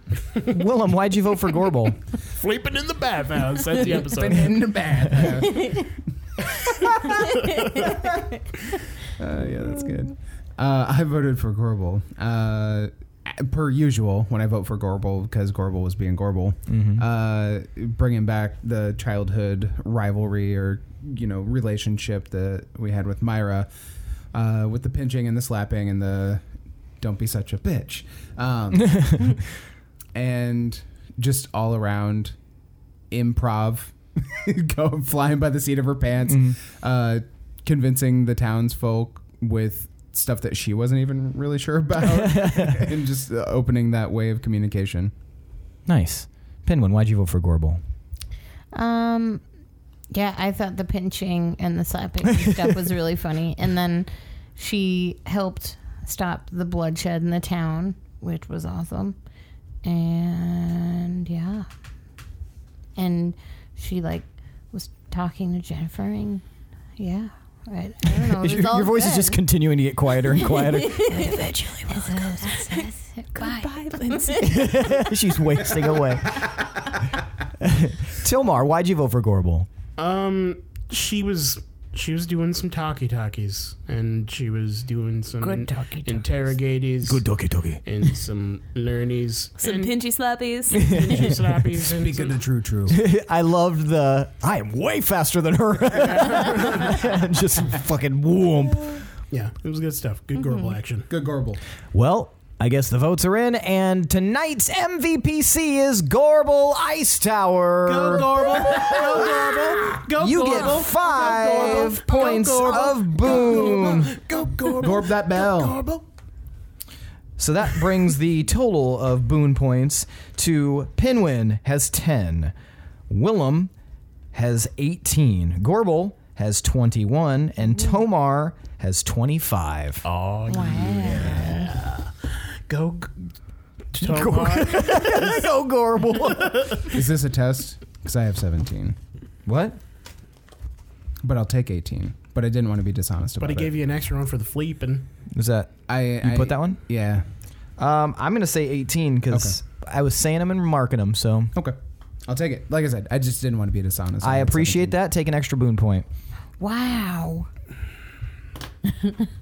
Willem, why'd you vote for Gorbel?
Sleeping in the bathhouse. That's the episode.
in the bath. uh, yeah, that's good. Uh, I voted for Gorbel. Uh, per usual, when I vote for Gorbel, because Gorbel was being Gorbel, uh, bringing back the childhood rivalry or you know relationship that we had with Myra, uh, with the pinching and the slapping and the "don't be such a bitch," um, and just all around improv, go flying by the seat of her pants,
Mm-hmm.
uh, convincing the townsfolk with stuff that she wasn't even really sure about, and just uh, opening that way of communication.
nice. Pinwin, why'd you vote for Gorbel?
Um, yeah, I thought the pinching and the slapping and stuff was really funny. And then she helped stop the bloodshed in the town, which was awesome. And yeah, and she like was talking to Jennifer, and yeah, I, I don't know. it was
Your,
Oh, all
your voice is
good.
just continuing to get quieter and quieter.
It's a process. Goodbye.
Bye, Lindsay.
She's wasting away. Tilmar, why'd you vote for Gorbel?
Um, she was she was doing some talkie talkies, and she was doing some
Good
in-
talkie-talkies.
interrogaties,
talkie talkie.
and some learnies,
Some
and
pinchy slappies.
pinchy slappies, and
Speaking
some-
the true true.
I loved the. I am way faster than her. Just fucking whoomp.
yeah, it was good stuff. Good Gorbel action.
Good Gorble.
Well, I guess the votes are in, and tonight's MVPC is Gorble Ice Tower.
Gorble. Go Gorble. Go
you get five points of boom.
Go Gorble. Gorb that bell.
So that brings the total of boon points to Pinwin has 10, Willem has 18, Gorbel has 21, and Tomar has 25.
Go. G- Tomar.
Go Gorbel.
Is this a test? Because I have 17,
what?
but I'll take 18. But I didn't want to be dishonest about
But I
it.
gave you an extra one for the fleeping.
Was that?
I,
You
I-
put that one?
Yeah.
Um, I'm going to say 18 because I was saying them and marking them. So
Okay. I'll take it. Like I said, I just didn't want to be dishonest.
I appreciate that. Take an extra boon point.
Wow.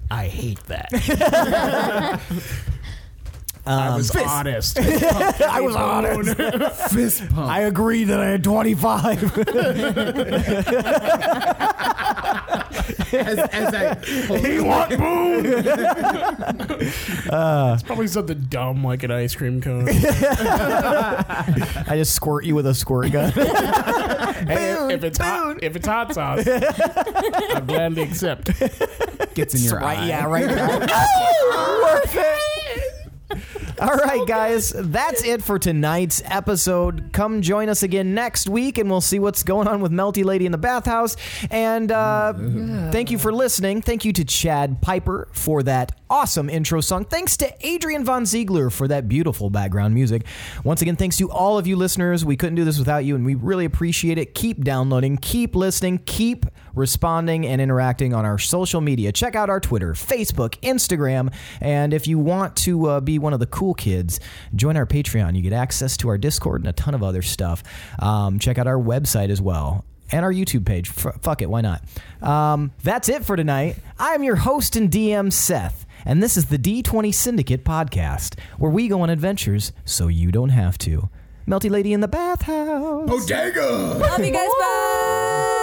I hate that.
Um,
I was honest.
I was honest.
Fist pump.
I agree that I had 25.
as, as I,
want boon.
Probably something dumb like an ice cream cone.
I just squirt you with a squirt gun.
And if, if it's hot, if it's hot sauce, I gladly accept.
gets in your
right,
eye.
yeah, right. Worth it. All right, guys, that's it for tonight's episode. Come join us again next week, and we'll see what's going on with Melty Lady in the bathhouse. And uh, thank you for listening. Thank you to Chad Piper for that awesome intro song. Thanks to Adrian Von Ziegler for that beautiful background music. Once again, thanks to all of you listeners. We couldn't do this without you, and we really appreciate it. Keep downloading, keep listening, keep responding and interacting on our social media. Check out our Twitter, Facebook, Instagram, and if you want to uh, be one of the cool kids, join our Patreon. You get access to our Discord and a ton of other stuff. Um, check out our website as well. And our YouTube page. F- fuck it, why not? Um, that's it for tonight. I'm your host and DM, Seth, and this is the D20 Syndicate podcast, where we go on adventures so you don't have to. Melty Lady in the Bathhouse.
Love you guys. Bye.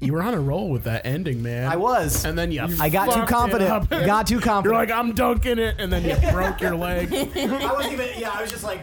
You were on a roll with that ending, man.
I was.
And then you.
I got too
fucked it
confident.
up.
Got too
You're
confident.
like, I'm dunking it, and then you broke your leg.
I wasn't even. Yeah, I was just like.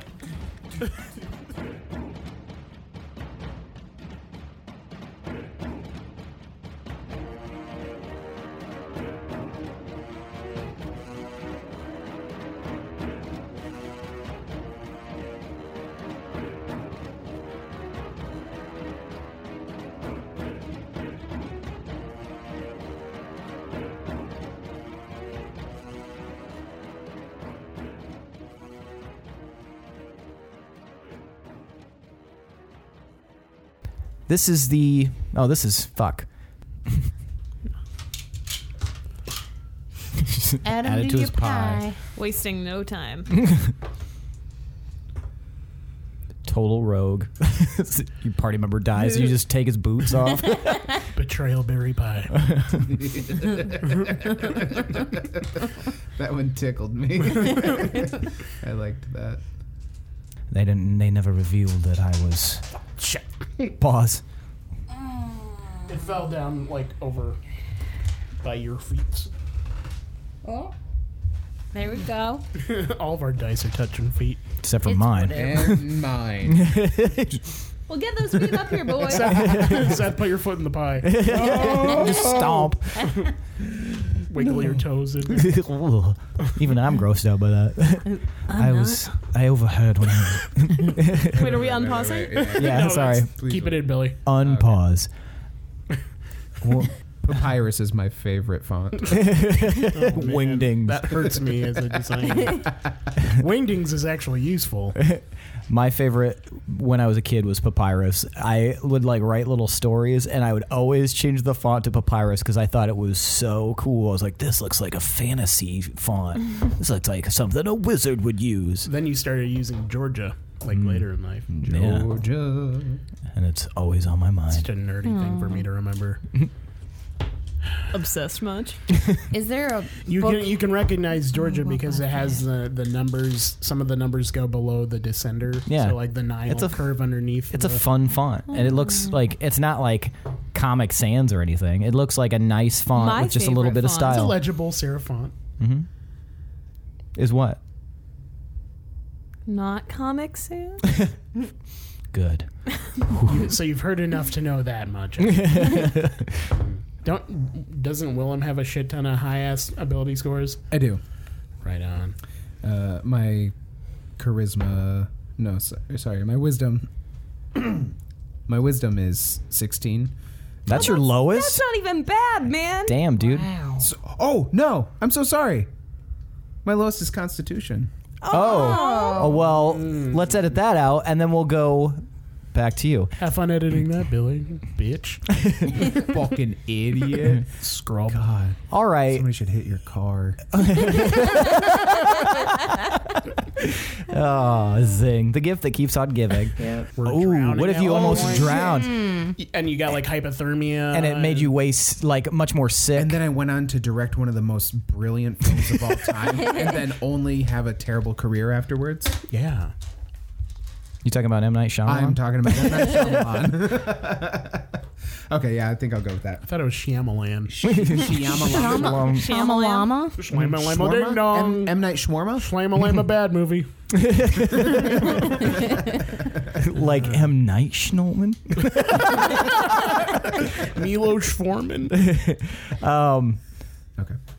This is the. Oh, this is fuck.
Add,
Add it
him
to
to your
his pie.
pie.
Wasting no time.
Total rogue. Your party member dies. You just take his boots off.
Betrayal berry pie.
That one tickled me. I liked that.
They didn't. They never revealed that I was.
Shit.
Pause.
It fell down like over by your feet.
Oh, There we go.
All of our dice are touching feet.
Except for
It's
mine.
whatever.
And mine.
Well, get those feet up here, boy.
Seth, put your foot in the pie.
just stomp.
Wiggle your toes in.
Ugh. Even I'm grossed out by that. I was. I overheard when. I,
Wait, are we unpausing?
yeah,
No,
sorry.
Please
Keep it
don't.
in, Billy.
Unpause. Wha-
Papyrus is my favorite font.
Oh, Man,
Wingdings.
That hurts me as a designer. Wingdings is actually useful.
My favorite when I was a kid was Papyrus. I would like write little stories and I would always change the font to Papyrus because I thought it was so cool. I was like, this looks like a fantasy font. this looks like something a wizard would use.
Then you started using Georgia. like later in life.
Yeah.
Georgia.
And it's always on my mind.
Such a nerdy thing for me to remember.
Obsessed much?
Is there a
You
book?
can you can recognize Georgia because it has the, the numbers. Some of the numbers go below the descender.
Yeah.
So like the nine
It's
will
a-
curve underneath.
It's a
the-
fun font, and it looks like it's not like Comic Sans or anything. It looks like a nice font
My
with just a little
favorite
bit of
font. It's
it's a
style.
legible serif font.
Is what
Not Comic Sans?
good.
You- so you've heard enough to know that much. Don't doesn't Willem have a shit ton of high ass ability scores?
I do.
Right on.
Uh, my charisma. No, sorry, sorry. My wisdom. my wisdom is 16.
That's your lowest.
Oh, That's not even bad, man.
Damn, dude.
So, oh, no. I'm so sorry. My lowest is constitution.
Oh. oh, well, let's edit that out, and then we'll go back to you.
Have fun editing that, Billy. Bitch.
Fucking idiot. Scroll. God.
All right.
Somebody should hit your car.
Oh, zing. The gift that keeps on giving.
We're
Ooh,
drowning
what if
now.
you
Oh,
almost
my
drowned
shit. And you got like hypothermia.
and it made you waste like much more sick?
And then I went on to direct one of the most brilliant films of all time, and then only have a terrible career afterwards.
Yeah.
you talking about M Night Shyamalan?
I'm talking about M. Night Shyamalan. okay, yeah, I think I'll go with that.
I thought it was Shyamalan.
Shamalama?
Shyamalan.
Shlama lama
Shawarma?
ding dong.
M. M. Night Shawarma.
Shlama lama bad movie.
like M Night Shyamalan.
Milos Forman.
Okay.